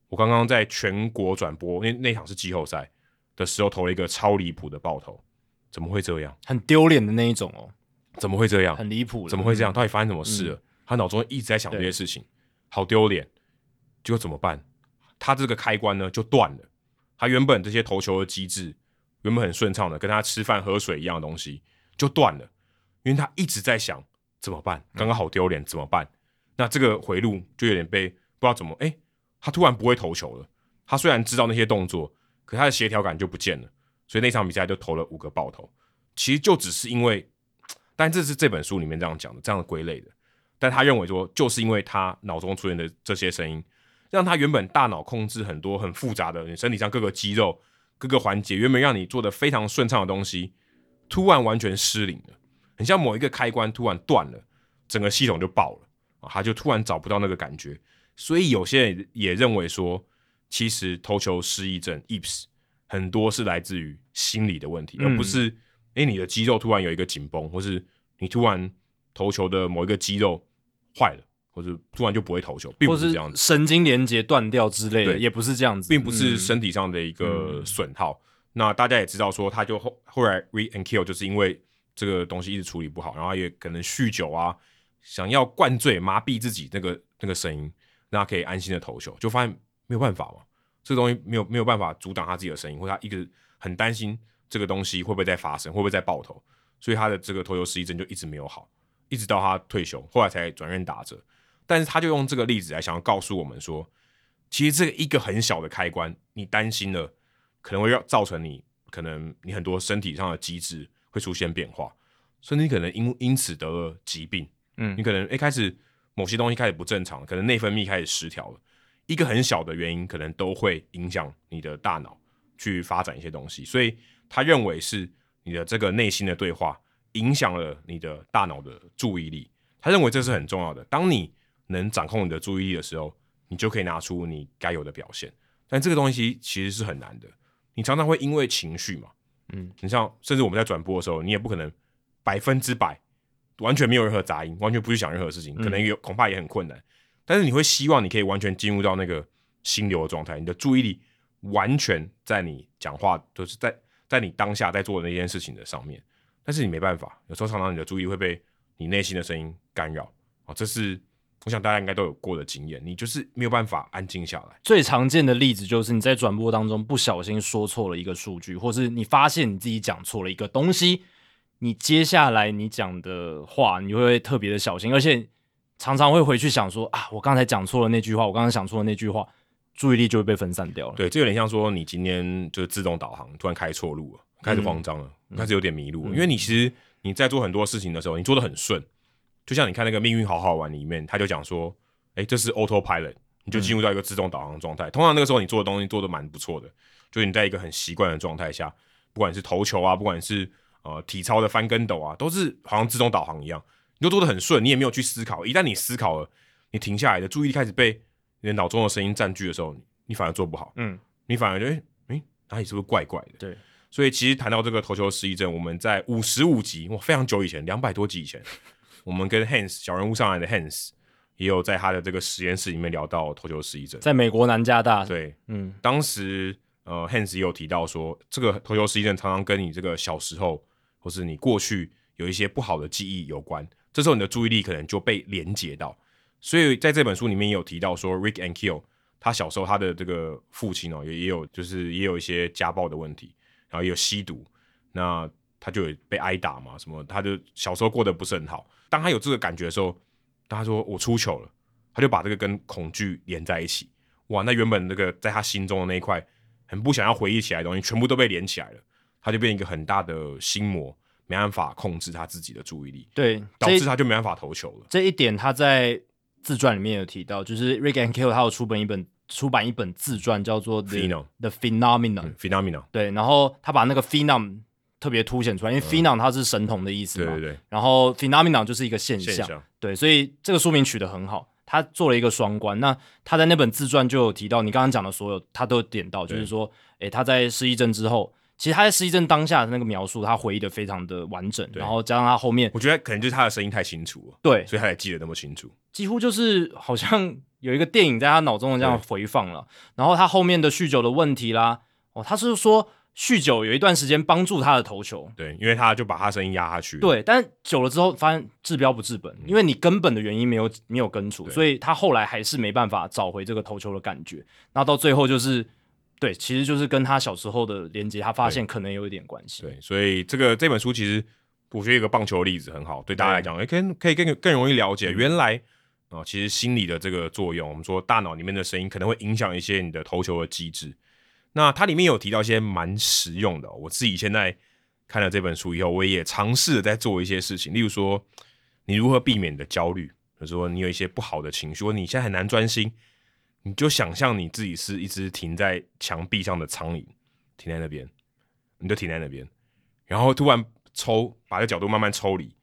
A: 我刚刚在全国转播那那场是季后赛的时候投了一个超离谱的爆头，怎么会这样？
B: 很丢脸的那一种哦，
A: 怎么会这样？
B: 很离谱了，
A: 啊
B: 嗯
A: 怎么会这样？到底发生什么事了？他脑中一直在想这些事情，好丢脸，结果怎么办？他这个开关呢就断了。他原本这些投球的机制原本很顺畅的，跟他吃饭喝水一样的东西就断了，因为他一直在想怎么办，刚刚好丢脸，怎么办？那这个回路就有点被不知道怎么，哎、他突然不会投球了。他虽然知道那些动作，可他的协调感就不见了，所以那场比赛就投了五个爆头。其实就只是因为，但这是这本书里面这样讲的，这样归类的。但他认为说，就是因为他脑中出现的这些声音，让他原本大脑控制很多很复杂的你身体上各个肌肉、各个环节，原本让你做的非常顺畅的东西，突然完全失灵了，很像某一个开关突然断了，整个系统就爆了啊！他就突然找不到那个感觉，所以有些人也认为说，其实投球失忆症 （IPS） 很多是来自于心理的问题，
B: 嗯
A: 而不是诶、你的肌肉突然有一个紧绷，或是你突然投球的某一个肌肉坏了，或者突然就不会投球，并
B: 或
A: 不
B: 是
A: 这样子。
B: 神经连接断掉之类的，
A: 对
B: 也不是这样子，
A: 并不是
B: 嗯
A: 身体上的一个损耗。那大家也知道，说他就后后来 re and kill，就是因为这个东西一直处理不好，然后也可能酗酒啊，想要灌醉麻痹自己那个那个声音，那可以安心的投球，就发现没有办法嘛，这个东西没有没有办法阻挡他自己的声音，或者他一直很担心这个东西会不会再发生，会不会再爆头，所以他的这个投球失忆症就一直没有好，一直到他退休，后来才转任打者。但是他就用这个例子来想要告诉我们说，其实这个一个很小的开关，你担心了，可能会要造成你可能你很多身体上的机制会出现变化，甚至你可能因因此得了疾病。
B: 嗯
A: 你可能一开始某些东西开始不正常，可能内分泌开始失调了，一个很小的原因可能都会影响你的大脑去发展一些东西，所以他认为是你的这个内心的对话影响了你的大脑的注意力，他认为这是很重要的。当你能掌控你的注意力的时候，你就可以拿出你该有的表现。但这个东西其实是很难的，你常常会因为情绪嘛，
B: 嗯，
A: 你像甚至我们在转播的时候，你也不可能百分之百完全没有任何杂音，完全不去想任何事情，可能有恐怕也很困难。但是你会希望你可以完全进入到那个心流的状态，你的注意力完全在你讲话，就是在在你当下在做的那件事情的上面。但是你没办法，有时候常常你的注意会被你内心的声音干扰啊，这是我想大家应该都有过的经验，你就是没有办法安静下来。
B: 最常见的例子就是你在转播当中不小心说错了一个数据，或是你发现你自己讲错了一个东西，你接下来你讲的话，你会特别的小心，而且常常会回去想说啊，我刚才讲错了那句话，我刚才想错了那句话，注意力就会被分散掉了。
A: 对，这有点像说你今天就是自动导航突然开错路了，开
B: 嗯
A: 始慌张了，开始有点迷路了，因为你其实你在做很多事情的时候，你做的很顺，就像你看那个《命运好好玩》里面，他就讲说，哎、这是 autopilot，你
B: 嗯
A: 就进入到一个自动导航的状态。通常那个时候你做的东西做的蛮不错的，就是你在一个很习惯的状态下，不管是投球啊，不管是呃体操的翻跟斗啊，都是好像自动导航一样，你就做的很顺，你也没有去思考。一旦你思考了，你停下来的注意力开始被你的脑中的声音占据的时候，你你反而做不好。
B: 嗯，
A: 你反而就哎哎、诶哪里是不是怪怪的？
B: 对，
A: 所以其实谈到这个投球失忆症，我们在五十五集，哇，非常久以前，两百多集以前，我们跟 Hans 小人物上来的 Hans 也有在他的这个实验室里面聊到投球失忆症。
B: 在美国南加大，
A: 对，
B: 嗯，
A: 当时呃，Hans 也有提到说，这个投球失忆症常常跟你这个小时候或是你过去有一些不好的记忆有关，这时候你的注意力可能就被连接到。所以在这本书里面也有提到说，Rick and Kill 他小时候他的这个父亲哦，也也有就是也有一些家暴的问题，然后也有吸毒，那他就有被挨打嘛，什么他就小时候过得不是很好。当他有这个感觉的时候，当他说我出糗了，他就把这个跟恐惧连在一起。哇，那原本那个在他心中的那一块很不想要回忆起来的东西，全部都被连起来了，他就变一个很大的心魔，没办法控制他自己的注意力，
B: 对，
A: 导
B: 这
A: 致他就没办法投球了。
B: 这一点他在自传里面有提到，就是 Rick and Kill 他有出本一本出版一本自传叫做 The
A: Phenom
B: The Phenomenon，、
A: 嗯，phenomenal，
B: 对，然后他把那个 phenom 特别凸显出来，因为 phenom 它是神童的意思
A: 嗯对
B: 嘛，
A: 对对，
B: 然后 phenomenon 就是一个现象，
A: 现象。
B: 对，所以这个书名取得很好，他做了一个双关。那他在那本自传就有提到，你刚刚讲的所有，他都有点到，就是说，诶，他在失忆症之后，其实他在失忆症当下的那个描述，他回忆的非常的完整，
A: 对
B: 然后加上他后面
A: 我觉得可能就是他的声音太清楚了，
B: 对
A: 所以他也记得那么清楚。
B: 几乎就是好像有一个电影在他脑中的这样回放了。然后他后面的酗酒的问题啦，哦，他是说酗酒有一段时间帮助他的投球，
A: 对，因为他就把他声音压下去。，嗯
B: 对，但久了之后发现治标不治本，因为你根本的原因没有没有根除，
A: 对
B: 所以他后来还是没办法找回这个投球的感觉。那到最后就是，对，其实就是跟他小时候的连接，他发现可能有一点关系。
A: 对，所以这个这本书其实我觉得有个棒球例子很好，对大家来讲，哎，更可以更更容易了解原来啊、其实心理的这个作用，我们说大脑里面的声音可能会影响一些你的投球的机制。那它里面有提到一些蛮实用的哦、我自己现在看了这本书以后，我也尝试着在做一些事情，例如说你如何避免你的焦虑，比如说你有一些不好的情绪，或你现在很难专心，你就想象你自己是一只停在墙壁上的苍蝇，停在那边，你就停在那边，然后突然抽，把这角度慢慢抽离，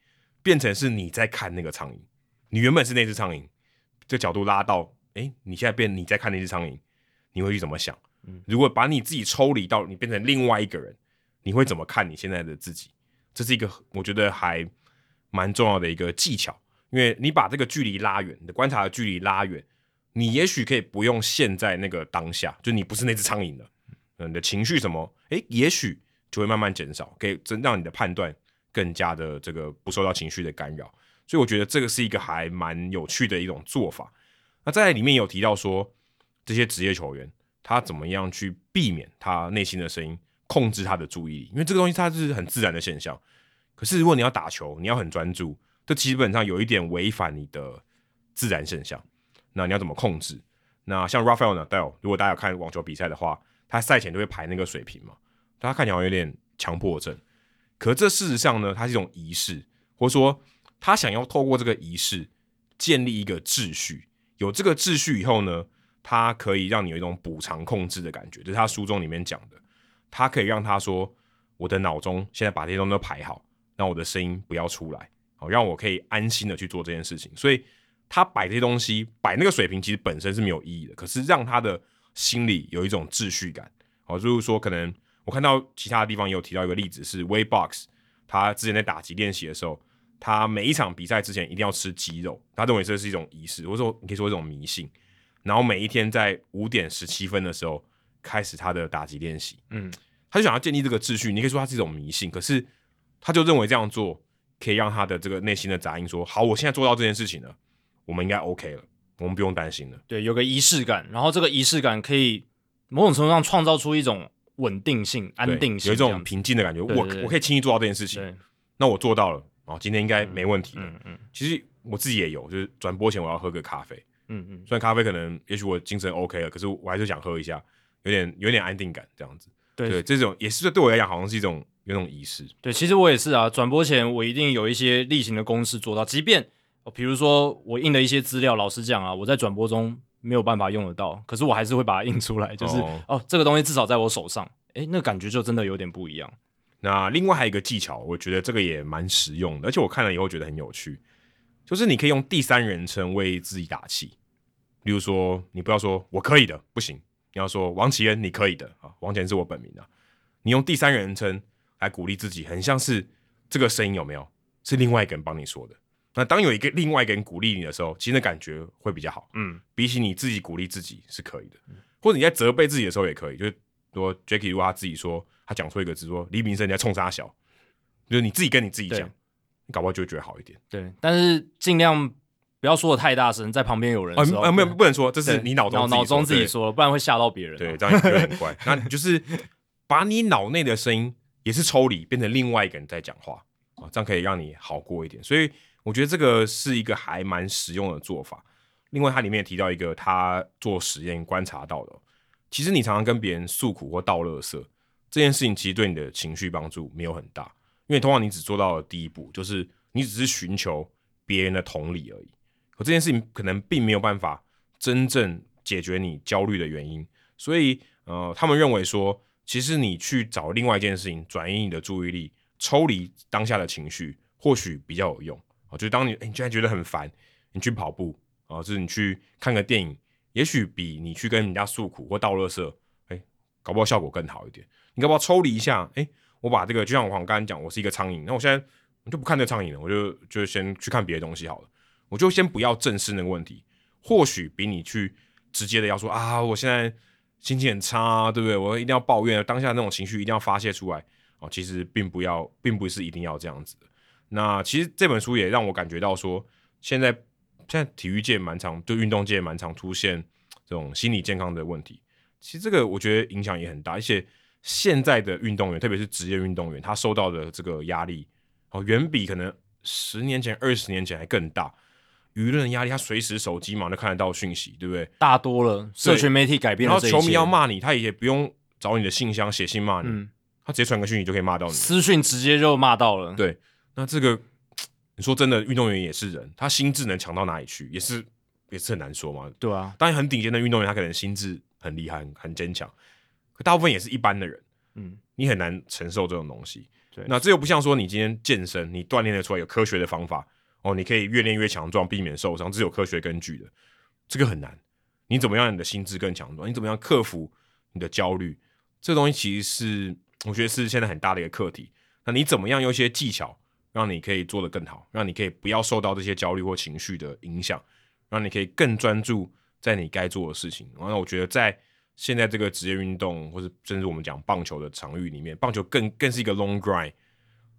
A: 变成是你在看那个苍蝇。你原本是那只苍蝇，这角度拉到，哎，你现在变你在看那只苍蝇，你会去怎么想？如果把你自己抽离到你变成另外一个人，你会怎么看你现在的自己？这是一个我觉得还蛮重要的一个技巧，因为你把这个距离拉远，你的观察的距离拉远，你也许可以不用陷在那个当下，就你不是那只苍蝇了。嗯，你的情绪什么，诶，也许就会慢慢减少，可以真让你的判断更加的这个不受到情绪的干扰。所以我觉得这个是一个还蛮有趣的一种做法。那在里面有提到说，这些职业球员他怎么样去避免他内心的声音，控制他的注意力，因为这个东西它是很自然的现象。可是如果你要打球，你要很专注，这基本上有一点违反你的自然现象。那你要怎么控制？那像 Rafael Nadal，如果大家有看网球比赛的话，他赛前都会排那个水平嘛，他看起来好像有点强迫症。可这事实上呢，它是一种仪式，或者说他想要透过这个仪式建立一个秩序。有这个秩序以后呢，它可以让你有一种补偿控制的感觉，这是他书中里面讲的。它可以让他说，我的脑中现在把这些东西都排好，让我的声音不要出来，好哦让我可以安心的去做这件事情。所以他摆这些东西，摆那个水平其实本身是没有意义的，可是让他的心里有一种秩序感。好，就是说可能我看到其他地方也有提到一个例子是 Waybox，他之前在打击练习的时候，他每一场比赛之前一定要吃鸡肉，他认为这是一种仪式，或者说你可以说一种迷信。然后每一天在五点十七分的时候开始他的打击练习，
B: 嗯，
A: 他就想要建立这个秩序。你可以说他是一种迷信，可是他就认为这样做可以让他的这个内心的杂音说：好，我现在做到这件事情了，我们应该 OK 了，我们不用担心了。
B: 对，有个仪式感，然后这个仪式感可以某种程度上创造出一种稳定性、安
A: 对
B: 定性，
A: 有一种平静的感觉，
B: 对
A: 我
B: 对
A: 我可以轻易做到这件事情。
B: 对，
A: 那我做到了，哦，今天应该没问题了。
B: 嗯嗯
A: 其实我自己也有，就是转播前我要喝个咖啡，
B: 嗯嗯，
A: 虽然咖啡可能也许我精神 OK 了，可是我还是想喝一下，有点有点安定感这样子。
B: 对
A: 对，这种也是对我来讲好像是一种有一种仪式。
B: 对，其实我也是啊。转播前我一定有一些例行的公式做到，即便呃比如说我印的一些资料，老实讲啊，我在转播中没有办法用得到，可是我还是会把它印出来，就是
A: 哦
B: 哦这个东西至少在我手上，诶，那感觉就真的有点不一样。
A: 那另外还有一个技巧，我觉得这个也蛮实用的，而且我看了以后觉得很有趣，就是你可以用第三人称为自己打气。例如说，你不要说“我可以的”，不行，你要说“王奇恩，你可以的”啊，王奇恩是我本名啊。你用第三人称来鼓励自己，很像是这个声音有没有是另外一个人帮你说的。那当有一个另外一个人鼓励你的时候，其实那感觉会比较好。
B: 嗯，
A: 比起你自己鼓励自己是可以的，或者你在责备自己的时候也可以。就是说 Jacky 如果他自己说他讲错一个字，说黎明生你在冲杀小，就是你自己跟你自己讲
B: 对，
A: 你搞不好就会觉得好一点。
B: 对，但是尽量不要说的太大声，在旁边有人
A: 啊
B: 的时候，
A: 啊，没有
B: 对
A: 不能说，这是
B: 对
A: 你脑中
B: 脑脑中自己
A: 对
B: 说，不然会吓到别人。啊
A: 对，这样也有点怪。那你就是把你脑内的声音也是抽离，变成另外一个人在讲话啊，这样可以让你好过一点。所以我觉得这个是一个还蛮实用的做法。另外，它里面也提到一个他做实验观察到的哦，其实你常常跟别人诉苦或倒垃圾这件事情，其实对你的情绪帮助没有很大，因为通常你只做到了第一步，就是你只是寻求别人的同理而已。可这件事情可能并没有办法真正解决你焦虑的原因，所以呃，他们认为说，其实你去找另外一件事情转移你的注意力，抽离当下的情绪，或许比较有用啊。就是当你、诶你现在觉得很烦，你去跑步哦啊，就是你去看个电影，也许比你去跟人家诉苦或倒垃圾，哎、搞不好效果更好一点。你搞不好抽离一下，哎、我把这个就像我刚刚讲，我是一个苍蝇，那我现在我就不看这个苍蝇了，我就就先去看别的东西好了，我就先不要正视那个问题，或许比你去直接的要说啊，我现在心情很差、啊对不对？我一定要抱怨，当下那种情绪一定要发泄出来哦。其实并不要，并不是一定要这样子的。那其实这本书也让我感觉到说，现在现在体育界蛮常，就运动界蛮常出现这种心理健康的问题。其实这个我觉得影响也很大，而且现在的运动员，特别是职业运动员，他受到的这个压力，哦，远比可能十年前、二十年前还更大。舆论的压力，他随时手机嘛就看得到讯息，对不对？
B: 大多了，社群媒体改变
A: 然后
B: 了这一
A: 球迷
B: 切
A: 要骂你，他也不用找你的信箱写信骂你，
B: 嗯，
A: 他直接传个讯息就可以骂到你。
B: 私讯直接就骂到了，
A: 对那这个，你说真的，运动员也是人，他心智能强到哪里去，也是也是很难说嘛。
B: 对啊，
A: 当然，很顶尖的运动员，他可能心智很厉害、很很坚强，可大部分也是一般的人，
B: 嗯，
A: 你很难承受这种东西。
B: 对
A: 那这又不像说你今天健身，你锻炼得出来有科学的方法哦，你可以越练越强壮，避免受伤，这是有科学根据的。这个很难，你怎么样让你的心智更强壮？你怎么样克服你的焦虑？这东西其实是我觉得是现在很大的一个课题。那你怎么样用一些技巧，让你可以做得更好，让你可以不要受到这些焦虑或情绪的影响，让你可以更专注在你该做的事情。然后我觉得在现在这个职业运动，或是甚至我们讲棒球的场域里面，棒球更更是一个 long grind，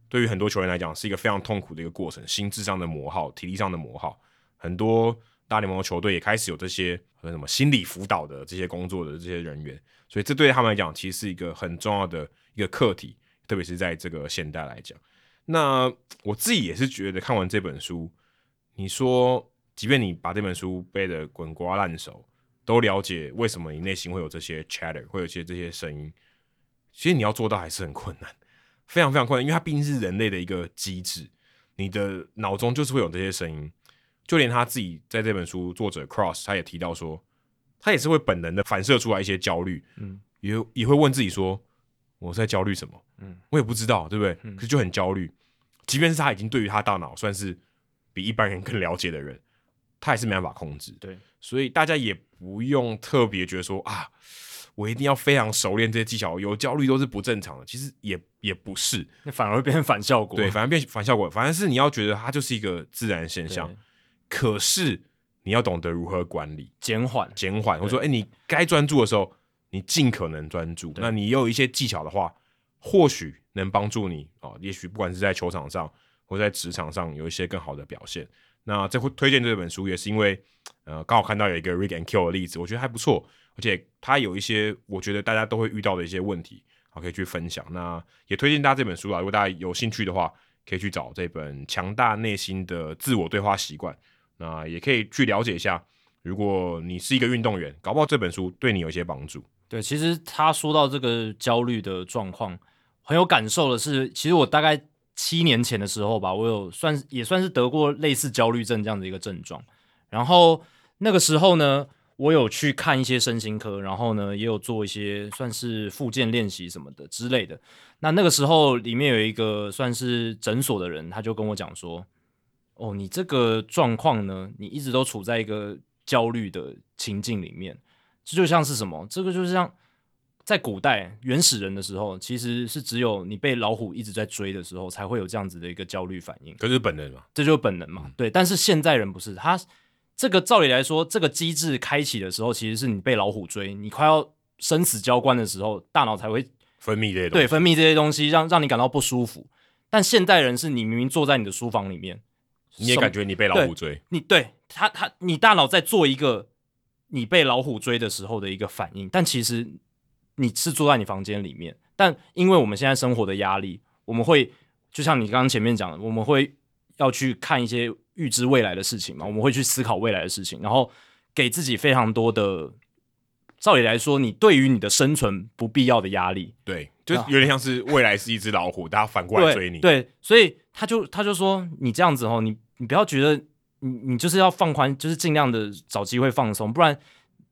A: 对于很多球员来讲是一个非常痛苦的一个过程，心智上的磨耗，体力上的磨耗。很多大联盟的球队也开始有这些呃什么心理辅导的这些工作的这些人员，所以这对他们来讲其实是一个很重要的一个课题，特别是在这个现代来讲。那我自己也是觉得看完这本书，你说，即便你把这本书背得滚瓜烂熟，都了解为什么你内心会有这些 chatter，会有一些这些声音，其实你要做到还是很困难，非常非常困难，因为它毕竟是人类的一个机制，你的脑中就是会有这些声音。就连他自己在这本书作者 Cross 他也提到说，他也是会本能的反射出来一些焦虑，
B: 嗯，
A: 也也会问自己说，我在焦虑什么？
B: 嗯，
A: 我也不知道，对不对？
B: 嗯
A: 可是就很焦虑，即便是他已经对于他大脑算是比一般人更了解的 人，他也是没办法控制。
B: 对，
A: 所以大家也不用特别觉得说啊，我一定要非常熟练这些技巧，有焦虑都是不正常的。其实也也不是，
B: 那反而会变成反效果，
A: 对，反正变反效果，反正是你要觉得它就是一个自然现
B: 对
A: 象，可是你要懂得如何管理。
B: 减缓，
A: 减缓，或者说，哎、你该专注的时候，你尽可能专注。那你有一些技巧的话，或许能帮助你哦，也许不管是在球场上或在职场上有一些更好的表现。那这会推荐这本书，也是因为呃，刚好看到有一个 Rick and Kill 的例子，我觉得还不错，而且它有一些我觉得大家都会遇到的一些问题，好可以去分享。那也推荐大家这本书啊，如果大家有兴趣的话，可以去找这本《强大内心的自我对话习惯》，那也可以去了解一下。如果你是一个运动员，搞不好这本书对你有一些帮助。
B: 对，其实他说到这个焦虑的状况，很有感受的是，其实我大概七年前的时候吧，我有算也算是得过类似焦虑症这样的一个症状。然后那个时候呢，我有去看一些身心科，然后呢也有做一些算是复健练习什么的之类的。那那个时候里面有一个算是诊所的人，他就跟我讲说：“哦，你这个状况呢，你一直都处在一个焦虑的情境里面。”这就像是什么？这个就是像在古代原始人的时候，其实是只有你被老虎一直在追的时候，才会有这样子的一个焦虑反应，
A: 可是本人嘛，
B: 这就是本能
A: 嗯
B: 嘛。对，但是现在人不是，他这个照理来说，这个机制开启的时候，其实是你被老虎追，你快要生死交关的时候，大脑才会
A: 分泌这些东西，
B: 对分泌这些东西，让让你感到不舒服。但现代人是你明明坐在你的书房里面，
A: 你也
B: 什么
A: 感觉你被老虎追，
B: 你对他他你大脑在做一个你被老虎追的时候的一个反应，但其实你是坐在你房间里面，但因为我们现在生活的压力，我们会就像你刚刚前面讲的，我们会要去看一些预知未来的事情嘛，我们会去思考未来的事情，然后给自己非常多的，照理来说，你对于你的生存不必要的压力，
A: 对，就有点像是未来是一只老虎，大家反过
B: 对
A: 来追你。
B: 啊对，所以他就他就说你这样子哦，你你不要觉得你你就是要放宽，就是尽量的找机会放松，不然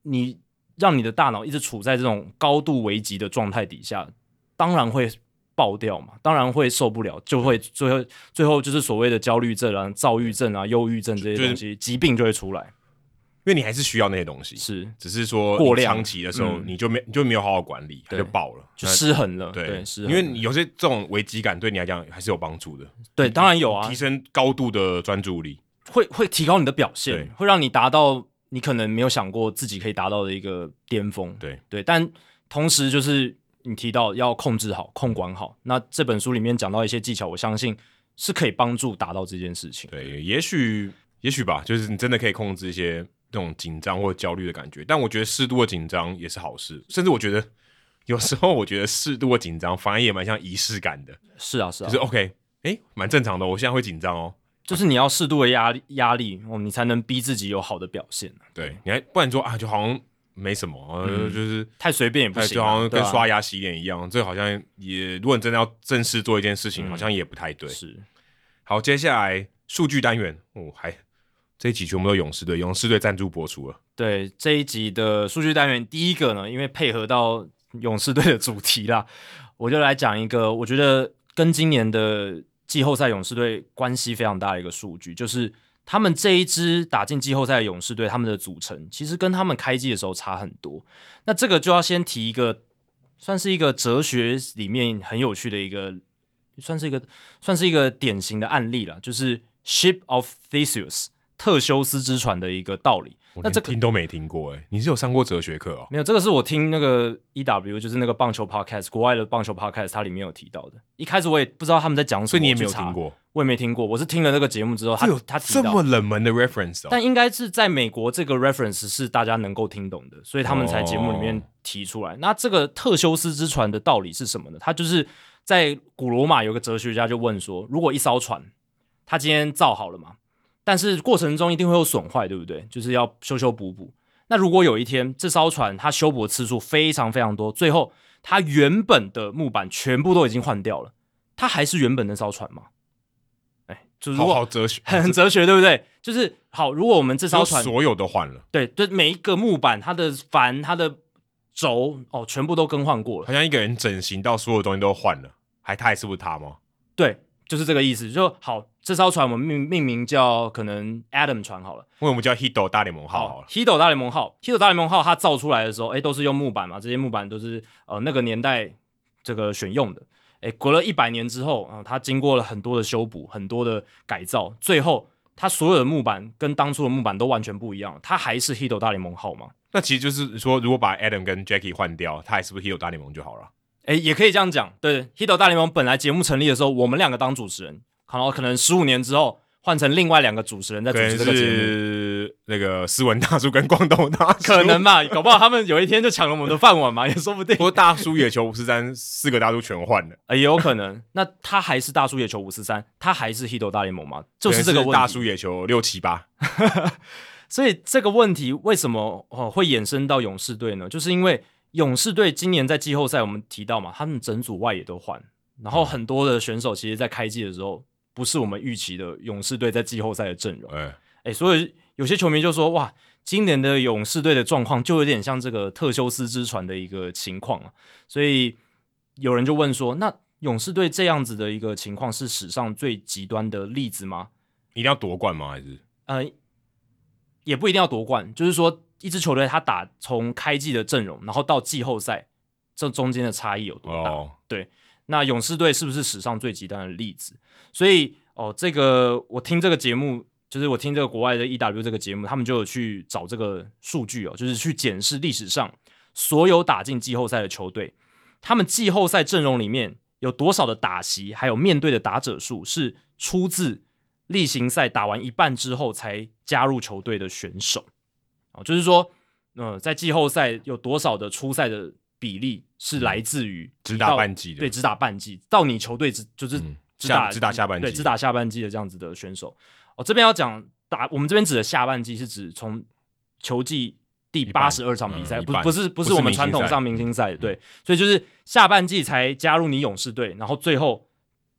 B: 你让你的大脑一直处在这种高度危急的状态底下，当然会爆掉嘛，当然会受不了，就会最后最后就是所谓的焦虑症啊、躁郁症啊、忧郁症这些
A: 就是
B: 东西，疾病就会出来。
A: 因为你还是需要那些东西，
B: 是
A: 只是说
B: 过
A: 你
B: 量
A: 长期的时候
B: 嗯
A: 你就没你就没有好好管理，它
B: 对
A: 就爆了，
B: 就
A: 那
B: 失衡了，
A: 对，
B: 对，失衡
A: 因
B: 了
A: 为你有些这种危机感对你来讲还是有帮助的，
B: 对，当然有啊
A: 提，升高度的专注力。
B: 会会提高你的表
A: 对
B: 现，会让你达到你可能没有想过自己可以达到的一个巅峰。
A: 对
B: 对，但同时就是你提到要控制好、控管好，那这本书里面讲到一些技巧，我相信是可以帮助达到这件事情。
A: 对，也许也许吧，就是你真的可以控制一些那种紧张或焦虑的感觉，但我觉得适度的紧张也是好事，甚至我觉得有时候我觉得适度的紧张反而也蛮像仪式感的，
B: 是啊，是啊，
A: 就是 OK，哎、蛮正常的，我现在会紧张哦。
B: 就是你要适度的压力，压力，哦，你才能逼自己有好的表现。啊
A: 对，你还不然说啊，就好像没什么，呃
B: 嗯
A: 就是
B: 太随便也不
A: 哎
B: 行
A: 就
B: 啊
A: 好像
B: 对
A: 跟
B: 啊
A: 刷牙洗脸一样，这好像也，如果你真的要正式做一件事情，
B: 嗯
A: 好像也不太对。
B: 是
A: 好，接下来数据单元，哦，还这一集全部都勇士队，勇士队赞助播出了，
B: 对这一集的数据单元，第一个呢，因为配合到勇士队的主题啦，我就来讲一个，我觉得跟今年的季后赛勇士队关系非常大的一个数据，就是他们这一支打进季后赛的勇士队，他们的组成其实跟他们开机的时候差很多。那这个就要先提一个，算是一个哲学里面很有趣的一个，算是一个算是一个典型的案例了，就是 Ship of Theseus 特修斯之船的一个道理。
A: 我
B: 那
A: 连
B: 这个
A: 听都没听过、哎，你是有上过哲学课哦？
B: 没有，这个是我听那个 EW，就是那个棒球 podcast，国外的棒球 podcast，它里面有提到的。一开始我也不知道他们在讲什么，
A: 所以你也没
B: 我去
A: 有
B: 查
A: 听，过，
B: 我也没听过，我是听了那个节目之后，他
A: 这有
B: 他提
A: 这
B: 到
A: 么，冷门 的 reference 哦？
B: 但应该是在美国这个 reference 是大家能够听懂的，所以他们才节目里面
A: 哦
B: 提出来。那这个特修斯之船的道理是什么呢？它就是在古罗马有个哲学家就问说，如果一艘船，它今天造好了嘛，但是过程中一定会有损坏，对不对？就是要修修补补。那如果有一天这艘船它修补的次数非常非常多，最后它原本的木板全部都已经换掉了，它还是原本那艘船吗？哎，就如
A: 好
B: 果
A: 好哲学，
B: 很哲学，对不对？就是好，如果我们这艘
A: 就
B: 船
A: 所有都换了，
B: 对，对，每一个木板、它的帆、它的轴哦，全部都更换过了
A: 好。像一个人整形到所有东西都换了，还他还是不是他吗？
B: 对，就是这个意思。就好，这艘船我们命命名叫可能 Adam 船好了。
A: 为什么叫 Hito 大联盟号好了？
B: ，Hido 大联盟号，Hido 大联盟号它造出来的时候，哎，都是用木板嘛，这些木板都是呃那个年代这个选用的。哎，隔了一百年之后啊、它经过了很多的修补、很多的改造，最后它所有的木板跟当初的木板都完全不一样了。它还是 Hido 大联盟号吗？
A: 那其实就是说，如果把 Adam 跟 Jackie 换掉，他还是不是 Hito 大联盟就好了？
B: 诶，也可以这样讲。对，Hito 大联盟本来节目成立的时候，我们两个当主持人，然后可能十五年之后换成另外两个主持人在
A: 可
B: 主
A: 能
B: 持这个节目，
A: 是那个斯文大叔跟光头大叔，
B: 可能吧？搞不好他们有一天就抢了我们的饭碗嘛，也说不定
A: 不。过大叔野球五十三四个大叔全换了，
B: 也有可能。那他还是大叔野球五四三，他还是 Hito 大联盟吗？就
A: 可能
B: 这个问题。
A: 大叔野球六七八，
B: 所以这个问题为什么哦会衍生到勇士队呢？就是因为勇士队今年在季后赛，我们提到嘛，他们整组外野都换，然后很多的选手其实在开季的时候不是我们预期的勇士队在季后赛的阵容。
A: 哎、
B: 哎、所以有些球迷就说，哇，今年的勇士队的状况就有点像这个特修斯之船的一个情况啊。所以有人就问说，那勇士队这样子的一个情况是史上最极端的例子吗？
A: 一定要夺冠吗？还是
B: 呃，也不一定要夺冠，就是说一支球队他打从开季的阵容，然后到季后赛这中间的差异有多大？
A: 哦，
B: 那勇士队是不是史上最极端的例子？所以哦，这个我听这个节目，就是我听这个国外的 EW 这个节目，他们就有去找这个数据哦，就是去检视历史上所有打进季后赛的球队，他们季后赛阵容里面有多少的打席，还有面对的打者数是出自例行赛打完一半之后才加入球队的选手哦，就是说，呃，在季后赛有多少的出赛的比例是来自于
A: 只
B: 你
A: 打
B: 到
A: 半季的，
B: 对，只打半季，到你球队只就是
A: 嗯
B: 只
A: 下
B: 打
A: 只打下半季
B: 对，只打下半季的这样子的选手。哦，这边要讲打，我们这边指的下半季是指从球季第
A: 一
B: 八
A: 半
B: 十二场比赛，
A: 嗯
B: 不
A: 一半
B: 不是不
A: 不
B: 是
A: 是
B: 我们
A: 明
B: 传
A: 星
B: 统
A: 赛嗯
B: 上明星赛，对，所以就是下半季才加入你勇士队，然后最后。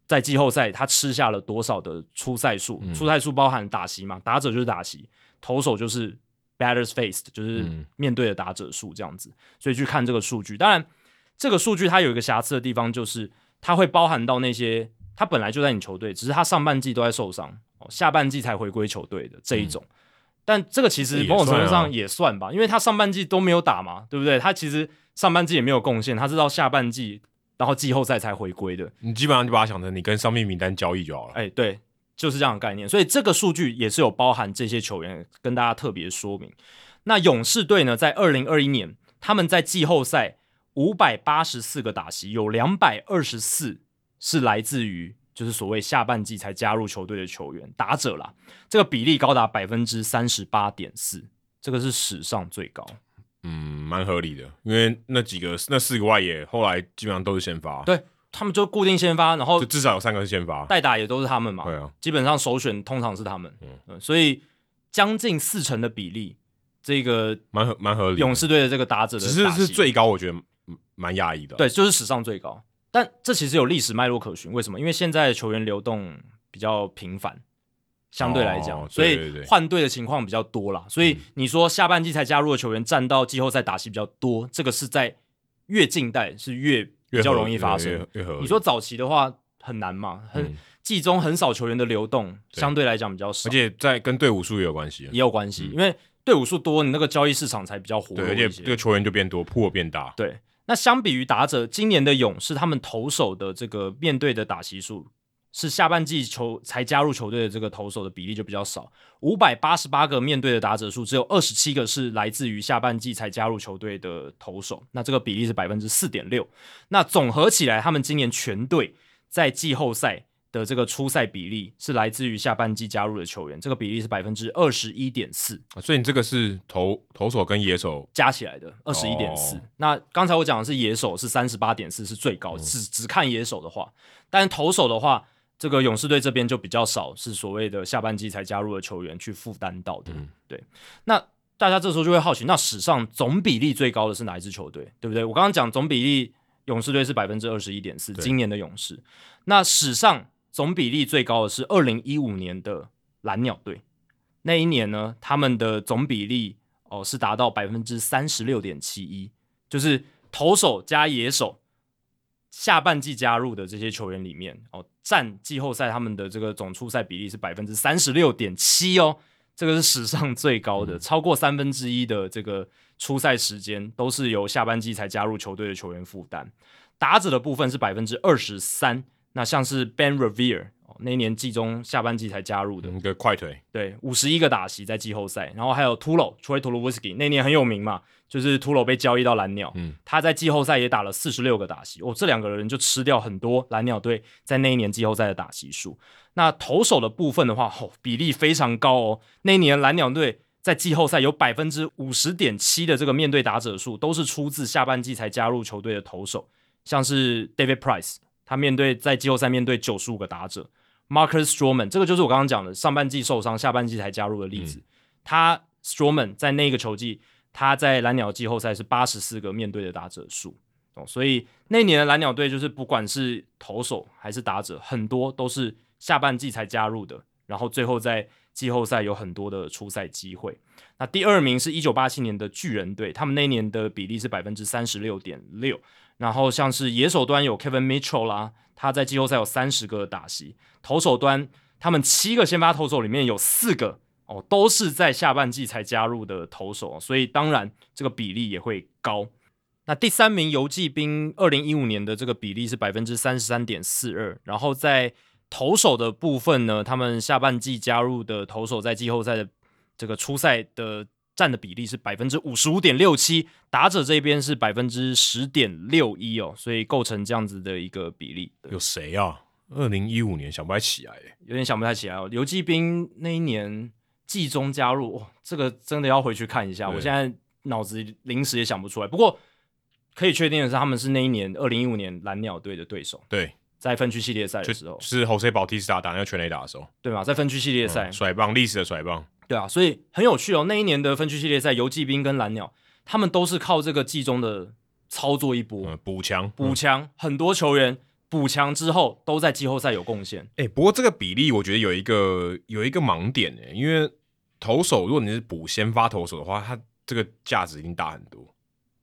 B: 在季后赛，他吃下了多少的出赛数？
A: 嗯
B: 出赛数包含打席嘛，打者就是打席，投手就是 batters faced，就是
A: 嗯
B: 面对的打者数这样子。所以去看这个数据。当然，这个数据它有一个瑕疵的地方，就是它会包含到那些他本来就在你球队，只是他上半季都在受伤，哦，下半季才回归球队的这一种。但这个其实
A: 嗯也
B: 某种程度
A: 算啊
B: 上也算吧，因为他上半季都没有打嘛，对不对？他其实上半季也没有贡献，他是到下半季，然后季后赛才回归的。
A: 你基本上就把它想成你跟上面名单交易就好了。
B: 哎、对，就是这样的概念。所以这个数据也是有包含这些球员，跟大家特别说明。那勇士队呢，在二零二一年，他们在季后赛五百八十四个打席，有两百二十四是来自于就是所谓下半季才加入球队的球员打者啦，这个比例高达百分之三十八点四，这个是史上最高。
A: 嗯，蛮合理的，因为那几个那四个外野后来基本上都是先发，，
B: 对他们就固定先发，然后
A: 就至少有三个是先发。
B: 代打也都是他们嘛，
A: 对啊，
B: 基本上首选通常是他们，
A: 嗯
B: 嗯，所以将近四成的比例，这个
A: 蛮合蛮合理的。
B: 勇士队的这个打者的
A: 只是
B: 打击
A: 是最高，我觉得嗯蛮压抑的。，
B: 对，就是史上最高。但这其实有历史脉络可循，为什么？因为现在球员流动比较频繁，相对来讲，
A: 哦
B: 所
A: 对对嗯
B: 以
A: 对
B: 换队的情况比较多啦。所以你说下半季才加入的球员占到季后赛打席比较多，这个是在越近代是越比
A: 越
B: 较
A: 合
B: 容易发生。
A: 越越越合理。
B: 你说早期的话很难嘛，很、
A: 嗯
B: 季中很少球员的流动，相对来讲比较少，
A: 而且在跟队伍数也有关系
B: 也，有关系，
A: 嗯
B: 因为队伍数多，你那个交易市场才比较活
A: 对，
B: 络
A: 而
B: 一
A: 且
B: 些。
A: 这个球员就变多，铺变大，
B: 对，那相比于打者，今年的勇士他们投手的这个面对的打席数是下半季球才加入球队的这个投手的比例就比较少，五百八十八个面对的打者数，只有二十七个是来自于下半季才加入球队的投手，那这个比例是百分之四点六。那总合起来，他们今年全队在季后赛。的这个出赛比例是来自于下半季加入的球员，这个比例是百分之二十一点四，
A: 所以你这个是投投手跟野手
B: 加起来的二十一点四
A: 哦。
B: 那刚才我讲的是野手是三十八点四是最
A: 嗯
B: 高，只只看野手的话，但投手的话，这个勇士队这边就比较少是所谓的下半季才加入的球员去负担到的。
A: 嗯
B: 对，那大家这时候就会好奇，那史上总比例最高的是哪一支球队，对不对？我刚刚讲总比例，勇士队是百分之二十一点四，
A: 对
B: 今年的勇士。那史上总比例最高的是二零一五年的蓝鸟队，那一年呢，他们的总比例哦是达到百分之三十六点七一，就是投手加野手下半季加入的这些球员里面，哦，占季后赛他们的这个总出赛比例是百分之三十六点七哦，这个是史上最高的，超过三分之一的这个出赛时间都是由下半季才加入球队的球员负担。打者的部分是百分之二十三，那像是 Ben Revere 哦，那一年季中下半季才加入的，
A: 一嗯个快腿，
B: 对，五十一个打席在季后赛，然后还有 Tulo Troy t u l o w i s k y 那年很有名嘛，就是 Tulo 被交易到蓝鸟，
A: 嗯
B: 他在季后赛也打了四十六个打席，哦，这两个人就吃掉很多蓝鸟队在那一年季后赛的打席数。那投手的部分的话，哦，比例非常高哦，那一年蓝鸟队。在季后赛有百分之五十点七的这个面对打者数都是出自下半季才加入球队的投手，像是 David Price，他面对在季后赛面对九十五个打者，Marcus Stroman，这个就是我刚刚讲的上半季受伤，下半季才加入的例子。他 Stroman 在那个球季，他在蓝鸟季后赛是八十四个面对的打者数哦，所以那年的蓝鸟队就是不管是投手还是打者，很多都是下半季才加入的，然后最后在季后赛有很多的出赛机会。那第二名是一九八七年的巨人队，他们那年的比例是百分之三十六点六。然后像是野手端有 Kevin Mitchell 啦，他在季后赛有三十个打席；投手端他们七个先发投手里面有四个哦，都是在下半季才加入的投手，所以当然这个比例也会高。那第三名游骑兵二零一五年的这个比例是百分之三十三点四二，然后在投手的部分呢，他们下半季加入的投手在季后赛的这个初赛的占的比例是百分之五十五点六七，打者这边是百分之十点六一哦，所以构成这样子的一个比例，
A: 有谁啊？二零一五年想不太起来耶，
B: 有点想不太起来哦。游击兵那一年季中加入，哇，这个真的要回去看一下，
A: 对
B: 我现在脑子临时也想不出来。不过可以确定的是，他们是那一年二零一五年蓝鸟队的对手，
A: 对，
B: 在分区系列赛的
A: 就
B: 时候，
A: 是 Jose Bautista 打那个全垒打的时候，
B: 对吗？在分区系列赛，
A: 嗯甩棒，历史的甩棒，
B: 对啊，所以很有趣哦。那一年的分区系列赛，游骑兵跟蓝鸟，他们都是靠这个季中的操作一波、
A: 嗯，补强，
B: 补强，很多球员补强之后都在季后赛有贡献。
A: 哎、不过这个比例我觉得有一个有一个盲点哎、因为投手如果你是补先发投手的话，他这个价值一定大很多。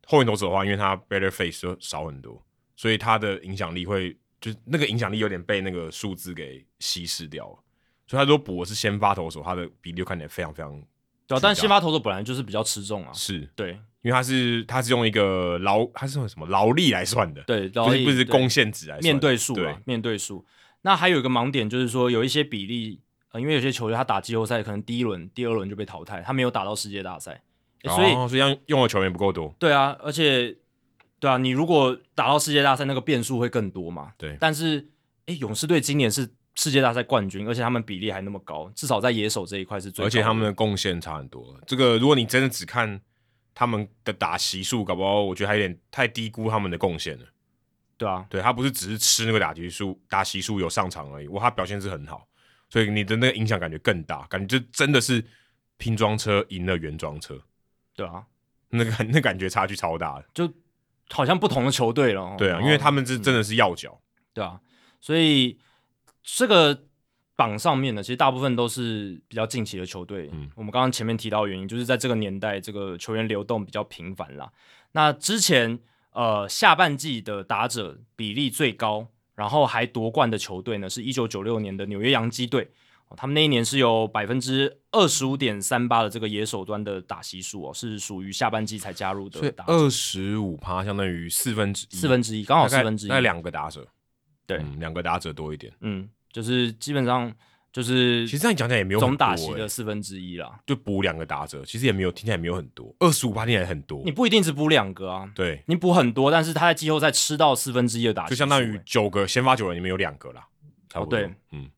A: 后援投手的话，因为他 better face 就少很多，所以他的影响力会就是那个影响力有点被那个数字给稀释掉了。所以他如果补的是先发投手，他的比例就看起来非常非常
B: 对啊，但先发投手本来就是比较吃重啊，
A: 是
B: 对
A: 因为他是他是用一个劳，他是用什么劳力来算的，
B: 对，
A: 不
B: 然后
A: 是不是
B: 对
A: 贡献值来算的
B: 面对数
A: 对
B: 啊，面对数。那还有一个盲点就是说，有一些比例，呃，因为有些球队他打季后赛可能第一轮、第二轮就被淘汰，他没有打到世界大赛，诶所以、
A: 哦所以让用的球员不够多，
B: 对啊，而且对啊，你如果打到世界大赛，那个变数会更多嘛。
A: 对
B: 但是诶，勇士队今年是世界大赛冠军，而且他们比例还那么高，至少在野手这一块是最高的，
A: 而且他们的贡献差很多。这个如果你真的只看他们的打席数，搞不好我觉得还有点太低估他们的贡献了。
B: 对啊，
A: 对他不是只是吃那个打席数，打席数有上场而已，哇，他表现是很好，所以你的那个影响感觉更大，感觉就真的是拼装车赢了原装车，
B: 对啊，
A: 那个那感觉差距超大的。
B: 就好像不同的球队了哦。
A: 对啊，
B: 然
A: 因为
B: 后
A: 他们是真的是要角，
B: 对啊，所以这个榜上面呢，其实大部分都是比较近期的球队。
A: 嗯
B: 我们刚刚前面提到的原因，就是在这个年代，这个球员流动比较频繁啦。那之前呃下半季的打者比例最高，然后还夺冠的球队呢，是一九九六年的纽约洋基队。哦他们那一年是有百分之二十五点三八的这个野手端的打席数哦，是属于下半季才加入
A: 所
B: 的
A: 以
B: 打者，
A: 二十五趴相当于四分之一，
B: 四分之一，刚好
A: 大概
B: 四分之一
A: 大，概两个打者，
B: 对
A: 嗯两、个打者多一点。
B: 嗯，就是基本上就是
A: 其实这样讲讲也没有很
B: 总
A: 多
B: 打席
A: 欸
B: 的四分之一啦。
A: 就补两个打者，其实也没有听起来没有很多，二十五趴听起来很多
B: 你，不一定只补两个啊，
A: 对，
B: 你补很多，但是他在季后赛吃到四分之一的打席数，
A: 就相当于
B: 欸哦
A: 九个先发九人里面有两个啦，差不多。
B: 对，
A: 嗯，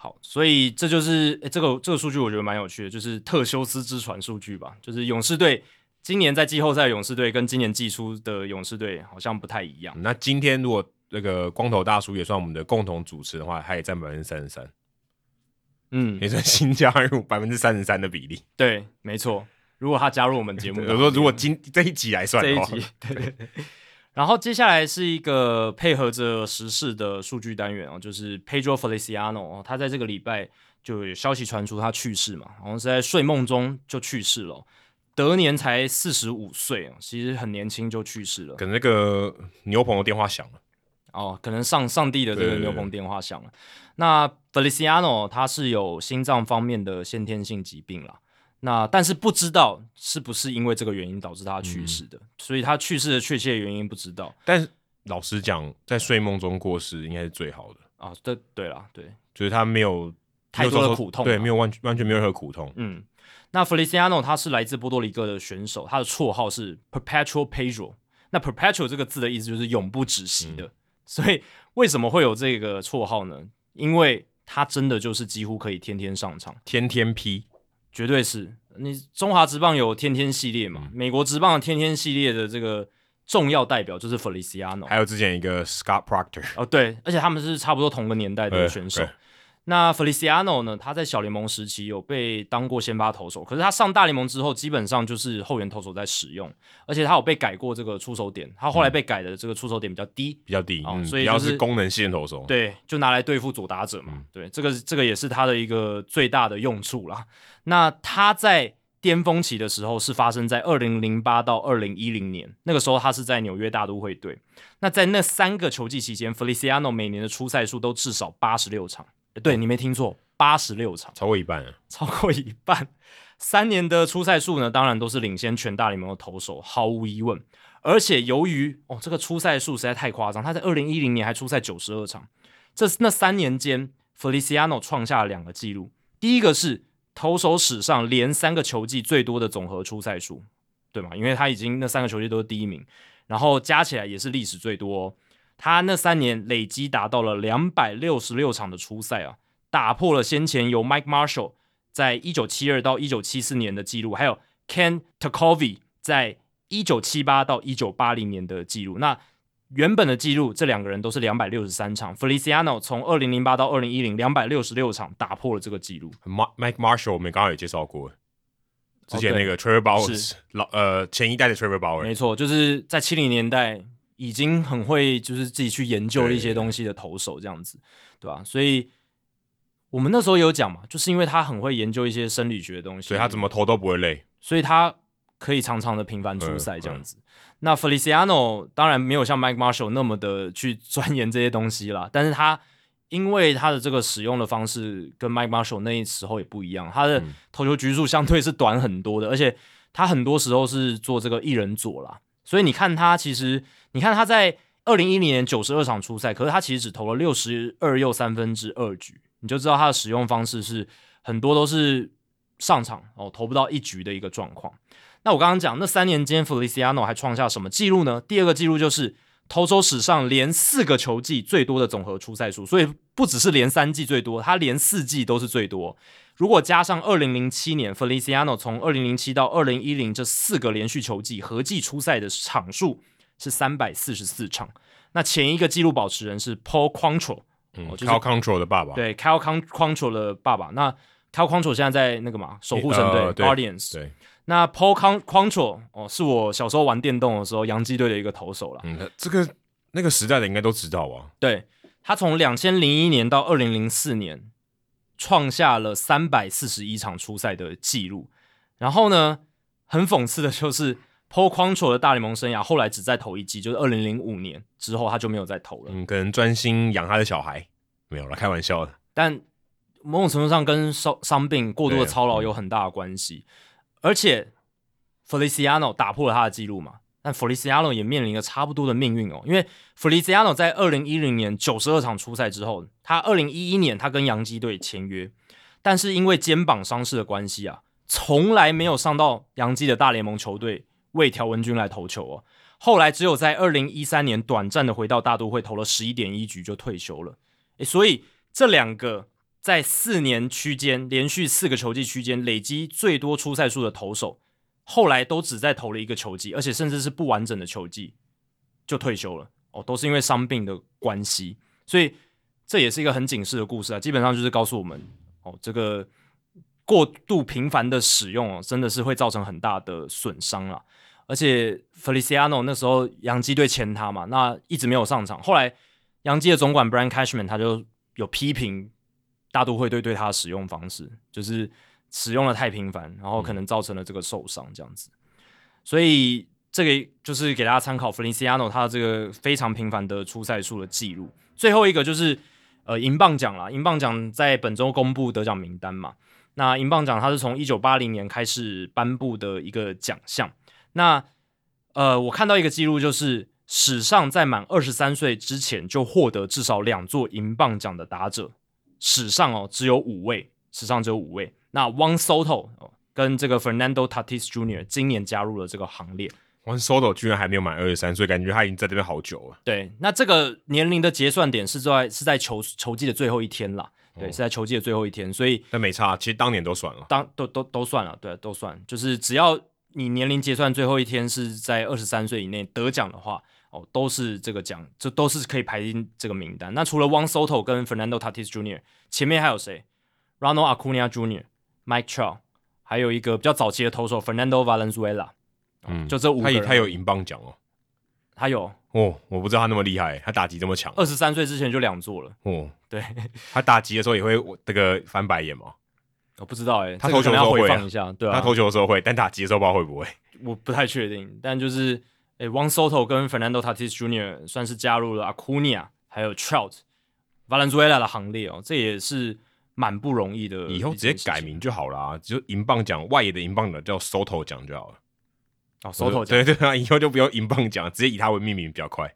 B: 好，所以这就是、欸、这个这个数据我觉得蛮有趣的，就是特修斯之船数据吧，就是勇士队今年在季后赛的勇士队跟今年季初的勇士队好像不太一样，
A: 那今天如果那个光头大叔也算我们的共同主持的话，他也占百分之三十三，
B: 嗯，
A: 也算新加入百分之三十三的比 例。
B: 对，没错，如果他加入我们节目的话，
A: 我说如果今这一集来算
B: 这
A: 的
B: 一
A: 话，
B: 集。对对对。然后接下来是一个配合着时事的数据单元哦，就是 Pedro Feliciano，哦他在这个礼拜就有消息传出他去世嘛，好像是在睡梦中就去世了哦、得年才四十五岁哦，其实很年轻就去世了。
A: 可能那个牛棚的电话响了，
B: 哦，可能上上帝的这
A: 对
B: 个
A: 对对
B: 牛棚电话响了。那 Feliciano 哦他是有心脏方面的先天性疾病啦，那但是不知道是不是因为这个原因导致他去世的，
A: 嗯
B: 所以他去世的确切原因不知道
A: 但是老实讲，在睡梦中过世应该是最好的，
B: 啊。对对啦，对，
A: 就是他没有
B: 太多的
A: 没有遭受
B: 苦痛
A: 对，
B: 啊
A: 没有完完全没有任何苦痛。
B: 嗯，那 Feliciano 他是来自波多黎各的选手，他的绰号是 Perpetual Pedro。那 Perpetual 这个字的意思就是永不止息
A: 嗯
B: 的， 所以为什么会有这个绰号呢？因为他真的就是几乎可以天天上场。
A: 天天批，
B: 绝对是你中华职棒有天天系列
A: 嗯
B: 嘛，美国职棒的天天系列的这个重要代表就是 Feliciano
A: 还。有之前一个 Scott Proctor，
B: 哦，对，而且他们是差不多同个年代的
A: 对
B: 选手
A: 哎对。
B: 那 Feliciano 呢，他在小联盟时期有被当过先发投手，可是他上大联盟之后，基本上就是后援投手在使用，而且他有被改过这个出手点，他后来被改的这个出手点比较低，
A: 比较低，
B: 哦
A: 嗯，
B: 所以
A: 比较
B: 就是
A: 是功能性的投手。，
B: 对，就拿来对付左打者嘛。对，这个这个也是他的一个最大的用处啦。那他在巅峰期的时候是发生在二零零八到二零一零年，那个时候他是在纽约大都会队。那在那三个球季期间，Feliciano 每年的出赛数都至少八十六场。呃对你没听错，八十六场，
A: 超过一半了。啊
B: 超过一半。三年的出赛数呢，当然都是领先全大联盟的投手，毫无疑问。而且由于哦，这个出赛数实在太夸张，他在二零一零年还出赛九十二场，这那三年间，Feliciano 创下了两个纪录。第一个是投手史上连三个球季最多的总和出赛数，对吗？因为他已经那三个球季都是第一名，然后加起来也是历史最多、哦。他那三年累积达到了两百六十六场的出赛啊，打破了先前由 Mike Marshall 在一九七二到一九七四年的记录，还有 Ken t a k o v i 在一九七八到一九八零年的记录。那原本的记录，这两个人都是两百六十三场。Feliciano 从二零零八到二零一零两百六十六场打破了这个记录。
A: Ma- Mike Marshall 我们刚刚有介绍过，之前
B: 哦对
A: 那个 Trevor Bowers
B: 是
A: 老呃前一代的 Trevor
B: 没
A: Bowers，
B: 错，就是在七零年代已经很会就是自己去研究
A: 对
B: 一些东西的投手这样子，对吧、所以我们那时候有讲嘛，就是因为他很会研究一些生理学的东西，
A: 所以他怎么投都不会累。
B: 所以他可以常常的频繁出赛这样子。那 Feliciano 当然没有像 Mike Marshall 那么的去钻研这些东西啦，但是他因为他的这个使用的方式跟 Mike Marshall 那时候也不一样，他的投球局数相对是短很多的，而且他很多时候是做这个一人左啦，所以你看他其实，你看他在二零一零年九十二场初赛，可是他其实只投了六十二又三分之二局，你就知道他的使用方式是很多都是上场哦投不到一局的一个状况。那我刚刚讲那三年间，Feliciano 还创下什么记录呢？第二个记录就是投手史上连四个球季最多的总和出赛数，所以不只是连三季最多，他连四季都是最多。如果加上二零零七年 Feliciano 从二零零七到二零一零这四个连续球季合计出赛的场数是三百四十四场。那前一个纪录保持人是 Paul Quantrill，
A: 嗯
B: 哦就是
A: Cal Control 的爸爸，
B: 对 Cal Quan- Quantrill 的爸爸。那 Cal Quantrill 现在在那个嘛守护神队、
A: 呃对
B: Guardians，
A: 对，
B: 那 Paul Con- Quantrill 哦，是我小时候玩电动的时候，洋基队的一个投手啦。
A: 嗯，这个那个时代的应该都知道啊吧？
B: 对他从两千零一年到二零零四年，创下了三百四十一场初赛的记录。然后呢，很讽刺的就是，Paul Quantrill 的大联盟生涯后来只在投一季，就是二零零五年之后他就没有再投了。
A: 嗯，可能专心养他的小孩，没有了，开玩笑的。
B: 但某种程度上跟伤伤病过度的操劳有很大的关系。而且 Feliciano 打破了他的记录嘛，但 Feliciano 也面临了差不多的命运哦，因为 Feliciano 在二零一零年九十二场出赛之后，他二零一一年他跟洋基队签约，但是因为肩膀伤势的关系啊，从来没有上到洋基的大联盟球队为条文君来投球哦。后来只有在二零一三年短暂的回到大都会投了十一点一局就退休了。诶，所以这两个在四年区间连续四个球季区间累积最多出赛数的投手，后来都只在投了一个球季，而且甚至是不完整的球季就退休了哦，都是因为伤病的关系，所以这也是一个很警示的故事啊。基本上就是告诉我们哦，这个过度频繁的使用哦，真的是会造成很大的损伤啦。而且 Feliciano 那时候洋基队签他嘛，那一直没有上场。后来洋基的总管 Brian Cashman 他就有批评大都会队对他的使用方式，就是使用的太频繁，然后可能造成了这个受伤这样子。所以这个就是给大家参考 Feliciano 他这个非常频繁的出赛数的记录。最后一个就是呃银棒奖啦，银棒奖在本周公布得奖名单嘛。那银棒奖它是从一九八零年开始颁布的一个奖项。那呃，我看到一个记录，就是史上在满二十三岁之前就获得至少两座银棒奖的打者，史上哦只有五位，史上只有五位。那 Juan Soto、哦、跟这个 Fernando Tatis Jr. 今年加入了这个行列。
A: One Soto 居然还没有满二十三岁，感觉他已经在这边好久了。
B: 对，那这个年龄的结算点是在是在球球季的最后一天啦，对，
A: 哦
B: 是在球季的最后一天，所以
A: 但没差，其实当年都算了。
B: 当都都都算了，对，都算，就是只要你年龄结算最后一天是在二十三岁以内得奖的话，哦，都是这个奖，这都是可以排进这个名单。那除了 Juan Soto 跟 Fernando Tatis Jr.，前面还有谁？Ronald Acuna Jr.、Mike Trout，还有一个比较早期的投手 Fernando Valenzuela，
A: 嗯，
B: 哦就这五
A: 他
B: 个
A: 也
B: 人
A: 他有银棒奖哦。
B: 他有
A: 哦，我不知道他那么厉害，他打击这么强。
B: 二十三岁之前就两座了。
A: 哦，
B: 对，
A: 他打击的时候也会我这个翻白眼嘛。
B: 我不知道哎、欸，
A: 他
B: 这个
A: 投球
B: 可
A: 的时
B: 能要
A: 候
B: 回
A: 会啊
B: 放一下，对啊，
A: 他投球的时候会，但打击的时候不知道会不会。
B: 我不太确定，但就是诶 o n Soto 跟 Fernando Tatis Jr. 算是加入了 Acuna 还有 Trout、Valenzuela 的行列哦，这也是蛮不容易的。
A: 以后直接改名就好啦，就银棒奖外野的银棒奖叫 Soto 奖就好了。
B: 哦，Soto
A: 对对啊，以后就不用银棒奖，直接以他为命名比较快。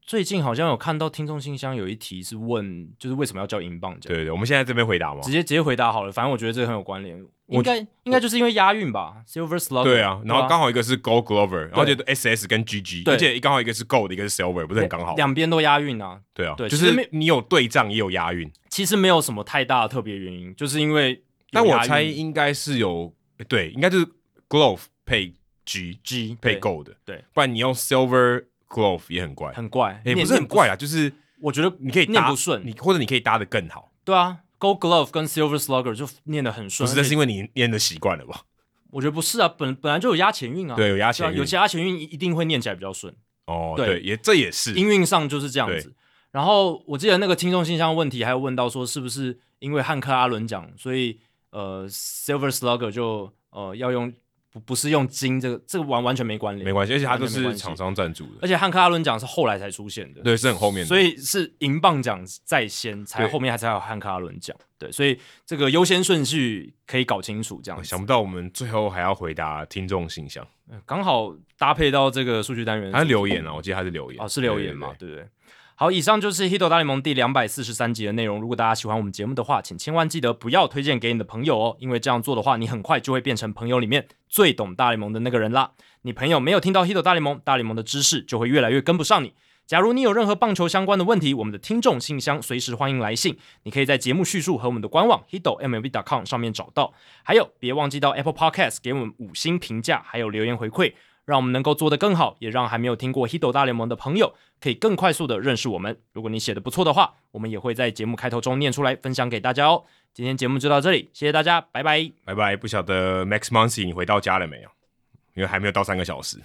B: 最近好像有看到听众信箱有一题是问，就是为什么要叫银棒奖？
A: 对对对，我们现在这边回答吗
B: 直？接直接回答好了，反正我觉得这个很有关联，
A: 我
B: 应该应该就是因为押韵吧，Silver Slugger。
A: 对啊，然后刚好一个是 Gold Glover，然后
B: 对
A: 就 SS 跟 GG，
B: 对
A: 而且刚好一个是 Gold，一个是 Silver，不是很刚好吗？
B: 两边都押韵啊，
A: 对啊，
B: 对
A: 就
B: 其实
A: 是
B: 没
A: 你有对仗也有押韵，
B: 其实没有什么太大的特别原因，就是因为有
A: 但我
B: 押韵
A: 猜应该是有对，应该就是 Glove 配 G
B: G 对
A: 配 Gold，
B: 对，
A: 不然你用 Silver Glove 也很怪，
B: 很怪，
A: 也
B: 念
A: 不是很，怪
B: 念
A: 啊，就是
B: 我觉得
A: 你可以
B: 念
A: 搭
B: 不顺，
A: 你或者你可以搭的更好，
B: 对啊，Gold Glove 跟 Silver Slugger 就念得很
A: 不
B: 顺。
A: 是，这是
B: 而且
A: 因为你念的习惯了吧？
B: 我觉得不是啊，本本来就有压前韵啊。
A: 对，有押
B: 对啊，
A: 前韵
B: 有押前韵一定会念起来比较顺，
A: 哦，
B: 对
A: 对，也这也是
B: 音韵上就是这样
A: 对
B: 子。然后我记得那个听众信箱问题还有问到说，是不是因为汉克阿伦奖，所以呃 Silver Slugger 就呃要用不不是用金这个这个完完全没关联，
A: 没关系，而且它都
B: 完全没
A: 是
B: 关系
A: 厂商赞助的，
B: 而且汉克阿伦奖是后来才出现的，
A: 对，是很后面的。
B: 所以是银棒奖在先，才
A: 对
B: 后面还才有汉克阿伦奖，对，所以这个优先顺序可以搞清楚，这样
A: 哦
B: 子
A: 想不到我们最后还要回答听众信箱，
B: 呃刚好搭配到这个数据单元，
A: 他是留言啊，我记得他是留言，
B: 哦，是留言嘛，
A: 对
B: 对不对？好，以上就是《Hito 大联盟》第两百四十三集的内容。如果大家喜欢我们节目的话，请千万记得不要推荐给你的朋友哦，因为这样做的话，你很快就会变成朋友里面最懂大联盟的那个人啦。你朋友没有听到《Hito 大联盟》，大联盟的知识就会越来越跟不上你。假如你有任何棒球相关的问题，我们的听众信箱随时欢迎来信，你可以在节目叙述和我们的官网 hito mlb.com 上面找到。还有，别忘记到 Apple Podcast 给我们五星评价，还有留言回馈，让我们能够做得更好，也让还没有听过 Hito 大联盟的朋友可以更快速的认识我们。如果你写的不错的话，我们也会在节目开头中念出来，分享给大家哦。今天节目就到这里，谢谢大家，拜拜。
A: 拜拜。不晓得 Max Muncy 你回到家了没有？因为还没有到三个小时。